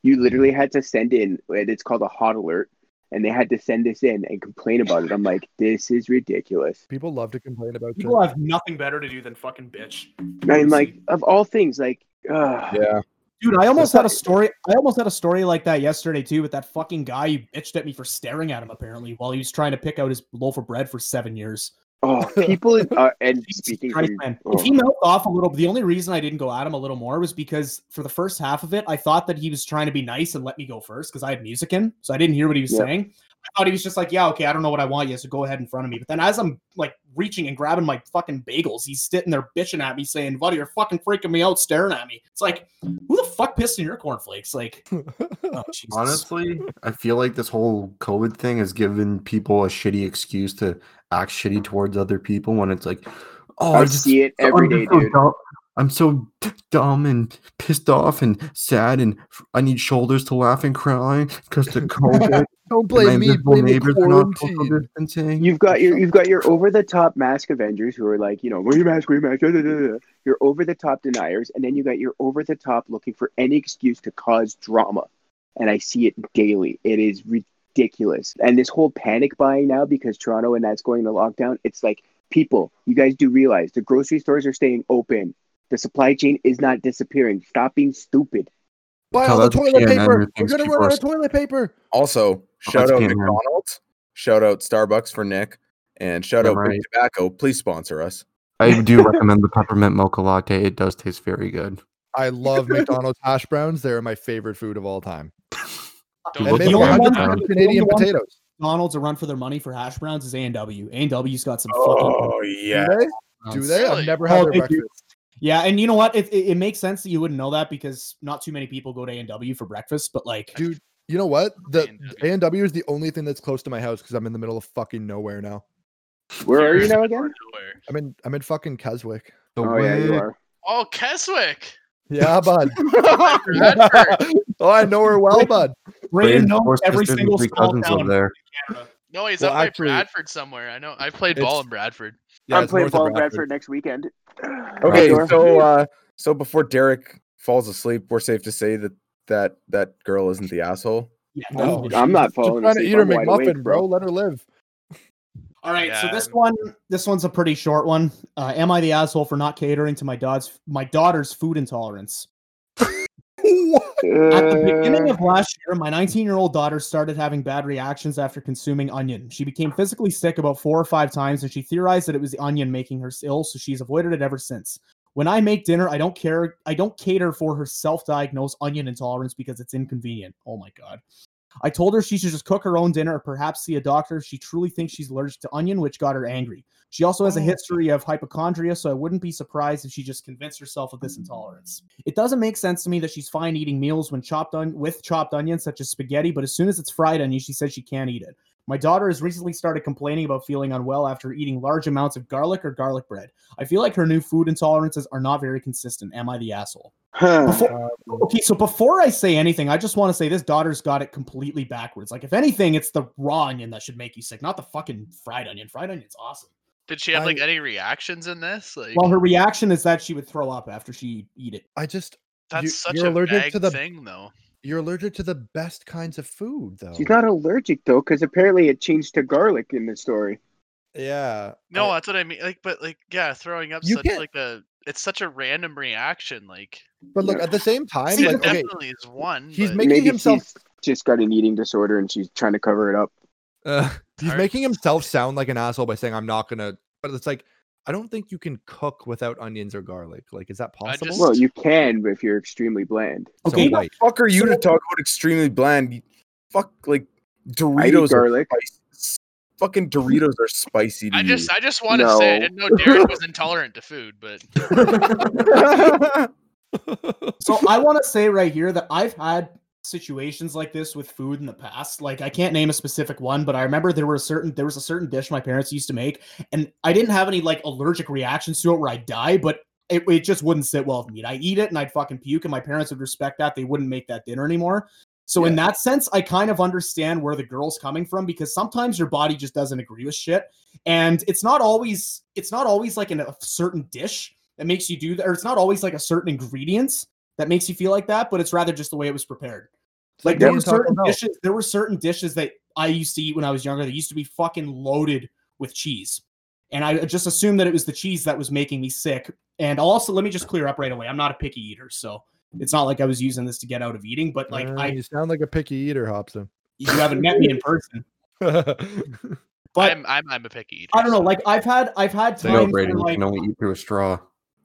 Speaker 2: You literally had to send in. and It's called a hot alert, and they had to send this in and complain about it. I'm like, this is ridiculous.
Speaker 4: People love to complain about shit.
Speaker 1: People have
Speaker 7: Nothing better to do than fucking bitch.
Speaker 2: I'm like, of all things, like, ugh.
Speaker 3: Yeah.
Speaker 1: Dude, I almost had a story. I almost had a story like that yesterday too. With that fucking guy who bitched at me for staring at him apparently while he was trying to pick out his loaf of bread for seven years.
Speaker 2: oh, people. Are, and
Speaker 1: [laughs] Jesus
Speaker 2: speaking,
Speaker 1: Christ,
Speaker 2: from,
Speaker 1: man.
Speaker 2: oh.
Speaker 1: If he melted off a little, the only reason I didn't go at him a little more was because for the first half of it, I thought that he was trying to be nice and let me go first because I had music in, so I didn't hear what he was
Speaker 2: Yeah.
Speaker 1: saying. I thought he was just like, "Yeah, okay, I don't know what I want yet, so go ahead in front of me." But then as I'm like reaching and grabbing my fucking bagels, he's sitting there bitching at me, saying, "Buddy, you're fucking freaking me out, staring at me." It's like, who the fuck pissed in your cornflakes? Like, oh, Jesus.
Speaker 6: Honestly, I feel like this whole COVID thing has given people a shitty excuse to act shitty towards other people when it's like, oh,
Speaker 2: I
Speaker 6: I just,
Speaker 2: see it every
Speaker 6: I'm
Speaker 2: day,
Speaker 6: just so
Speaker 2: dude.
Speaker 6: dumb- I'm so d- dumb and pissed off and sad, and f- I need shoulders to laugh and cry because
Speaker 2: [laughs]
Speaker 6: the COVID.
Speaker 4: Don't
Speaker 6: and my
Speaker 4: blame me.
Speaker 6: miserable
Speaker 4: Blame the
Speaker 6: neighbors are not social
Speaker 4: quarantine.
Speaker 6: distancing.
Speaker 2: You've got your you've got your over the top mask Avengers who are like, you know, wear your mask, wear your mask, da, da, da, da. your over the top deniers, and then you got your over the top looking for any excuse to cause drama. And I see it daily. It is ridiculous. And this whole panic buying now because Toronto and that's going to lockdown, it's like, people, you guys do realize the grocery stores are staying open. The supply chain is not disappearing. Stop being stupid.
Speaker 4: Buy
Speaker 6: Tell
Speaker 4: all the
Speaker 6: that's
Speaker 4: toilet
Speaker 6: CNN
Speaker 4: paper.
Speaker 6: who
Speaker 4: We're
Speaker 6: thinks
Speaker 4: gonna
Speaker 6: people
Speaker 4: run out
Speaker 6: are-
Speaker 4: of toilet paper.
Speaker 3: Also, shout
Speaker 6: Oh, it's
Speaker 3: out
Speaker 6: Cameron.
Speaker 3: McDonald's, shout out Starbucks for Nick, and shout
Speaker 6: Yeah,
Speaker 3: out
Speaker 6: right.
Speaker 3: Big Tobacco. Please sponsor us.
Speaker 6: I do recommend the peppermint mocha latte. It does taste very good.
Speaker 4: [laughs] I love McDonald's hash browns. They're my favorite food of all time.
Speaker 5: Don't
Speaker 4: And
Speaker 6: look
Speaker 4: they
Speaker 6: at
Speaker 4: were
Speaker 6: hash
Speaker 4: 100
Speaker 1: browns.
Speaker 4: Canadian
Speaker 1: Don't look-
Speaker 4: potatoes.
Speaker 1: McDonald's a run for their money for hash browns is A and W. A and W's got some fucking.
Speaker 3: Oh yeah.
Speaker 4: Do they? Do they?
Speaker 5: Really?
Speaker 4: I've never
Speaker 1: Oh,
Speaker 4: had their
Speaker 1: they do.
Speaker 4: breakfast.
Speaker 1: Yeah, and you know what? It, it, it makes sense that you wouldn't know that because not too many people go to A and W for breakfast. But like,
Speaker 4: Dude, you know what? The A
Speaker 5: A&W.
Speaker 4: and W is the only thing that's close to my house because I'm in the middle of fucking nowhere now.
Speaker 2: Where are you
Speaker 5: Seriously,
Speaker 2: now
Speaker 5: we're
Speaker 2: again?
Speaker 5: nowhere.
Speaker 4: I'm in I'm in fucking Keswick.
Speaker 6: The
Speaker 2: Oh yeah, you
Speaker 6: way-
Speaker 2: are.
Speaker 5: Oh, Keswick.
Speaker 4: [laughs] Yeah, bud.
Speaker 5: Redford.
Speaker 4: oh, I know her
Speaker 2: [laughs]
Speaker 4: well, bud.
Speaker 1: Braden
Speaker 6: Braden's
Speaker 1: knows
Speaker 6: four
Speaker 1: every
Speaker 6: sisters and
Speaker 1: single
Speaker 6: three
Speaker 1: small
Speaker 6: cousins live
Speaker 1: town.
Speaker 6: there.
Speaker 5: [laughs] No, he's
Speaker 4: Well,
Speaker 5: up by
Speaker 4: actually,
Speaker 5: Bradford somewhere. I know. I played
Speaker 4: it's-
Speaker 5: ball in Bradford.
Speaker 4: Yeah,
Speaker 2: I'm
Speaker 4: it's
Speaker 2: playing
Speaker 4: north of
Speaker 2: ball in
Speaker 4: Bradford.
Speaker 2: Bradford next weekend.
Speaker 3: Okay,
Speaker 2: Outdoor.
Speaker 3: so uh, so before Derek falls asleep, we're safe to say that that that girl isn't the asshole.
Speaker 1: Yeah,
Speaker 4: No,
Speaker 1: dude.
Speaker 2: Oh, I'm
Speaker 4: she's
Speaker 2: not
Speaker 4: just
Speaker 2: falling
Speaker 4: trying to
Speaker 2: asleep.
Speaker 4: eat her
Speaker 2: I'm wide
Speaker 4: McMuffin,
Speaker 2: awake,
Speaker 4: bro.
Speaker 2: bro.
Speaker 4: Let her [laughs] live.
Speaker 1: All right, so
Speaker 5: Yeah,
Speaker 1: this
Speaker 5: I'm-
Speaker 1: one, this one's a pretty short one. Uh, am I the asshole for not catering to my dad's my daughter's food intolerance? At the beginning
Speaker 2: Uh,
Speaker 1: of last year, my 19 year old daughter started having bad reactions after consuming onion. She became physically sick about four or five times, and she theorized that it was the onion making her ill, so she's avoided it ever since. When I make dinner, I don't care. I don't cater for her self-diagnosed onion intolerance because it's inconvenient. Oh my god! I told her she should just cook her own dinner or perhaps see a doctor if she truly thinks she's allergic to onion, which got her angry. She also has a history of hypochondria, so I wouldn't be surprised if she just convinced herself of this intolerance. It doesn't make sense to me that she's fine eating meals when chopped on with chopped onions such as spaghetti, but as soon as it's fried onion, she says she can't eat it. My daughter has recently started complaining about feeling unwell after eating large amounts of garlic or garlic bread. I feel like her new food intolerances are not very consistent. Am I the asshole?
Speaker 2: huh.
Speaker 4: Um,
Speaker 1: Before, okay, so before I say anything, I just want to say this daughter's got it completely backwards. Like, if anything, it's the raw onion that should make you sick, not the fucking fried onion. Fried onion's awesome.
Speaker 5: Did she have like
Speaker 4: I-
Speaker 5: any reactions in this? Like
Speaker 1: Well, her reaction is that she would throw up after she eat it.
Speaker 4: I just
Speaker 5: that's
Speaker 4: you-
Speaker 5: such
Speaker 4: you're
Speaker 5: a
Speaker 4: allergic
Speaker 5: vague
Speaker 4: to the- uh,
Speaker 5: thing, though.
Speaker 4: you're allergic to the best kinds of food though.
Speaker 2: She's not allergic though, because apparently it changed to garlic in the story.
Speaker 4: Yeah.
Speaker 5: No,
Speaker 4: I-
Speaker 5: that's what I mean. Like, but like, yeah, throwing up
Speaker 4: You
Speaker 5: such
Speaker 4: can't-
Speaker 5: like a it's such a random reaction. Like,
Speaker 4: but look, at the same time,
Speaker 5: it
Speaker 4: like okay,
Speaker 5: definitely is one.
Speaker 4: he's
Speaker 5: but-
Speaker 4: Making
Speaker 2: Maybe
Speaker 4: himself-
Speaker 2: she's just got an eating disorder and she's trying to cover it up.
Speaker 4: Uh, he's
Speaker 5: Hard
Speaker 4: making
Speaker 5: to
Speaker 4: himself
Speaker 5: say.
Speaker 4: sound like an asshole by saying I'm not gonna. But it's like I don't think you can cook without onions or garlic. Like, is that
Speaker 5: I
Speaker 4: possible?
Speaker 5: just-
Speaker 2: Well, you can if you're extremely bland.
Speaker 4: So
Speaker 1: Okay, [laughs]
Speaker 4: white.
Speaker 3: Fuck are you to
Speaker 1: So-
Speaker 3: talk about extremely bland? You- Fuck like
Speaker 2: I eat
Speaker 3: Doritos. Are
Speaker 2: garlic.
Speaker 3: spicy. Fucking Doritos are spicy. To
Speaker 5: I just, I just want to say I
Speaker 2: No.
Speaker 5: didn't know Derek was intolerant to food, but
Speaker 3: you.
Speaker 1: So I want to say right here that I've had situations like this with food in the past. Like I can't name a specific one, but I remember there were a certain there was a certain dish my parents used to make, and I didn't have any like allergic reactions to it where I die, but it, it just wouldn't sit well with me. And I eat it and I'd fucking puke, and my parents would respect that. They wouldn't make that dinner anymore. So in that sense, I kind of understand where the girl's coming from because sometimes your body just doesn't agree with shit, and it's not always it's not always like an, a certain dish that makes you do that, or it's not always like a certain ingredients that makes you feel like that, but it's rather just the way it was prepared. Like there
Speaker 4: me
Speaker 1: were
Speaker 4: and Taco
Speaker 1: certain
Speaker 4: Bell.
Speaker 1: dishes, there were certain dishes that I used to eat when I was younger that used to be fucking loaded with cheese. And I just assumed that it was the cheese that was making me sick. And also, let me just clear up right away. I'm not a picky eater, so it's not like I was using this to get out of eating, but like
Speaker 4: Uh,
Speaker 1: I
Speaker 4: you sound like a picky eater, Hobson. [laughs]
Speaker 1: you haven't met me in person. But
Speaker 5: I'm, I'm I'm a picky eater.
Speaker 1: I don't know, like I've had I've had
Speaker 6: They know
Speaker 1: times
Speaker 6: Brady
Speaker 1: where,
Speaker 6: you
Speaker 1: like
Speaker 6: can only eat through a [laughs] straw.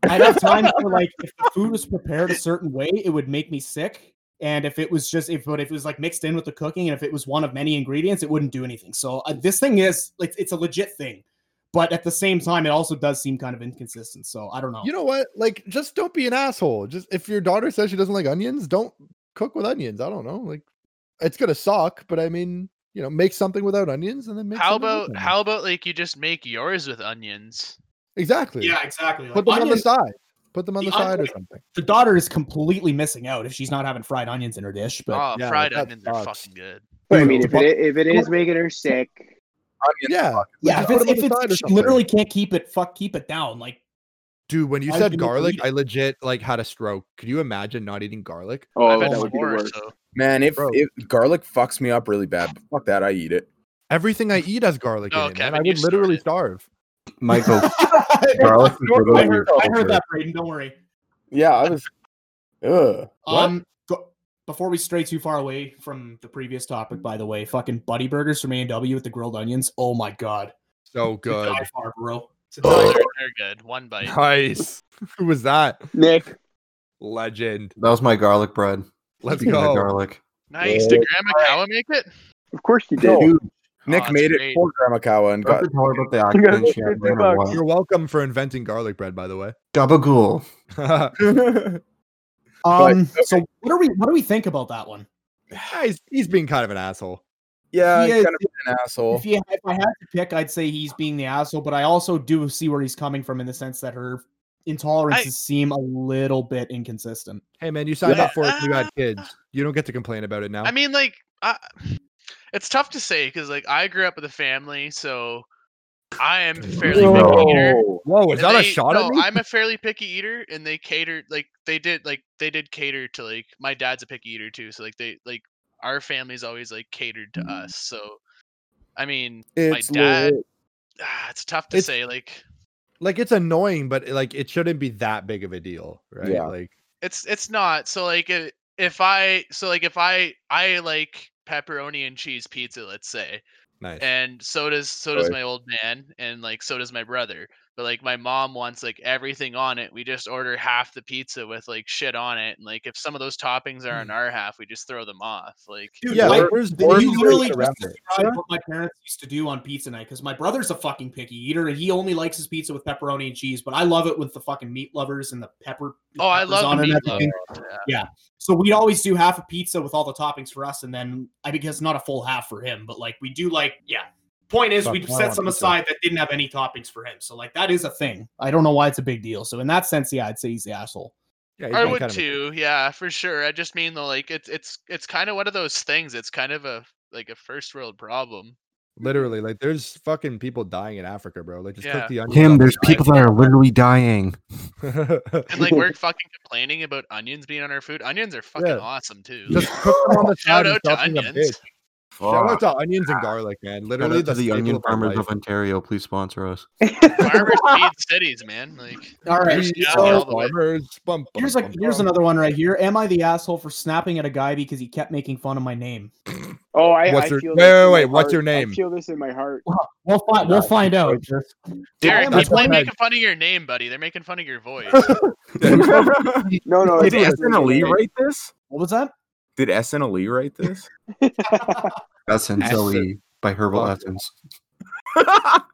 Speaker 1: I'd [laughs] have times where like if the food was prepared a certain way, it would make me sick. And if it was just if but if it was like mixed in with the cooking, and if it was one of many ingredients, it wouldn't do anything. So uh, this thing is like it's a legit thing, but at the same time, it also does seem kind of inconsistent. So I don't know.
Speaker 4: you know what? Like, just don't be an asshole. Just if your daughter says she doesn't like onions, don't cook with onions. I don't know. Like, it's gonna suck, but I mean, you know, make something without onions and then make.
Speaker 5: How
Speaker 4: something with
Speaker 5: about
Speaker 4: onions.
Speaker 5: how about like you just make yours with onions?
Speaker 4: exactly?
Speaker 1: yeah, exactly. Like,
Speaker 4: Put them on the
Speaker 1: onions-
Speaker 4: side. Put them on
Speaker 1: The
Speaker 4: the side or
Speaker 1: onion-
Speaker 4: something.
Speaker 1: the daughter is completely missing out if she's not having fried onions in her dish. But
Speaker 5: oh,
Speaker 4: yeah,
Speaker 5: fried
Speaker 4: that
Speaker 5: onions are
Speaker 4: sucks.
Speaker 5: fucking good.
Speaker 2: But I
Speaker 4: Dude,
Speaker 2: mean, if
Speaker 4: but-
Speaker 2: it if it is making her sick,
Speaker 6: Onions
Speaker 4: Yeah.
Speaker 6: fuck.
Speaker 1: yeah, if
Speaker 4: put
Speaker 1: it's,
Speaker 4: them on
Speaker 1: if
Speaker 4: the side or
Speaker 1: it's she
Speaker 4: something.
Speaker 1: literally can't keep it, fuck, keep it down. Like [laughs]
Speaker 4: Dude, when you
Speaker 1: Why would
Speaker 4: said
Speaker 1: you need to
Speaker 4: garlic,
Speaker 1: eat
Speaker 4: I legit like had a stroke. Could you imagine not eating garlic?
Speaker 2: oh,
Speaker 5: I've had
Speaker 2: that would be the
Speaker 5: four,
Speaker 2: worst.
Speaker 5: so
Speaker 3: Man, if,
Speaker 4: Bro.
Speaker 3: if garlic fucks me up really bad, but fuck that, I eat it.
Speaker 4: Everything I eat has garlic
Speaker 5: No,
Speaker 4: in it. man. I
Speaker 5: Kevin, you
Speaker 4: would literally
Speaker 5: started.
Speaker 4: starve.
Speaker 6: Michael, garlic is
Speaker 1: I
Speaker 6: literally
Speaker 1: heard,
Speaker 6: your
Speaker 1: I heard
Speaker 6: culture.
Speaker 1: that, Braden. Don't worry.
Speaker 3: Yeah, I was. Ugh.
Speaker 1: Um, go, before we stray too far away from the previous topic, by the way, fucking buddy burgers from A and W with the grilled onions. Oh my god,
Speaker 4: So
Speaker 1: It's a
Speaker 4: good.
Speaker 1: die far, bro. It's a
Speaker 5: they're,
Speaker 1: die far.
Speaker 5: they're good. One
Speaker 2: [laughs]
Speaker 5: bite.
Speaker 4: Nice. [laughs] Who was that?
Speaker 2: Nick,
Speaker 4: Legend.
Speaker 6: That was my garlic bread.
Speaker 4: Let's
Speaker 6: Speaking of
Speaker 4: go.
Speaker 6: Garlic.
Speaker 5: Nice. Did Grandma Cow make it?
Speaker 2: of course you did.
Speaker 3: Dude, Nick
Speaker 5: that's
Speaker 3: made
Speaker 5: great.
Speaker 3: it for Grandma Cow and
Speaker 6: Got
Speaker 3: got
Speaker 6: to tell her about the
Speaker 2: You gotta
Speaker 6: accident
Speaker 2: go
Speaker 6: she had
Speaker 2: through
Speaker 6: in her
Speaker 2: bucks.
Speaker 6: wife.
Speaker 4: You're welcome for inventing garlic bread, by the
Speaker 6: [laughs]
Speaker 4: way. [laughs]
Speaker 6: Gabagool.
Speaker 1: Um, so what do we what do we think about that one?
Speaker 4: Ah, he's, he's being kind of an asshole.
Speaker 3: yeah,
Speaker 1: He
Speaker 3: he's
Speaker 1: is-
Speaker 3: kind of an asshole.
Speaker 1: If, you, if I had to pick, I'd say he's being the asshole, but I also do see where he's coming from in the sense that her intolerances
Speaker 5: I-
Speaker 1: seem a little bit inconsistent.
Speaker 4: Hey, man, you signed
Speaker 5: Yeah. uh,
Speaker 4: up for it. 'cause You had kids. You don't get to complain about it now.
Speaker 5: I mean, like, I, it's tough to say because like I grew up with a family, so I am fairly picky eater.
Speaker 4: Whoa, is
Speaker 5: And
Speaker 4: that a
Speaker 5: they-
Speaker 4: shot
Speaker 5: no,
Speaker 4: at me?
Speaker 5: I'm a fairly picky eater, and they catered like they did like they did cater to like my dad's a picky eater too. So like they like our family's always like catered to
Speaker 4: Mm-hmm.
Speaker 5: us. So I mean,
Speaker 3: It's
Speaker 5: dad- [laughs]
Speaker 3: legit.
Speaker 5: ah, it's tough to
Speaker 4: It's-
Speaker 5: say. Like
Speaker 4: Like, it's annoying, but like, it shouldn't be that big of a deal, right?
Speaker 3: Yeah.
Speaker 4: Like,
Speaker 5: it's it's not. So like i- if I so like if I I like pepperoni and cheese pizza, let's say,
Speaker 4: nice.
Speaker 5: and so does so does
Speaker 3: Right.
Speaker 5: my old man, and like so does my brother. But like my mom wants like everything on it. We just order half the pizza with like shit on it, and like if some of those toppings are on our half, we just throw them off. Like
Speaker 1: Dude,
Speaker 4: yeah,
Speaker 1: I-
Speaker 4: like, where's,
Speaker 1: Then
Speaker 4: where's
Speaker 1: you
Speaker 4: the
Speaker 1: literally
Speaker 4: ways
Speaker 1: just
Speaker 4: around it?
Speaker 1: described what my parents used to do on pizza night because my brother's a fucking picky eater and he only likes his pizza with pepperoni and cheese. But I love it with the fucking meat lovers and the pepper.
Speaker 5: oh, I
Speaker 1: peppers
Speaker 5: love
Speaker 1: on it and
Speaker 5: meat.
Speaker 1: everything. So we'd always do half a pizza with all the toppings for us, and then I because not a full half for him, but like we do like yeah. Point is,
Speaker 4: Fuck,
Speaker 1: we
Speaker 4: I
Speaker 1: set
Speaker 4: want
Speaker 1: some
Speaker 4: pizza.
Speaker 1: aside that didn't have any toppings for him. So like that is a thing. I don't know why it's a big deal. So in that sense, yeah, I'd say he's the asshole.
Speaker 4: Yeah,
Speaker 5: I
Speaker 4: he's
Speaker 5: would
Speaker 4: kind of a-
Speaker 5: too, yeah, for sure. I just mean though, like it's it's it's kind of one of those things. It's kind of a like a first world problem.
Speaker 4: Literally, like, there's fucking people dying in Africa, bro. Like, just
Speaker 5: Yeah.
Speaker 4: cook the onions.
Speaker 6: Tim,
Speaker 4: off
Speaker 6: there's
Speaker 4: the
Speaker 6: people that are literally dying.
Speaker 4: side.
Speaker 5: And like we're fucking complaining about onions being on our food. Onions are fucking
Speaker 4: Yeah.
Speaker 5: awesome too.
Speaker 4: [laughs] just cook them on the side
Speaker 5: Shout
Speaker 4: and
Speaker 5: out to
Speaker 4: stuff in a bitch.
Speaker 5: onions.
Speaker 4: Oh, Shout out
Speaker 6: Fuck.
Speaker 4: to onions and garlic, man.
Speaker 6: Shout
Speaker 4: Literally
Speaker 6: out
Speaker 4: the,
Speaker 6: to the
Speaker 4: staple
Speaker 6: onion
Speaker 4: of our
Speaker 6: farmers
Speaker 4: life.
Speaker 6: of Ontario. Please sponsor us.
Speaker 5: Farmers feed cities, man. Like
Speaker 1: All right.
Speaker 5: Please, yeah,
Speaker 1: so-
Speaker 5: all the way.
Speaker 4: farmers. Bum, bum,
Speaker 1: Here's like
Speaker 4: bum,
Speaker 1: here's
Speaker 4: bum.
Speaker 1: another one right here. Am I the asshole for snapping at a guy because he kept making fun of my name?
Speaker 2: Oh, I,
Speaker 4: What's
Speaker 2: I
Speaker 4: your-
Speaker 2: feel this in
Speaker 4: wait, wait,
Speaker 2: my
Speaker 4: wait, what's
Speaker 2: heart.
Speaker 4: your
Speaker 2: I
Speaker 4: name?
Speaker 2: feel this in my heart.
Speaker 1: We'll find we'll find out.
Speaker 5: Derek,
Speaker 1: that's
Speaker 5: people
Speaker 1: what
Speaker 5: ain't
Speaker 1: I-
Speaker 5: making fun of your name, buddy. They're making fun of your voice.
Speaker 2: No, no,
Speaker 3: [laughs] Did
Speaker 2: it's not
Speaker 3: SNLE
Speaker 2: really-
Speaker 3: E write this?
Speaker 1: What was that?
Speaker 3: Did SNLE E write [laughs] this?
Speaker 6: Essence
Speaker 4: Essence.
Speaker 6: LE by Herbal
Speaker 4: Fuck.
Speaker 6: Essence.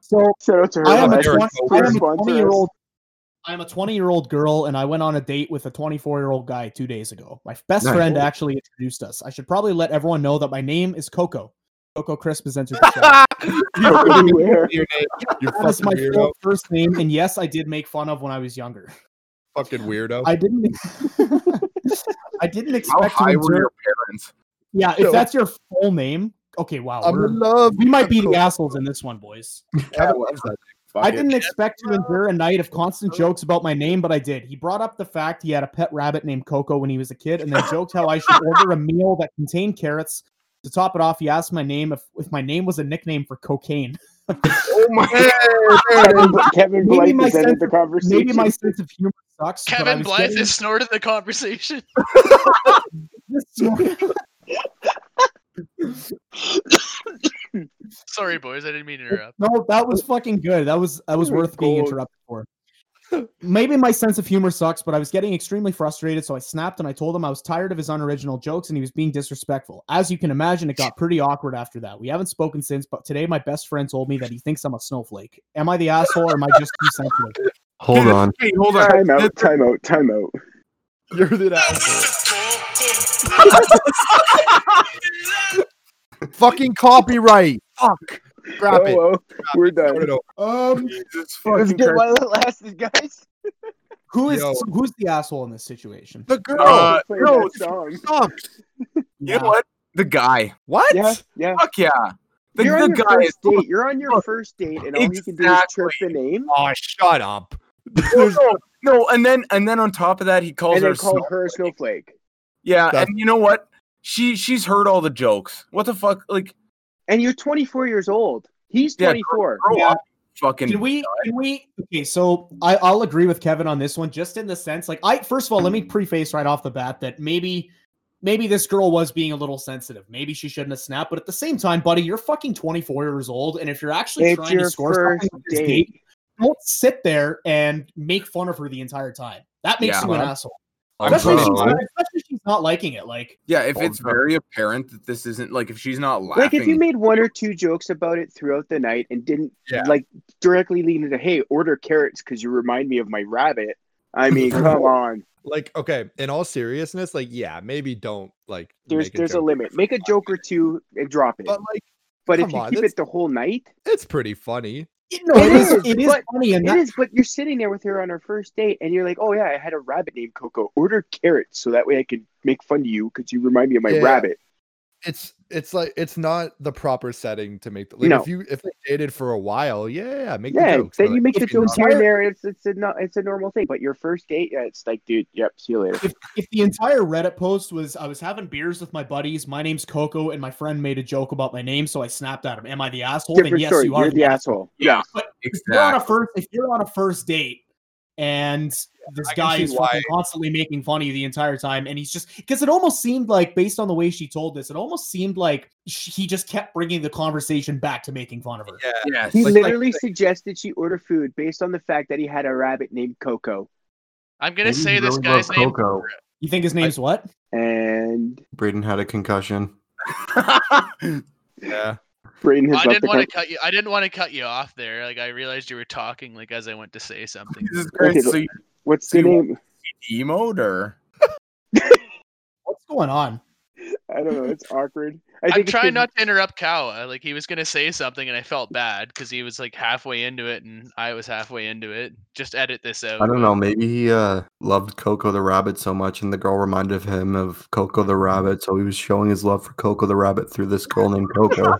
Speaker 1: So
Speaker 2: Shout out to her.
Speaker 1: I am a
Speaker 2: Alexa.
Speaker 1: twen- I am a
Speaker 2: Sponsor us. [laughs]
Speaker 1: twenty year old. I'm a 20 year old girl, and I went on a date with a 24 year old guy two days ago. My best
Speaker 6: Nice.
Speaker 1: friend actually introduced us. I should probably let everyone know that my name is Coco. Coco Crisp has entered the
Speaker 3: [laughs]
Speaker 1: show.
Speaker 2: Where?
Speaker 4: Your name, you
Speaker 1: that is
Speaker 4: fucking
Speaker 1: my
Speaker 4: weirdo.
Speaker 1: full first name, and yes, I did make fun of when I was younger.
Speaker 4: Fucking weirdo.
Speaker 1: I didn't. [laughs] I didn't
Speaker 3: How
Speaker 1: expect to
Speaker 3: high were
Speaker 1: endure.
Speaker 3: your parents?
Speaker 1: Yeah,
Speaker 4: No.
Speaker 1: if that's your full name, okay. Wow,
Speaker 4: I'm
Speaker 1: we're-
Speaker 4: in love.
Speaker 1: we might be the
Speaker 4: Coco.
Speaker 1: assholes in this one, boys.
Speaker 4: Kevin loves that.
Speaker 3: Fuck
Speaker 1: I
Speaker 3: it.
Speaker 1: didn't expect to endure a night of constant jokes about my name, but I did. He brought up the fact he had a pet rabbit named Coco when he was a kid,
Speaker 5: [laughs]
Speaker 1: and then joked how I should order a meal that contained carrots. To top it off, he asked my name if, if my name was a nickname for cocaine.
Speaker 3: Oh my
Speaker 2: Kevin, [laughs] Kevin
Speaker 1: Maybe
Speaker 2: Blythe
Speaker 1: my
Speaker 2: has ended
Speaker 1: sense
Speaker 2: the conversation.
Speaker 1: Maybe my sense of humor sucks. but I
Speaker 5: Kevin
Speaker 1: was
Speaker 5: Blythe
Speaker 1: getting- [laughs]
Speaker 5: has snorted the conversation. [laughs] Sorry, boys, I didn't mean to interrupt.
Speaker 1: No, that was fucking good. That was that was
Speaker 4: That was
Speaker 1: worth being
Speaker 4: gold.
Speaker 1: interrupted for. Maybe my sense of humor sucks, but I was getting extremely frustrated, so I snapped and I told him I was tired of his unoriginal jokes and he was being disrespectful. As you can imagine, it got pretty awkward after that. We haven't spoken since, but today my best friend told me that he thinks I'm a snowflake. Am I the asshole or am I just too sensitive?
Speaker 6: Hold on.
Speaker 3: Hey, hold [laughs] on.
Speaker 2: time out, time out, time out.
Speaker 4: You're
Speaker 5: [laughs]
Speaker 4: the asshole. [laughs]
Speaker 5: [laughs]
Speaker 4: Fucking copyright. Fuck. Grab
Speaker 2: Oh,
Speaker 4: it.
Speaker 2: well, we're done.
Speaker 4: Start it over.
Speaker 1: Um,
Speaker 3: Jesus
Speaker 2: Let's
Speaker 3: fucking
Speaker 2: get
Speaker 3: Christ.
Speaker 2: one of the last, guys.
Speaker 1: who is
Speaker 4: Yo.
Speaker 1: so who's the asshole in this situation?
Speaker 4: The girl.
Speaker 2: Oh,
Speaker 3: Uh,
Speaker 2: Play
Speaker 3: no,
Speaker 2: that song.
Speaker 4: Fuck.
Speaker 3: You know what? The guy.
Speaker 4: What?
Speaker 2: Yeah, yeah.
Speaker 3: Fuck yeah. The,
Speaker 2: You're on
Speaker 3: the
Speaker 2: your
Speaker 3: guy is
Speaker 2: first date. You're on your first date, and all you can do is chirp the name
Speaker 4: Oh, shut up.
Speaker 3: no, no, and then and then on top of that, he calls
Speaker 2: and
Speaker 3: her.
Speaker 2: then call
Speaker 3: snow-
Speaker 2: her a snowflake.
Speaker 3: Yeah,
Speaker 4: That's-
Speaker 3: and you know what? She she's heard all the jokes. What the fuck? Like,
Speaker 2: And you're 24 years old. He's
Speaker 3: Yeah,
Speaker 2: 24.
Speaker 3: grow
Speaker 1: Yeah.
Speaker 3: up, fucking.
Speaker 1: Can we? Can we? Okay, so I, I'll agree with Kevin on this one, just in the sense, like, I first of all, let me preface right off the bat that maybe, maybe this girl was being a little sensitive. Maybe she shouldn't have snapped. But at the same time, buddy, you're fucking 24 years old, and if you're actually
Speaker 2: It's
Speaker 1: trying
Speaker 2: your
Speaker 1: to score
Speaker 2: first
Speaker 1: something with this
Speaker 2: date.
Speaker 1: date, don't sit there and make fun of her the entire time. That makes
Speaker 3: Yeah.
Speaker 1: you an asshole.
Speaker 4: I'm
Speaker 1: Especially, if
Speaker 4: sorry.
Speaker 1: she's not, especially if she's not liking it. Like,
Speaker 3: yeah, if
Speaker 4: Hold
Speaker 3: it's
Speaker 4: on.
Speaker 3: very apparent that this isn't like if she's not laughing.
Speaker 2: Like if you made one or two jokes about it throughout the night and didn't
Speaker 4: Yeah.
Speaker 2: like directly lead into, hey, order carrots because you remind me of my rabbit. I mean,
Speaker 4: [laughs]
Speaker 2: come on.
Speaker 4: Like, okay, in all seriousness, like, yeah, maybe don't like.
Speaker 2: There's
Speaker 4: make
Speaker 2: there's a
Speaker 4: joke.
Speaker 2: limit. Make a joke or two and drop it.
Speaker 4: But
Speaker 2: But,
Speaker 4: like,
Speaker 2: if
Speaker 4: come
Speaker 2: you
Speaker 4: on,
Speaker 2: keep
Speaker 4: that's-
Speaker 2: it the whole night,
Speaker 4: it's pretty funny.
Speaker 1: it, no, it
Speaker 2: It
Speaker 1: is.
Speaker 2: is,
Speaker 1: It is
Speaker 2: but-
Speaker 1: funny, and
Speaker 2: it
Speaker 1: that,
Speaker 2: is. But you're sitting there with her on her first date, and you're like, oh yeah, I had a rabbit named Coco. Order carrots so that way I could make fun of you because you remind me of my
Speaker 4: Yeah.
Speaker 2: rabbit.
Speaker 4: It's it's like it's not the proper setting to make. The, like,
Speaker 2: No.
Speaker 4: if you if they dated for a while, yeah, make
Speaker 2: Yeah,
Speaker 4: the jokes.
Speaker 2: then
Speaker 4: but,
Speaker 2: you
Speaker 4: like,
Speaker 2: make the
Speaker 4: if you're
Speaker 2: jokes
Speaker 4: not-
Speaker 2: here and there. It's it's a no, it's a normal thing. But your first date, yeah, it's like, dude, yep, see you later.
Speaker 1: if if the entire Reddit post was I was having beers with my buddies, my name's Coco, and my friend made a joke about my name, so I snapped at him. Am I the asshole? Then
Speaker 2: Different
Speaker 1: yes,
Speaker 2: story.
Speaker 1: you
Speaker 2: are
Speaker 1: are.
Speaker 2: the asshole.
Speaker 3: yeah,
Speaker 1: If you're on a
Speaker 3: exactly.
Speaker 1: first if you're on a first date and this
Speaker 4: I can
Speaker 1: guy
Speaker 4: see
Speaker 1: is
Speaker 4: why.
Speaker 1: fucking constantly making fun of you the entire time, and he's just because it almost seemed like based on the way she told this, it almost seemed like sh he just kept bringing the conversation back to making fun of her.
Speaker 4: Yeah.
Speaker 3: Yes.
Speaker 2: He
Speaker 4: Like-
Speaker 2: literally suggested she order food based on the fact that he had a rabbit named Coco.
Speaker 5: I'm gonna
Speaker 6: Maybe you
Speaker 5: say this
Speaker 6: really love
Speaker 5: guy's name.
Speaker 6: Coco.
Speaker 1: You think his name's what?
Speaker 2: And
Speaker 6: Braden had a concussion.
Speaker 3: [laughs]
Speaker 4: Yeah.
Speaker 2: Brayden
Speaker 5: Well,
Speaker 2: has
Speaker 5: I
Speaker 2: left
Speaker 5: didn't
Speaker 2: the
Speaker 5: want
Speaker 2: country.
Speaker 5: to cut you. I didn't want to cut you off there. Like I realized you were talking. Like as I went to say something.
Speaker 3: Jesus Christ.
Speaker 2: Okay,
Speaker 3: so you
Speaker 2: What's
Speaker 3: See
Speaker 2: the
Speaker 3: what-
Speaker 2: name?
Speaker 3: emoed or
Speaker 1: What's going on?
Speaker 2: I don't know. It's awkward. I
Speaker 5: I'm
Speaker 2: think it's
Speaker 5: trying
Speaker 2: 'cause-
Speaker 5: not to interrupt Kawa. Like he was gonna say something, and I felt bad because he was like halfway into it, and I was halfway into it. Just edit this out.
Speaker 6: I don't know. Maybe he uh, loved Coco the Rabbit so much, and the girl reminded him of Coco the Rabbit, so he was showing his love for Coco the Rabbit through this girl named Coco.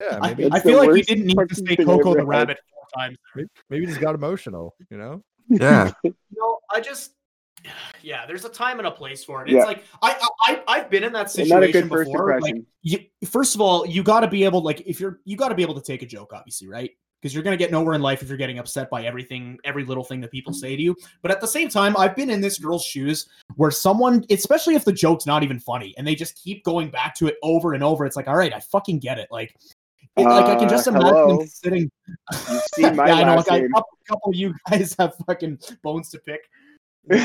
Speaker 4: Yeah,
Speaker 1: I,
Speaker 4: maybe
Speaker 1: I
Speaker 2: It's the
Speaker 1: feel like you
Speaker 2: worst
Speaker 1: didn't need to
Speaker 2: fucking
Speaker 1: say
Speaker 2: thing I
Speaker 1: Coco
Speaker 2: ever
Speaker 1: the
Speaker 2: had.
Speaker 1: rabbit four times.
Speaker 4: maybe, maybe he just got emotional, you know?
Speaker 6: Yeah,
Speaker 1: No, I just [sighs] yeah, there's a time and a place for it. It's
Speaker 2: Yeah.
Speaker 1: like I, I I- I've been in that
Speaker 2: Well, not a
Speaker 1: situation
Speaker 2: good first
Speaker 1: before. like,
Speaker 2: impression.
Speaker 1: you, first of all, you got to be able like if you're you got to be able to take a joke, obviously, right? Because you're gonna get nowhere in life if you're getting upset by everything, every little thing that people say to you. But at the same time, I've been in this girl's shoes where someone, especially if the joke's not even funny, and they just keep going back to it over and over. It's like, all right, I fucking get it. Like, it, like I can
Speaker 2: Uh,
Speaker 1: just imagine
Speaker 2: hello?
Speaker 1: them sitting.
Speaker 2: You've
Speaker 1: [laughs]
Speaker 2: seen my
Speaker 1: I
Speaker 2: last
Speaker 1: like, I-
Speaker 2: name.
Speaker 1: couple- couple of you guys have fucking bones to
Speaker 2: [laughs]
Speaker 1: pick. [laughs]
Speaker 2: I've,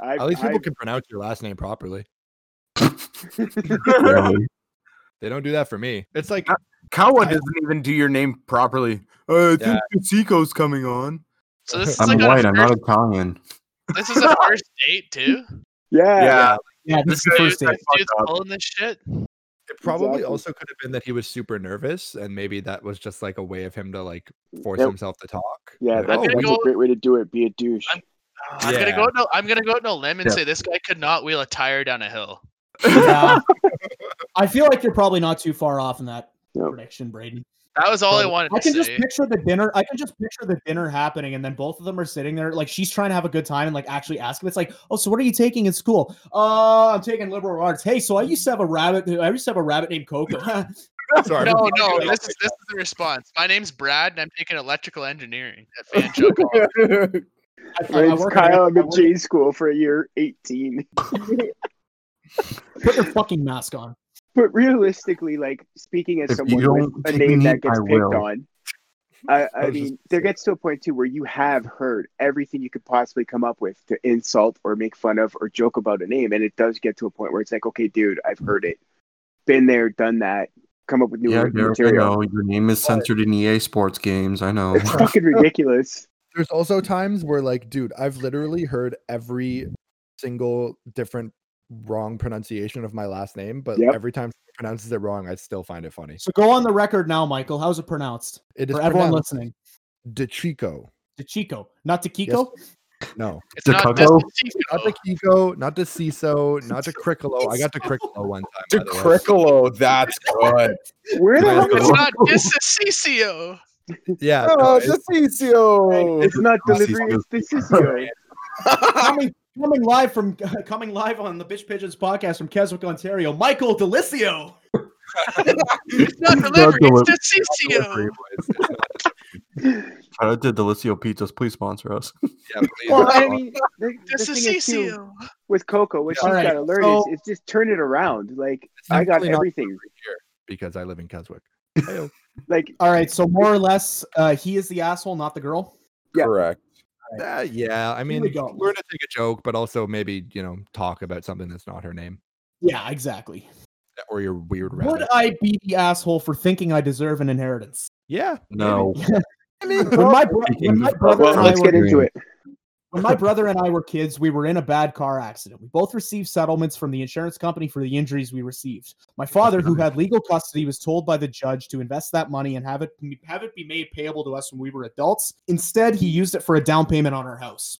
Speaker 4: At least people
Speaker 2: I've-
Speaker 4: can pronounce your last
Speaker 2: [laughs]
Speaker 4: name properly. [laughs]
Speaker 6: Really.
Speaker 4: They don't do that for me. It's like
Speaker 3: Kawa doesn't even do your name properly. Uh, I
Speaker 4: Yeah.
Speaker 3: think Seiko's coming on.
Speaker 5: So this is
Speaker 6: I'm
Speaker 5: like on a
Speaker 6: white. I'm not
Speaker 5: first,
Speaker 6: Italian.
Speaker 5: this is
Speaker 1: [laughs]
Speaker 5: a first date too.
Speaker 2: Yeah.
Speaker 3: yeah,
Speaker 1: Yeah, [laughs] this is the
Speaker 5: Dude,
Speaker 1: first
Speaker 5: this
Speaker 1: date.
Speaker 5: dude's
Speaker 3: up.
Speaker 5: pulling this shit.
Speaker 4: It probably
Speaker 2: Exactly.
Speaker 4: also could have been that he was super nervous, and maybe that was just like a way of him to like force
Speaker 2: Yep.
Speaker 4: himself to talk.
Speaker 2: Yeah,
Speaker 4: Like, "Oh,
Speaker 2: that's,
Speaker 5: gonna
Speaker 2: that's
Speaker 5: go-
Speaker 2: a great way to do it. Be a douche.
Speaker 5: I'm- I'm gonna
Speaker 4: Yeah.
Speaker 5: go. No, I'm gonna go out on a limb and
Speaker 6: Yeah.
Speaker 5: say this guy could not wheel a tire down a hill.
Speaker 1: Yeah. I feel like you're probably not too far off in that
Speaker 2: Yep.
Speaker 1: prediction, Braden.
Speaker 5: That was all I
Speaker 1: But
Speaker 5: wanted
Speaker 1: I
Speaker 5: to
Speaker 1: can
Speaker 5: say.
Speaker 1: just picture the dinner. I can just picture the dinner happening, and then both of them are sitting there, like she's trying to have a good time and like actually ask him. It's like, oh, so what are you taking in school? Uh, I'm taking liberal arts. Hey, so I used to have a rabbit. I used to have a rabbit named Coco. [laughs]
Speaker 5: [laughs]
Speaker 4: Sorry. [laughs]
Speaker 5: no, no, this is this is the response. My name's Brad, and I'm taking electrical engineering at Van Joe
Speaker 1: [laughs]
Speaker 5: College.
Speaker 3: [laughs]
Speaker 1: I-
Speaker 2: My
Speaker 1: I
Speaker 2: name's
Speaker 1: work at-
Speaker 2: Kyle. I'm
Speaker 1: I
Speaker 2: in
Speaker 1: work-
Speaker 2: J school for year 18.
Speaker 1: Put your fucking mask on.
Speaker 2: But realistically, like speaking as
Speaker 6: If you
Speaker 2: someone
Speaker 6: don't
Speaker 2: with a
Speaker 6: take
Speaker 2: name
Speaker 6: me,
Speaker 2: that gets
Speaker 6: I
Speaker 2: picked
Speaker 6: will.
Speaker 2: on,
Speaker 6: [laughs]
Speaker 2: I, I
Speaker 4: was just
Speaker 2: mean, there gets to a point too where you have heard everything you could possibly come up with to insult or make fun of or joke about a name, and it does get to a point where it's like, okay, dude, I've heard it, been there, done that, come up with new
Speaker 6: Yeah, Derek, I
Speaker 2: material.
Speaker 6: know your name is censored in EA Sports games. I
Speaker 2: [laughs]
Speaker 6: know. [laughs]
Speaker 2: It's fucking ridiculous.
Speaker 4: There's also times where like, dude, I've literally heard every single different wrong pronunciation of my last name, but
Speaker 2: Yep.
Speaker 4: every time someone pronounces it wrong, I still find it funny.
Speaker 1: So go on the record now, Michael. How's it pronounced
Speaker 4: It is
Speaker 1: for everyone
Speaker 4: pronounced
Speaker 1: listening?
Speaker 4: DeChico.
Speaker 1: To Chico, not to Kiko.
Speaker 4: No,
Speaker 5: It's not just
Speaker 6: Chicago?
Speaker 5: the teacher,
Speaker 4: not
Speaker 5: though.
Speaker 4: DeChico, not DeCiso, [laughs] not DeCrickolo. I got DeCrickolo one time. by the way.
Speaker 3: DeCriccolo, [laughs] that's good.
Speaker 2: Where the
Speaker 6: Where's
Speaker 2: hell
Speaker 6: the-
Speaker 5: It's
Speaker 2: is
Speaker 5: not just the CCO.
Speaker 4: Yeah. no,
Speaker 3: Oh,
Speaker 4: it's-
Speaker 3: DeCiccio.
Speaker 2: [laughs] It's not
Speaker 6: This is
Speaker 2: delivery, it's this is
Speaker 1: [laughs] coming, coming live from [laughs] coming live on the Bitch Pigeons podcast from Keswick, Ontario. Michael Delicio.
Speaker 5: It's not
Speaker 6: It's not
Speaker 5: delivery.
Speaker 6: delivery.
Speaker 5: It's the
Speaker 4: delivery
Speaker 5: CCO.
Speaker 4: boys. It's not-
Speaker 6: [laughs] Shout out to Delicio Pizzas. Please sponsor us.
Speaker 1: [laughs]
Speaker 4: yeah, please,
Speaker 2: Well, I [laughs]
Speaker 4: no.
Speaker 2: mean, the, the
Speaker 5: It's the
Speaker 2: thing is too,
Speaker 5: CCO.
Speaker 2: with Coco, what
Speaker 1: Yeah.
Speaker 2: she's
Speaker 1: Alright,
Speaker 2: got to learn
Speaker 1: so-
Speaker 2: is, is just turn it around. Like
Speaker 4: It's
Speaker 2: I got
Speaker 4: definitely not
Speaker 2: everything.
Speaker 4: delivery here because I live in Keswick.
Speaker 2: Like
Speaker 1: All right, so more or less, uh, he is the asshole, not the girl.
Speaker 2: Yeah.
Speaker 3: Correct.
Speaker 4: Uh, yeah, I mean,
Speaker 1: we go.
Speaker 4: we're gonna take a joke, but also maybe you know talk about something that's not her name
Speaker 1: Yeah, exactly.
Speaker 4: or your weird.
Speaker 1: Would
Speaker 4: rabbit.
Speaker 1: I be the asshole for thinking I deserve an inheritance?
Speaker 4: Yeah.
Speaker 6: No.
Speaker 1: I mean, when my, bro- when my brother
Speaker 2: well,
Speaker 1: and I
Speaker 2: let's
Speaker 1: were
Speaker 2: get into it. [laughs]
Speaker 1: When my brother and I were kids, we were in a bad car accident. We both received settlements from the insurance company for the injuries we received. My father, who had legal custody, was told by the judge to invest that money and have it have it be made payable to us when we were adults. Instead, he used it for a down payment on our house.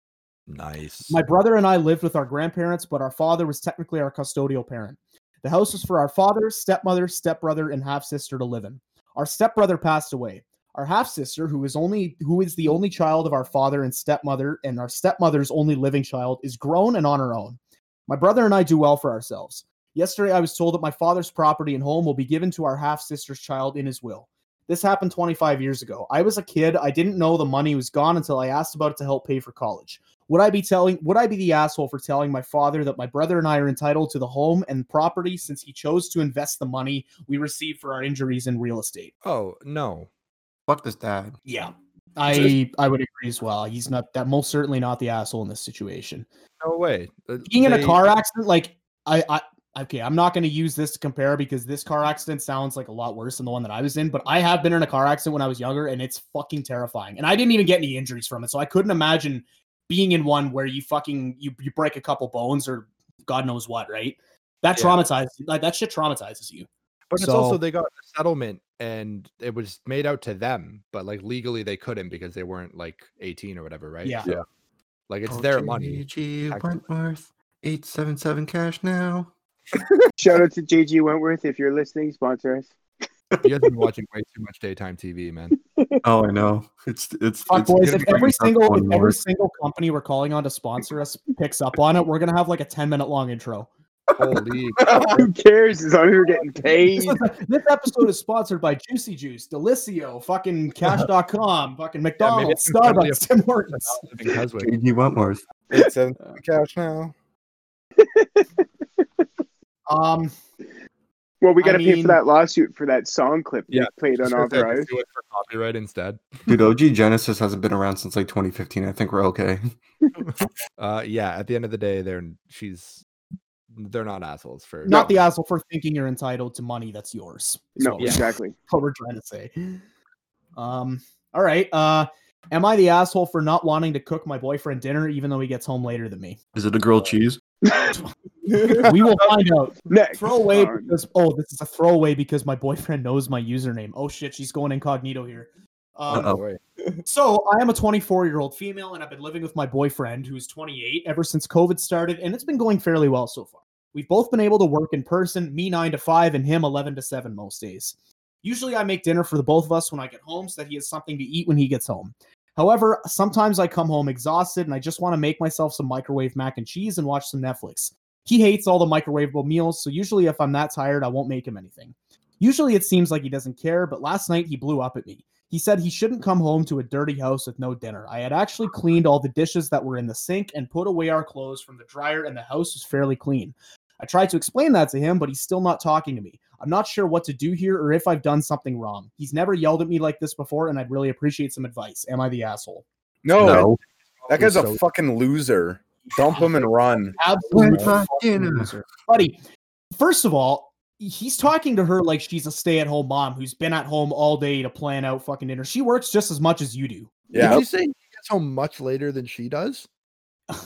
Speaker 4: Nice.
Speaker 1: My brother and I lived with our grandparents, but our father was technically our custodial parent. The house was for our father, stepmother, stepbrother, and half sister to live in. Our stepbrother passed away. Our half sister, who is only who is the only child of our father and stepmother, and our stepmother's only living child, is grown and on her own. My brother and I do well for ourselves. Yesterday, I was told that my father's property and home will be given to our half sister's child in his will. This happened 25 years ago. I was a kid. I didn't know the money was gone until I asked about it to help pay for college. Would I be telling would I be the asshole for telling my father that my brother and I are entitled to the home and property since he chose to invest the money we received for our injuries in real estate?
Speaker 4: oh no.
Speaker 6: Fuck this dad.
Speaker 1: Yeah. I I would agree as well. He's not that most certainly not the asshole in this situation.
Speaker 4: No way. Uh,
Speaker 1: Being in a
Speaker 4: they-
Speaker 1: car accident, like I I okay, I'm not gonna use this to compare because this car accident sounds like a lot worse than the one that I was in, but I have been in a car accident when I was younger and it's fucking terrifying. And I didn't even get any injuries from it, so I couldn't imagine being in one where you fucking you, you break a couple bones or God knows what, right? That
Speaker 4: Yeah.
Speaker 1: traumatizes like that shit traumatizes you.
Speaker 4: But it's also
Speaker 1: So-
Speaker 4: they got a settlement and it was made out to them, but like legally they couldn't because they weren't like 18 or whatever, right?
Speaker 1: Yeah.
Speaker 3: Yeah.
Speaker 4: Like it's their money.
Speaker 6: G
Speaker 4: Actually.
Speaker 6: Wentworth, eight seven seven cash now.
Speaker 2: Shout out to JG Wentworth if you're listening, sponsor [laughs] us.
Speaker 4: You guys have been watching way too much daytime
Speaker 1: [laughs]
Speaker 4: TV, man.
Speaker 6: Oh, I know. It's it's.
Speaker 1: Fuck
Speaker 6: it's
Speaker 1: boys,
Speaker 6: gonna
Speaker 1: if
Speaker 6: be
Speaker 1: every
Speaker 6: tough
Speaker 1: single
Speaker 6: one
Speaker 1: if every
Speaker 6: more.
Speaker 1: single company we're calling on to sponsor us picks up on it, we're gonna have like a 10 minute long intro.
Speaker 4: Holy
Speaker 2: Oh, Who cares? As long as we're getting
Speaker 1: This,
Speaker 2: paid.
Speaker 1: is- this episode is sponsored by Juicy Juice, Delicio, fucking Cash.com, fucking McDonald's,
Speaker 4: it's definitely
Speaker 1: Starbucks, Tim
Speaker 6: [laughs]
Speaker 1: Hortons.
Speaker 4: living Keswick.
Speaker 6: J.G. Wentworth.
Speaker 3: It's in cash now.
Speaker 1: Um,
Speaker 2: [laughs] Well, we
Speaker 1: I
Speaker 2: got to pay
Speaker 1: mean-
Speaker 2: for that lawsuit for that song clip
Speaker 4: Yeah,
Speaker 2: you played
Speaker 4: Just
Speaker 2: on
Speaker 4: gonna say, just
Speaker 2: Authorized.
Speaker 4: do it for copyright instead.
Speaker 6: Dude, OG Genesis hasn't been around since like 2015. I think we're okay.
Speaker 4: Uh, yeah. At the end of the day, they're she's they're not assholes for
Speaker 1: not
Speaker 4: [laughs]
Speaker 1: the asshole for thinking you're entitled to money that's yours. is [laughs]
Speaker 2: No,
Speaker 1: what, we're,
Speaker 2: exactly.
Speaker 1: what we're trying to say. Um, all right. Uh, Am I the asshole for not wanting to cook my boyfriend dinner even though he gets home later than me? [laughs]
Speaker 6: Is it a grilled cheese?
Speaker 1: We will find out.
Speaker 2: Next.
Speaker 1: Throwaway
Speaker 2: card.
Speaker 1: because oh, this is a throwaway because my boyfriend knows my username. Oh shit, she's going incognito here. Um,
Speaker 6: Uh-oh.
Speaker 1: so I am a 24 year old female, and I've been living with my boyfriend, who's 28, ever since COVID started, and it's been going fairly well so far. We've both been able to work in person, me nine to five, and him 11 to seven most days. Usually, I make dinner for the both of us when I get home, so that he has something to eat when he gets home. However, sometimes I come home exhausted, and I just want to make myself some microwave mac and cheese and watch some Netflix. He hates all the microwavable meals, so usually if I'm that tired, I won't make him anything. Usually it seems like he doesn't care, but last night he blew up at me. He said he shouldn't come home to a dirty house with no dinner. I had actually cleaned all the dishes that were in the sink and put away our clothes from the dryer, and the house is fairly clean. I tried to explain that to him, but he's still not talking to me. I'm not sure what to do here or if I've done something wrong. He's never yelled at me like this before, and I'd really appreciate some advice. Am I the asshole?
Speaker 3: No,
Speaker 6: no.
Speaker 3: that guy's a
Speaker 4: So-
Speaker 3: fucking loser. Dump him and run.
Speaker 1: Absolutely.
Speaker 6: Where's my
Speaker 1: fucking
Speaker 6: dinner?
Speaker 1: loser. Buddy, first of all, he's talking to her like she's a stay at home mom who's been at home all day to plan out fucking dinner. She works just as much as you do.
Speaker 3: Yeah.
Speaker 4: Did you say he gets home much later than she does?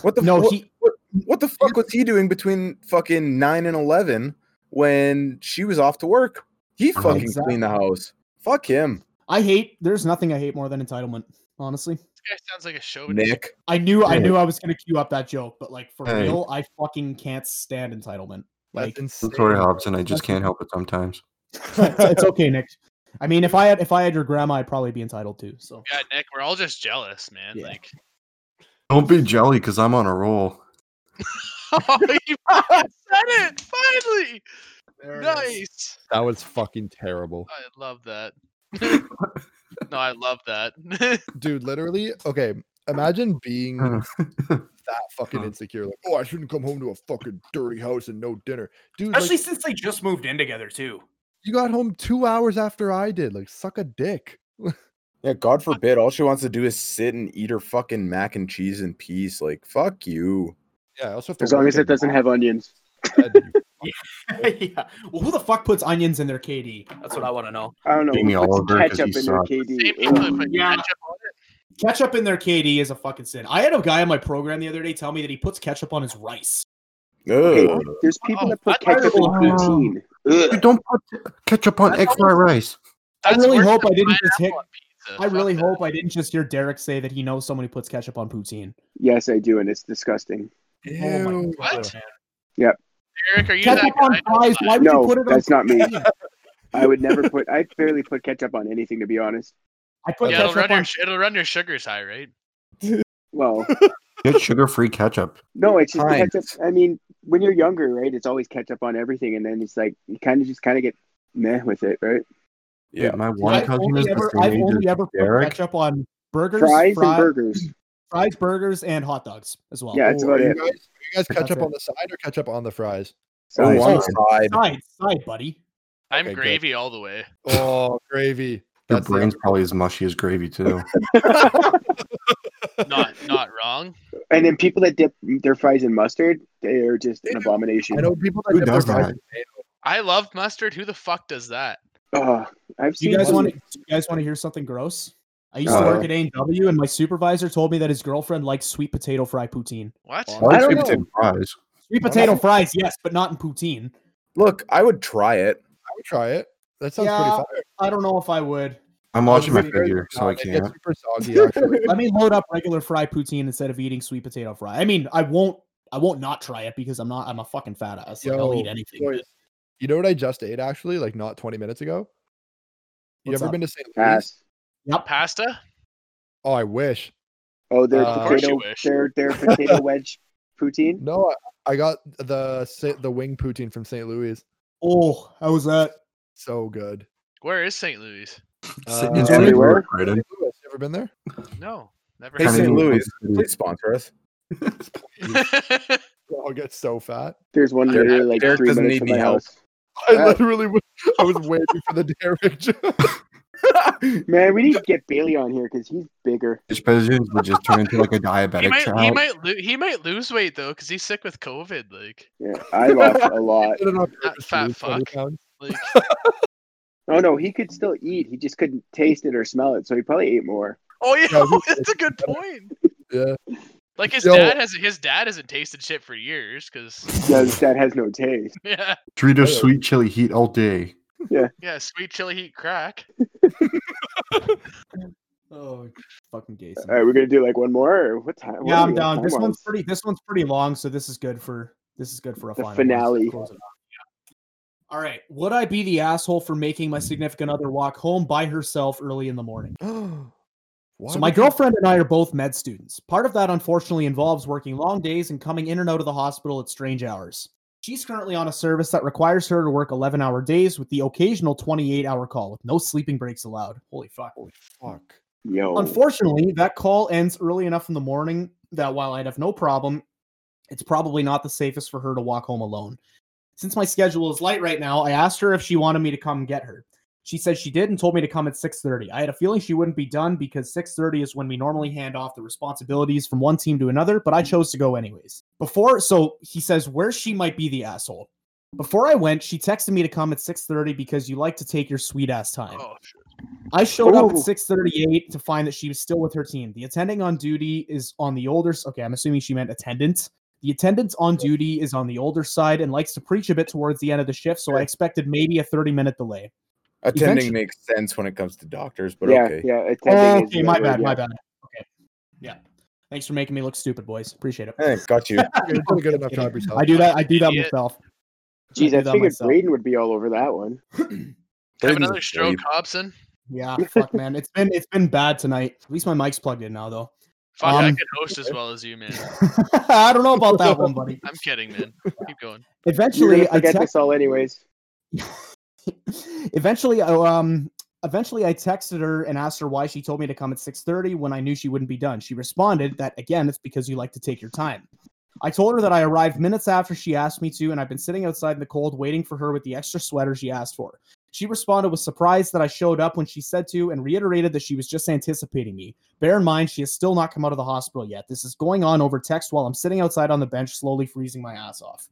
Speaker 3: What the
Speaker 1: No,
Speaker 3: what,
Speaker 1: he.
Speaker 3: what, what the fuck was he doing between fucking nine and eleven when she was off to work? He fucking
Speaker 1: Uh, Exactly.
Speaker 3: cleaned the house. Fuck him,
Speaker 1: I hate. There's nothing I hate more than entitlement. Honestly,
Speaker 5: guy sounds like a chauvinist.
Speaker 3: Nick.
Speaker 1: I knew I
Speaker 6: Hey.
Speaker 1: knew I was gonna queue up that joke, but like for
Speaker 6: Hey.
Speaker 1: real, I fucking can't stand entitlement. Like
Speaker 4: That's insane.
Speaker 6: I'm sorry, Hobson. I just can't help it sometimes.
Speaker 1: [laughs] it's, it's okay, Nick. I mean, if I had if I had your grandma, I'd probably be entitled to.
Speaker 7: [laughs]
Speaker 1: So
Speaker 5: Yeah, Nick, we're all just jealous, man.
Speaker 1: Yeah.
Speaker 5: Like, [laughs]
Speaker 6: Don't be jelly because I'm on a roll.
Speaker 5: oh, you fucking said it finally. Nice.
Speaker 4: That was fucking terrible.
Speaker 5: I love that. no, I love that.
Speaker 4: [laughs]
Speaker 5: [laughs]
Speaker 1: [laughs]
Speaker 4: Dude, literally, okay. Imagine being
Speaker 6: Mm.
Speaker 4: that fucking
Speaker 6: Mm.
Speaker 4: insecure. Like, oh, I shouldn't come home to a fucking dirty house and no dinner. Dude, like,
Speaker 7: Especially since they just moved in together too.
Speaker 4: you got home two hours after I did. Like, suck a dick.
Speaker 3: Yeah, God forbid. All she wants to do is sit and eat her fucking mac and cheese in peace. Like, fuck you.
Speaker 4: Yeah, I also have to
Speaker 2: As long
Speaker 4: work
Speaker 2: as it
Speaker 4: in
Speaker 2: doesn't have onions.
Speaker 4: bed,
Speaker 1: [laughs]
Speaker 4: you
Speaker 7: yeah.
Speaker 1: well, who the fuck puts onions in their KD?
Speaker 7: That's what I want to know.
Speaker 2: I don't know.
Speaker 6: Jamie
Speaker 2: Put some
Speaker 6: Oliver, 'cause
Speaker 2: ketchup
Speaker 6: he
Speaker 2: in their
Speaker 6: sucks.
Speaker 5: Same people that
Speaker 2: KD.
Speaker 5: put
Speaker 7: yeah.
Speaker 5: ketchup on it.
Speaker 1: Ketchup in their KD is a fucking sin. I had a guy on my program the other day tell me that he puts ketchup on his rice.
Speaker 2: Hey,
Speaker 3: Ugh.
Speaker 2: there's people
Speaker 5: Oh,
Speaker 2: that put
Speaker 5: I- I
Speaker 2: ketchup in
Speaker 6: don't know.
Speaker 2: poutine.
Speaker 6: Dude,
Speaker 2: Ugh.
Speaker 6: don't put ketchup on egg fried rice.
Speaker 1: I
Speaker 5: That's
Speaker 1: really
Speaker 5: worse
Speaker 1: hope
Speaker 5: than
Speaker 1: I didn't just hit-
Speaker 5: pineapple on
Speaker 1: I
Speaker 5: pizza. Fuck
Speaker 7: [laughs]
Speaker 1: really
Speaker 5: that.
Speaker 1: hope I didn't just hear Derek say that he knows someone who puts ketchup on poutine.
Speaker 2: Yes, I do, and it's disgusting.
Speaker 3: Ew.
Speaker 5: What?
Speaker 2: Yep.
Speaker 5: Eric, are you that
Speaker 1: Ketchup on
Speaker 5: guy?
Speaker 1: fries? Why would you
Speaker 2: No,
Speaker 1: put it on?
Speaker 2: that's not me. I would never put. I barely put ketchup on anything, to be honest.
Speaker 1: I put
Speaker 5: Yeah, it'll run,
Speaker 1: ketchup
Speaker 5: your,
Speaker 1: on.
Speaker 5: sh- it'll run your sugars high, right?
Speaker 2: Well,
Speaker 6: Get sugar free ketchup.
Speaker 2: no, it's just
Speaker 3: Fine.
Speaker 2: ketchup. I mean, when you're younger, right? It's always ketchup on everything, and then it's like you kind of just kind of get meh with it, right?
Speaker 6: Yeah,
Speaker 3: Yeah.
Speaker 6: my one
Speaker 1: I've
Speaker 6: cousin is
Speaker 1: only ever,
Speaker 6: the
Speaker 1: I've
Speaker 6: same age
Speaker 1: only
Speaker 6: as
Speaker 1: ever put
Speaker 6: Derek.
Speaker 1: ketchup on burgers,
Speaker 2: Fries and
Speaker 1: fry-
Speaker 2: burgers.
Speaker 1: fries, burgers, and hot dogs as well.
Speaker 2: Yeah, that's
Speaker 4: Oh,
Speaker 2: about
Speaker 4: you
Speaker 2: it.
Speaker 4: guys, you guys
Speaker 6: That's
Speaker 4: catch up
Speaker 6: it.
Speaker 4: on the side or catch up on the fries?
Speaker 3: On
Speaker 6: Nice.
Speaker 3: one side.
Speaker 1: Oh, Side, side, buddy.
Speaker 5: I'm
Speaker 4: Okay, good.
Speaker 5: gravy all the way.
Speaker 4: Oh,
Speaker 6: [laughs]
Speaker 4: gravy.
Speaker 6: Your
Speaker 4: That's the
Speaker 6: brain's probably as mushy as gravy
Speaker 1: Oh,
Speaker 6: too.
Speaker 5: Not not wrong.
Speaker 2: And then people that dip their fries in mustard, they are just an abomination.
Speaker 4: I know people that
Speaker 6: Who
Speaker 4: dip their
Speaker 6: does
Speaker 4: fries
Speaker 6: that?
Speaker 4: in mayo.
Speaker 5: I love mustard. Who the fuck does that?
Speaker 2: Oh, I've
Speaker 1: Do
Speaker 2: seen.
Speaker 1: you guys
Speaker 2: some-
Speaker 1: want to? You guys want to hear something gross? I used to
Speaker 2: Uh,
Speaker 1: work at A&W, and my supervisor told me that his girlfriend likes sweet potato fry poutine.
Speaker 5: What?
Speaker 4: Well,
Speaker 6: Why
Speaker 2: I
Speaker 6: is
Speaker 2: don't
Speaker 6: people
Speaker 4: know.
Speaker 6: taking fries?
Speaker 1: Sweet potato fries, yes, but not in poutine.
Speaker 3: Look, I would try it.
Speaker 4: I would try it. That sounds
Speaker 1: Yeah,
Speaker 4: pretty fire.
Speaker 1: I don't know if I would.
Speaker 6: I'm watching my
Speaker 4: Honestly, there's-
Speaker 6: figure, so
Speaker 4: no,
Speaker 6: I
Speaker 4: they get
Speaker 6: can't.
Speaker 4: super
Speaker 6: [laughs]
Speaker 4: soggy, actually.
Speaker 1: Let me load up regular fry poutine instead of eating sweet potato fry. I mean, I won't. I won't not try it because I'm not. I'm a fucking fat ass. Like, I'll
Speaker 4: Yo,
Speaker 1: eat anything.
Speaker 4: boys, you know what I just ate actually? Like not 20 minutes ago. You
Speaker 1: What's
Speaker 4: ever
Speaker 1: up?
Speaker 4: been to St. Louis?
Speaker 2: pass?
Speaker 5: Pasta?
Speaker 4: Oh, I wish.
Speaker 2: Oh, their
Speaker 4: Uh, Of
Speaker 5: course you
Speaker 2: potato,
Speaker 5: wish.
Speaker 2: their their potato wedge poutine.
Speaker 4: No, I, I got the sa- the wing poutine from St. Louis.
Speaker 1: Oh, how was that?
Speaker 4: So good.
Speaker 5: Where is St. Louis?
Speaker 4: Uh,
Speaker 6: It's
Speaker 2: St.
Speaker 6: like
Speaker 2: Louis?
Speaker 6: work, right?
Speaker 4: St. Louis, you ever been there?
Speaker 5: No, never.
Speaker 3: Hey,
Speaker 5: heard
Speaker 3: St.
Speaker 5: of
Speaker 6: Kinda
Speaker 3: Louis.
Speaker 6: need
Speaker 3: Please sponsor us.
Speaker 5: it. [laughs]
Speaker 4: I'll get Oh, so fat.
Speaker 2: There's one
Speaker 3: Derek-
Speaker 2: literally like
Speaker 3: Derek
Speaker 2: three
Speaker 3: doesn't
Speaker 2: minutes from
Speaker 3: need any
Speaker 2: my
Speaker 3: help.
Speaker 2: house.
Speaker 4: I
Speaker 2: Uh,
Speaker 4: literally was, I was waiting for the Derek [laughs] joke.
Speaker 2: Man, we need to get Bailey on here because he's bigger.
Speaker 6: This president would just turn into like a
Speaker 5: he
Speaker 6: diabetic
Speaker 5: might he
Speaker 6: child.
Speaker 5: might lo- he might lose weight though because he's sick with COVID. Like
Speaker 2: Yeah, I lost a lot.
Speaker 4: Did it on purpose to
Speaker 5: fat
Speaker 4: lose 20
Speaker 5: fuck.
Speaker 4: pounds.
Speaker 5: like
Speaker 2: Oh no, he could still eat. He just couldn't taste it or smell it, so he probably ate more.
Speaker 5: Oh yeah,
Speaker 4: No, he-
Speaker 5: [laughs] that's a good point.
Speaker 4: Yeah. [gasps]
Speaker 5: Like his
Speaker 4: Yo.
Speaker 5: dad has his dad hasn't tasted shit for years because
Speaker 2: Yeah, this dad has no [laughs] taste.
Speaker 5: [laughs] yeah
Speaker 6: Dorito
Speaker 4: Yeah.
Speaker 6: sweet chili heat all day.
Speaker 5: yeah sweet chili heat crack.
Speaker 1: Oh, fucking gay.
Speaker 2: All right, we're gonna do like one more. Or what time? what
Speaker 1: yeah,
Speaker 2: are
Speaker 1: I'm
Speaker 2: we at
Speaker 1: down. This
Speaker 2: time-wise?
Speaker 1: one's pretty. This one's pretty long, so this is good for this is good for a
Speaker 2: The
Speaker 1: final
Speaker 2: finale.
Speaker 1: Close it off, yeah. All right. Would I be the asshole for making my significant other walk home by herself early in the morning?
Speaker 4: Why
Speaker 1: so my
Speaker 4: would you-
Speaker 1: girlfriend and I are both med students. Part of that unfortunately involves working long days and coming in and out of the hospital at strange hours. She's currently on a service that requires her to work 11-hour days with the occasional 28-hour call with no sleeping breaks allowed. Holy fuck.
Speaker 4: Holy fuck.
Speaker 2: Yo,
Speaker 1: Unfortunately, that call ends early enough in the morning that while I'd have no problem, it's probably not the safest for her to walk home alone. Since my schedule is light right now, I asked her if she wanted me to come get her. She said she did and told me to come at 6:30. I had a feeling she wouldn't be done because 6:30 is when we normally hand off the responsibilities from one team to another, but I chose to go anyways. Before so he says where she might be the asshole. Before I went, she texted me to come at 6:30 because you like to take your sweet ass time.
Speaker 5: Oh shit.
Speaker 1: I showed up at
Speaker 2: Ooh.
Speaker 1: 6:38 to find that she was still with her team. The attending on duty is on the older. s- Okay, I'm assuming she meant attendance. The attendance on duty is on the older side and likes to preach a bit towards the end of the shift, so I expected maybe a 30-minute delay.
Speaker 3: Attending
Speaker 1: Eventually-
Speaker 3: makes sense when it comes to doctors, but
Speaker 2: yeah,
Speaker 3: okay.
Speaker 2: yeah. Attending
Speaker 1: Okay,
Speaker 2: is the
Speaker 1: my
Speaker 2: right word,
Speaker 1: bad, my
Speaker 2: yeah.
Speaker 1: bad. Okay, yeah. Thanks for making me look stupid, boys. Appreciate it.
Speaker 3: Hey,
Speaker 1: [laughs]
Speaker 3: got you.
Speaker 4: You're doing a good enough job yourself.
Speaker 1: I do that. I do that
Speaker 5: Idiot.
Speaker 1: myself.
Speaker 2: Jeez,
Speaker 1: do
Speaker 2: I
Speaker 1: that
Speaker 2: figured
Speaker 1: myself.
Speaker 2: Braden would be all over that one.
Speaker 5: Have
Speaker 3: Braden's
Speaker 5: another stroke,
Speaker 3: asleep.
Speaker 5: Hobson.
Speaker 2: [laughs]
Speaker 1: Yeah, fuck, man. It's been it's been bad tonight. At least my mic's plugged in now, though. [laughs]
Speaker 5: Fuck, I
Speaker 1: Um,
Speaker 5: could host as well as you, man.
Speaker 1: I don't know about that one,
Speaker 5: [laughs]
Speaker 1: buddy.
Speaker 5: I'm kidding, man. Keep going.
Speaker 2: You're
Speaker 1: Eventually,
Speaker 2: gonna
Speaker 1: I
Speaker 2: forget
Speaker 1: text-
Speaker 2: this all anyways.
Speaker 1: eventually I, um eventually i texted her and asked her why she told me to come at 6.30 when i knew she wouldn't be done she responded that again it's because you like to take your time i told her that i arrived minutes after she asked me to and i've been sitting outside in the cold waiting for her with the extra sweater she asked for she responded with surprise that i showed up when she said to and reiterated that she was just anticipating me bear in mind she has still not come out of the hospital yet this is going on over text while i'm sitting outside on the bench slowly freezing my ass off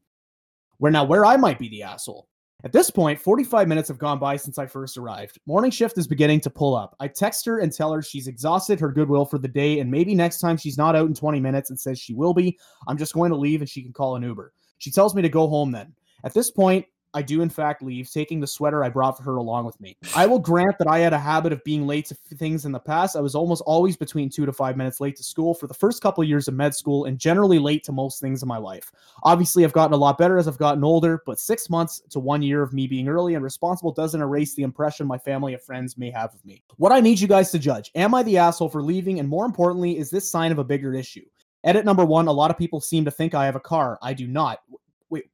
Speaker 1: where now where i might be the asshole at this point, 45 minutes have gone by since I first arrived. Morning shift is beginning to pull up. I text her and tell her she's exhausted her goodwill for the day, and maybe next time she's not out in 20 minutes and says she will be, I'm just going to leave and she can call an Uber. She tells me to go home then. At this point, I do in fact leave, taking the sweater I brought for her along with me. I will grant that I had a habit of being late to f- things in the past. I was almost always between two to five minutes late to school for the first couple years of med school and generally late to most things in my life. Obviously, I've gotten a lot better as I've gotten older, but six months to one year of me being early and responsible doesn't erase the impression my family and friends may have of me. What I need you guys to judge am I the asshole for leaving? And more importantly, is this sign of a bigger issue? Edit number one a lot of people seem to think I have a car. I do not. W- Wait.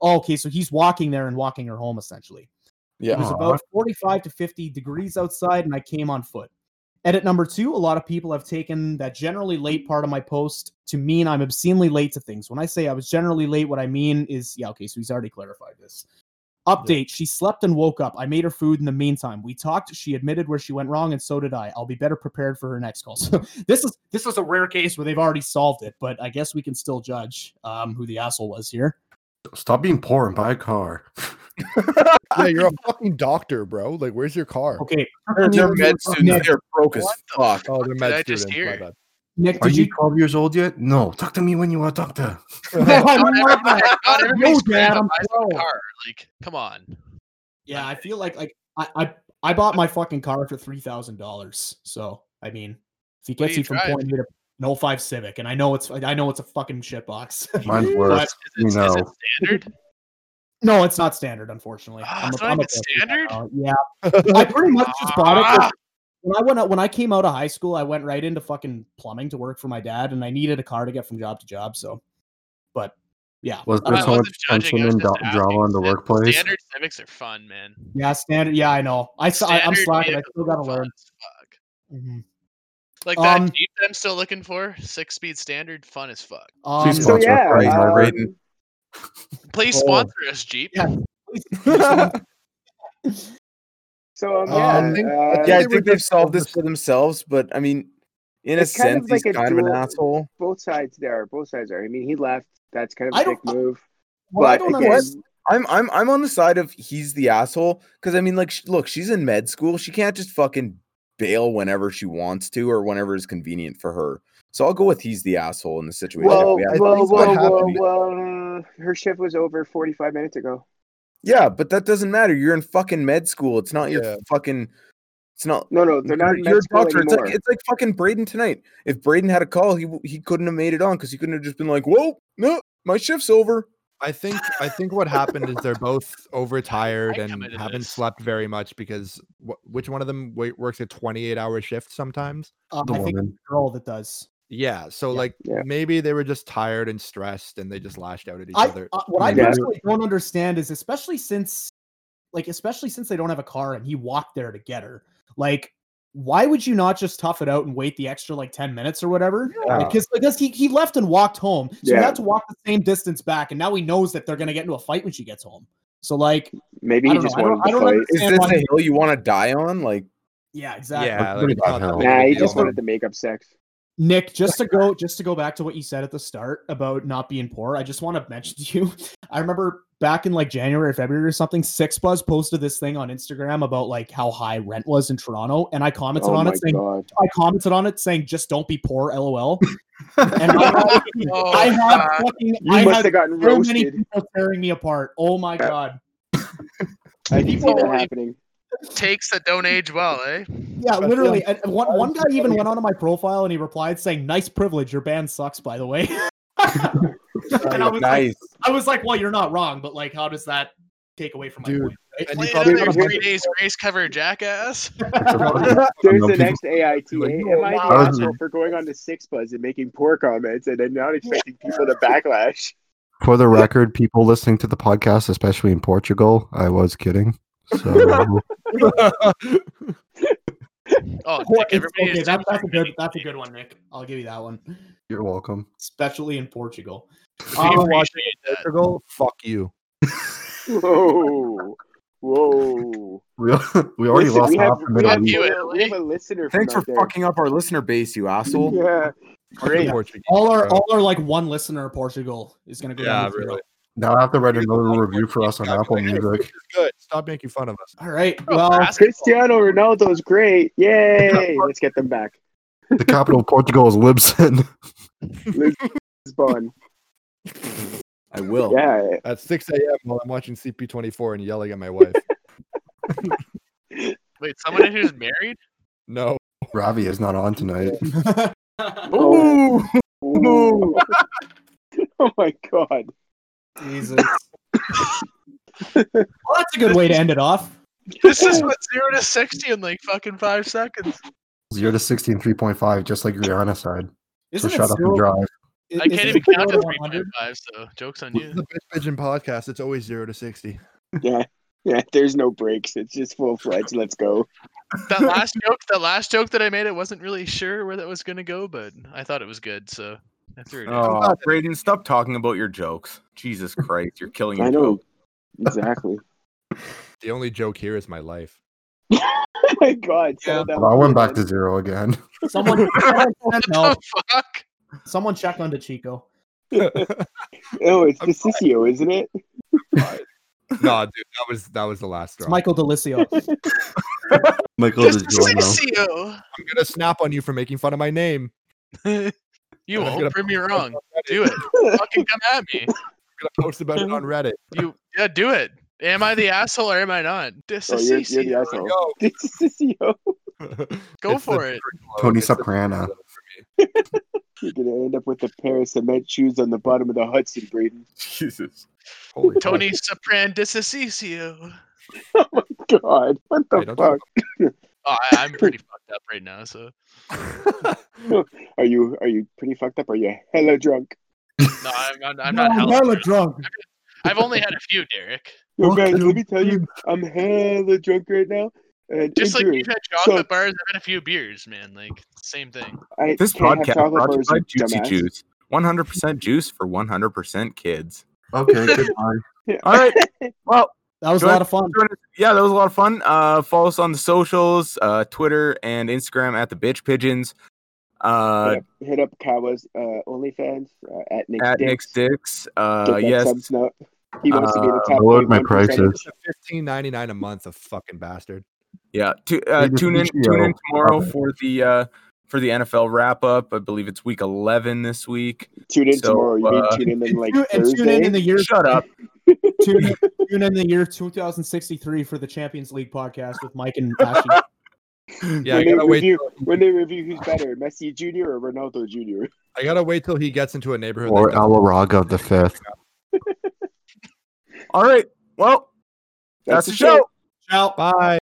Speaker 1: Oh, okay, so he's walking there and walking her home essentially. It
Speaker 3: Yeah.
Speaker 1: was about 45 to 50 degrees outside, and I came on foot. Edit number two a lot of people have taken that generally late part of my post to mean I'm obscenely late to things. When I say I was generally late, what I mean is, yeah, okay, so he's already clarified this. Update She slept and woke up. I made her food in the meantime. We talked. She admitted where she went wrong, and so did I. I'll be better prepared for her next call. So [laughs] this is this is a rare case where they've already solved it, but I guess we can still judge um, who the asshole was here.
Speaker 6: Stop being poor and buy a car.
Speaker 4: [laughs] Yeah,
Speaker 1: [laughs]
Speaker 4: you're a fucking doctor, bro. Like, where's your car?
Speaker 1: Okay.
Speaker 3: They're, they're med
Speaker 1: Nick,
Speaker 3: students. They're broke as
Speaker 5: What
Speaker 3: fuck.
Speaker 4: Oh, they're
Speaker 5: I
Speaker 4: med
Speaker 5: just
Speaker 4: students.
Speaker 5: hear?
Speaker 4: My bad.
Speaker 1: Nick,
Speaker 6: Are
Speaker 1: did you
Speaker 6: you 12 years old yet? No. Talk to me when you are a doctor.
Speaker 5: [laughs] Not everybody's
Speaker 1: Dad, I'm
Speaker 5: grandma buys them a
Speaker 1: 12.
Speaker 5: car. Like, come on.
Speaker 1: Yeah, I feel like like I I, I bought my fucking car for three thousand dollars. So I mean, if he
Speaker 5: What do
Speaker 1: gets
Speaker 5: you
Speaker 1: you from
Speaker 5: drive?
Speaker 1: point A to an 05 Civic, and I know it's I know it's a fucking [laughs] shitbox.
Speaker 6: Mine's
Speaker 1: But-
Speaker 6: worse.
Speaker 5: Is it,
Speaker 6: No.
Speaker 5: is it standard?
Speaker 1: no, it's not standard, unfortunately.
Speaker 5: Ah, it's not even
Speaker 1: fan
Speaker 5: standard? Ah.
Speaker 1: of that now. Yeah, I pretty much just bought it. 'cause When I went out, when I came out of high school, I went right into fucking plumbing to work for my dad, and I needed a car to get from job to job. So, but yeah,
Speaker 6: Was
Speaker 1: I
Speaker 6: there so
Speaker 5: wasn't
Speaker 6: much
Speaker 5: judging, I
Speaker 6: tension
Speaker 5: was
Speaker 6: and
Speaker 5: just
Speaker 6: dra-
Speaker 5: asking.
Speaker 6: drama in the
Speaker 5: Stand-
Speaker 6: workplace?
Speaker 5: Standard civics are fun, man.
Speaker 1: yeah, standard. Yeah, I know. I, s- I am
Speaker 5: Standard
Speaker 1: slacking. I
Speaker 5: vehicles
Speaker 1: still
Speaker 5: are
Speaker 1: gotta
Speaker 5: fun
Speaker 1: learn.
Speaker 5: as fuck.
Speaker 1: Mhm.
Speaker 5: Like that
Speaker 1: Um,
Speaker 5: Jeep that I'm still looking for, six speed standard, fun as fuck.
Speaker 1: Um,
Speaker 6: Please
Speaker 2: So
Speaker 6: Sponsor
Speaker 2: yeah,
Speaker 6: Braden,
Speaker 2: um,
Speaker 3: Braden.
Speaker 5: Please
Speaker 4: Oh.
Speaker 5: sponsor us, Jeep.
Speaker 1: Yeah. [laughs]
Speaker 2: so um,
Speaker 4: Uh,
Speaker 2: yeah, uh,
Speaker 4: I think- think
Speaker 3: Yeah, I
Speaker 4: they
Speaker 3: think
Speaker 4: were
Speaker 3: they've
Speaker 4: just
Speaker 3: solved
Speaker 4: over-
Speaker 3: this for themselves, but I mean, in
Speaker 2: It's
Speaker 3: a
Speaker 2: kind of
Speaker 3: sense,
Speaker 2: like a
Speaker 3: he's kind of an
Speaker 2: dual-
Speaker 3: asshole.
Speaker 2: both sides there. Both sides are. I mean, he left. That's kind of
Speaker 1: I
Speaker 2: a
Speaker 1: don't- uh,
Speaker 2: dick move.
Speaker 1: Well, I
Speaker 2: but
Speaker 1: don't
Speaker 2: again,
Speaker 1: understand.
Speaker 3: I'm I'm I'm on the side of he's the asshole because I mean, like, sh- look, she's in med school. She can't just fucking bail whenever she wants to or whenever is convenient for her. So I'll go with he's the asshole in the situation.
Speaker 2: Whoa,
Speaker 3: We had-
Speaker 2: whoa,
Speaker 4: think
Speaker 2: whoa,
Speaker 4: what
Speaker 2: whoa,
Speaker 4: happened-
Speaker 2: whoa! uh, Her shift was over 45 minutes ago.
Speaker 3: Yeah, but that doesn't matter. You're in fucking med school. It's not your
Speaker 4: Yeah.
Speaker 3: fucking. It's not.
Speaker 2: No, no, they're not. in
Speaker 3: you're
Speaker 2: med
Speaker 3: a
Speaker 2: school
Speaker 3: doctor. It's
Speaker 2: Anymore.
Speaker 3: like, it's like fucking Braden tonight. If Braden had a call, he w- he couldn't have made it on because he couldn't have just been like, "Whoa, no, my shift's over."
Speaker 4: I think I think what happened is they're both overtired
Speaker 5: I
Speaker 4: and
Speaker 5: committed
Speaker 4: haven't
Speaker 5: this.
Speaker 4: slept very much because wh- which one of them wa- works a 28 hour shift sometimes?
Speaker 1: Uh,
Speaker 6: The
Speaker 1: I think
Speaker 6: woman.
Speaker 1: the girl that does.
Speaker 4: Yeah, so
Speaker 1: Yeah.
Speaker 4: like
Speaker 2: Yeah.
Speaker 4: maybe they were just tired and stressed and they just lashed out at each
Speaker 1: I,
Speaker 4: other.
Speaker 1: uh, what I
Speaker 2: Yeah.
Speaker 1: personally don't understand is, especially since, like, especially since they don't have a car and he walked there to get her. Like, why would you not just tough it out and wait the extra like ten minutes or whatever?
Speaker 4: Yeah.
Speaker 1: Because because he, he left and walked home, so he
Speaker 2: Yeah.
Speaker 1: had to walk the same distance back, and now he knows that they're gonna get into a fight when she gets home. So like,
Speaker 2: Maybe
Speaker 1: I
Speaker 2: he
Speaker 1: don't
Speaker 2: just
Speaker 1: know, I don't- I
Speaker 2: wanted to
Speaker 1: don't
Speaker 2: fight.
Speaker 3: Is
Speaker 1: understand
Speaker 3: this
Speaker 1: why-
Speaker 3: a hill you want to die on? Like,
Speaker 1: yeah, exactly.
Speaker 4: Yeah,
Speaker 6: That's
Speaker 4: like,
Speaker 6: pretty
Speaker 4: it's
Speaker 6: bad
Speaker 4: not that
Speaker 6: hell.
Speaker 4: big of
Speaker 2: Nah,
Speaker 4: a
Speaker 2: he
Speaker 4: deal.
Speaker 2: just wanted to make up sex.
Speaker 1: Nick, just to
Speaker 2: [laughs]
Speaker 1: go just to go back to what you said at the start about not being poor, I just want to mention [laughs] to you. I remember back in like January or February or something, Six Buzz posted this thing on Instagram about like how high rent was in Toronto, and I commented
Speaker 2: Oh
Speaker 1: on
Speaker 2: my
Speaker 1: it saying
Speaker 2: god!
Speaker 1: I commented on it saying just don't be poor,
Speaker 2: [laughs]
Speaker 1: lol. And I,
Speaker 5: [laughs] Oh,
Speaker 1: I had
Speaker 5: God.
Speaker 1: fucking
Speaker 2: You
Speaker 1: I
Speaker 2: must
Speaker 1: had
Speaker 2: have gotten
Speaker 1: so many
Speaker 2: roasted.
Speaker 1: people tearing me apart. Oh my god.
Speaker 2: I can see that
Speaker 5: Holy-
Speaker 2: happening.
Speaker 5: Takes that don't age well, eh?
Speaker 1: Yeah, literally. And and one one guy even went onto my profile and he replied saying, "Nice privilege. Your band sucks, by the
Speaker 2: [laughs]
Speaker 1: way." [laughs] and I was like,
Speaker 3: nice.
Speaker 1: I was like, well, you're not wrong, but like, how does that take away from my
Speaker 4: Dude,
Speaker 1: point? right?
Speaker 4: and
Speaker 5: Play
Speaker 4: you probably
Speaker 5: another
Speaker 2: would've-
Speaker 5: [laughs] three days
Speaker 1: [laughs]
Speaker 5: race cover jackass.
Speaker 2: There's
Speaker 6: No,
Speaker 2: the
Speaker 6: people-
Speaker 2: next AIT.
Speaker 4: like,
Speaker 2: eh?
Speaker 4: you
Speaker 2: Am I
Speaker 4: are
Speaker 2: the
Speaker 6: wild.
Speaker 2: asshole for going on to Six Buzz and making poor comments and then not expecting people to backlash? [laughs]
Speaker 6: For the record, people listening to the podcast, especially in Portugal, I was kidding. So
Speaker 5: Oh,
Speaker 1: Well,
Speaker 5: Nick,
Speaker 1: it's-
Speaker 5: everybody
Speaker 1: okay,
Speaker 5: is
Speaker 1: that- that's a good. That's a good one, Nick. I'll give you that one,
Speaker 6: [laughs]
Speaker 5: [laughs]
Speaker 6: you're welcome.
Speaker 1: especially in Portugal.
Speaker 5: we
Speaker 1: Um,
Speaker 5: appreciate that.
Speaker 4: Portugal, "Oh, fuck you.
Speaker 2: Whoa, whoa!
Speaker 6: We, [laughs] we already
Speaker 2: Listen,
Speaker 6: lost
Speaker 2: we
Speaker 6: half
Speaker 2: have,
Speaker 6: the
Speaker 2: we, have,
Speaker 6: Middle East.
Speaker 5: you,
Speaker 2: a- we have a listener.
Speaker 3: Thanks for
Speaker 2: from out
Speaker 3: fucking up our listener base, you
Speaker 2: there.
Speaker 3: asshole.
Speaker 2: Yeah.
Speaker 4: Great. Portugal.
Speaker 1: all our
Speaker 4: bro.
Speaker 1: all our like one listener in Portugal is gonna go. down
Speaker 4: yeah,
Speaker 1: the
Speaker 4: really.
Speaker 1: field.
Speaker 6: Now I have to write another review for us on
Speaker 4: I'll be
Speaker 6: Apple
Speaker 4: like, "Hey,
Speaker 6: Music.
Speaker 4: this is good. Stop making fun of us.
Speaker 1: All right.
Speaker 5: Bro,
Speaker 1: Well,
Speaker 5: basketball.
Speaker 2: Cristiano Ronaldo's great. Yay! Let's get them back.
Speaker 6: The capital of Portugal is Libsyn.
Speaker 2: Lisbon.
Speaker 3: I will.
Speaker 2: Yeah.
Speaker 4: At 6 a.m. while I'm watching CP24 and yelling at my wife.
Speaker 5: Wait, someone who's
Speaker 1: [laughs]
Speaker 5: married?
Speaker 4: no.
Speaker 6: Ravi is not on tonight.
Speaker 1: [laughs]
Speaker 2: Oh. Ooh. [laughs] oh my god.
Speaker 1: Jesus. well, that's a good way to end it off.
Speaker 5: This is what zero to sixty in like fucking five seconds.
Speaker 6: Zero to 16, 3.5, just like Rihanna said. So
Speaker 1: Isn't it
Speaker 6: shut up and
Speaker 1: zero?
Speaker 6: drive.
Speaker 1: is-
Speaker 5: I
Speaker 1: is
Speaker 5: can't
Speaker 1: it
Speaker 5: even
Speaker 1: zero
Speaker 5: count
Speaker 1: to
Speaker 5: to three point
Speaker 1: 100?
Speaker 5: five, so jokes on you.
Speaker 4: The Bitch Pigeon podcast, it's always 0 to 60.
Speaker 2: Yeah. Yeah. [laughs] There's no breaks. It's just full fledged. Let's go.
Speaker 5: That last joke, the last joke that I made, I wasn't really sure where that was gonna go, but I thought it was good, so I threw it. in.
Speaker 3: Oh, Braden, stop talking about your jokes. Jesus Christ, you're killing your
Speaker 2: I know.
Speaker 3: joke.
Speaker 2: Exactly.
Speaker 4: The only joke here is my life.
Speaker 2: oh my god.
Speaker 1: Yeah.
Speaker 2: settle down.
Speaker 6: I went back to zero again.
Speaker 5: [laughs]
Speaker 1: Someone, someone, said no.
Speaker 5: What the fuck?
Speaker 1: someone check on to Chico.
Speaker 2: [laughs] Oh, it's the Sissio, isn't it?
Speaker 4: no, dude, that was that was the last
Speaker 1: It's
Speaker 4: straw.
Speaker 1: Michael Delisio.
Speaker 6: Michael
Speaker 5: Just
Speaker 6: is
Speaker 5: a CCO.
Speaker 4: I'm gonna snap on you for making fun of my name. I'm
Speaker 5: You won't
Speaker 4: gonna-
Speaker 5: prove me
Speaker 4: I'm
Speaker 5: wrong.
Speaker 4: gonna-
Speaker 5: Do it. fucking come at me.
Speaker 4: I'm gonna post about it on [laughs] Reddit.
Speaker 5: You yeah, do it. Am I the asshole or am I not? This
Speaker 2: Oh,
Speaker 5: is
Speaker 2: you're, you're the
Speaker 5: CCO.
Speaker 2: asshole. [laughs]
Speaker 4: Yo,
Speaker 2: It's the Sissio.
Speaker 5: Go
Speaker 4: It's the
Speaker 5: for it.
Speaker 4: Diplo.
Speaker 6: Tony
Speaker 4: It's the
Speaker 6: Soprano.
Speaker 4: Diplo
Speaker 2: You're gonna end up with the pair of cement shoes on the bottom of the Hudson, Braden.
Speaker 3: [laughs] Jesus.
Speaker 4: for me.
Speaker 5: Tony Sopran Dissasio.
Speaker 2: God, what the
Speaker 4: Wait, don't
Speaker 2: fuck?
Speaker 4: talk
Speaker 5: Oh, I, I'm pretty fucked up right now, so
Speaker 2: Are you are you pretty fucked up? Are you hella drunk?
Speaker 5: no, I'm, I'm, I'm
Speaker 1: No,
Speaker 5: not
Speaker 1: I'm
Speaker 5: hella
Speaker 1: hella
Speaker 5: drunk.
Speaker 1: drunk.
Speaker 5: I've only had a few, Derek.
Speaker 2: Yo,
Speaker 6: Fuck
Speaker 2: guys,
Speaker 6: you,
Speaker 2: let me tell you, I'm hella drunk right now. And
Speaker 5: Just like
Speaker 2: injured.
Speaker 5: you've had
Speaker 2: So-
Speaker 5: chocolate bars, I've had a few beers, man. Like same thing.
Speaker 2: I
Speaker 3: This
Speaker 2: can't have
Speaker 3: podcast
Speaker 2: chocolate
Speaker 3: brought to you
Speaker 2: bars,
Speaker 3: by
Speaker 2: you
Speaker 3: Juicy
Speaker 2: dumbass.
Speaker 3: Juice. 100% juice for 100% kids.
Speaker 6: Okay, goodbye.
Speaker 2: Yeah.
Speaker 3: All right. [laughs] Well,
Speaker 1: That was a
Speaker 3: Join-
Speaker 1: lot of fun.
Speaker 3: yeah, that was a lot of fun. Uh, follow us on the socials, uh, Twitter and Instagram at the Bitch Pigeons, uh,
Speaker 2: Hit up- hit up Kawa's uh, OnlyFans uh, at Nick
Speaker 3: at
Speaker 2: Dicks.
Speaker 3: Nick's Dicks.
Speaker 2: Get
Speaker 3: Uh,
Speaker 2: that sub
Speaker 3: yes, Uh,
Speaker 2: snub. He wants to be in the
Speaker 6: I
Speaker 2: top.
Speaker 6: lowered my
Speaker 2: 0.1%.
Speaker 6: prices.
Speaker 4: Fifteen ninety nine a month, a fucking bastard.
Speaker 3: Yeah, tu- uh,
Speaker 6: Peter
Speaker 3: tune in
Speaker 6: Puccio.
Speaker 3: tune in tomorrow
Speaker 6: Okay.
Speaker 3: for the uh, for the NFL wrap up. I believe it's week eleven this week.
Speaker 2: Tune in
Speaker 3: So,
Speaker 2: tomorrow. You
Speaker 3: uh,
Speaker 2: mean tune in in like
Speaker 1: and tune in in the
Speaker 2: Thursday?
Speaker 1: year
Speaker 3: Shut [laughs] up.
Speaker 1: tune, tune in the year 2063 for the Champions League podcast with Mike and Ashley.
Speaker 4: [laughs] Yeah, I
Speaker 2: when, they
Speaker 4: gotta wait.
Speaker 2: review, when they review who's better, Messi Jr. or Ronaldo Jr.
Speaker 4: I gotta wait till he gets into a neighborhood.
Speaker 6: Or
Speaker 4: that doesn't-
Speaker 6: Alaraga the fifth.
Speaker 3: All right. Well, that's, the show.
Speaker 1: Ciao.
Speaker 4: Bye.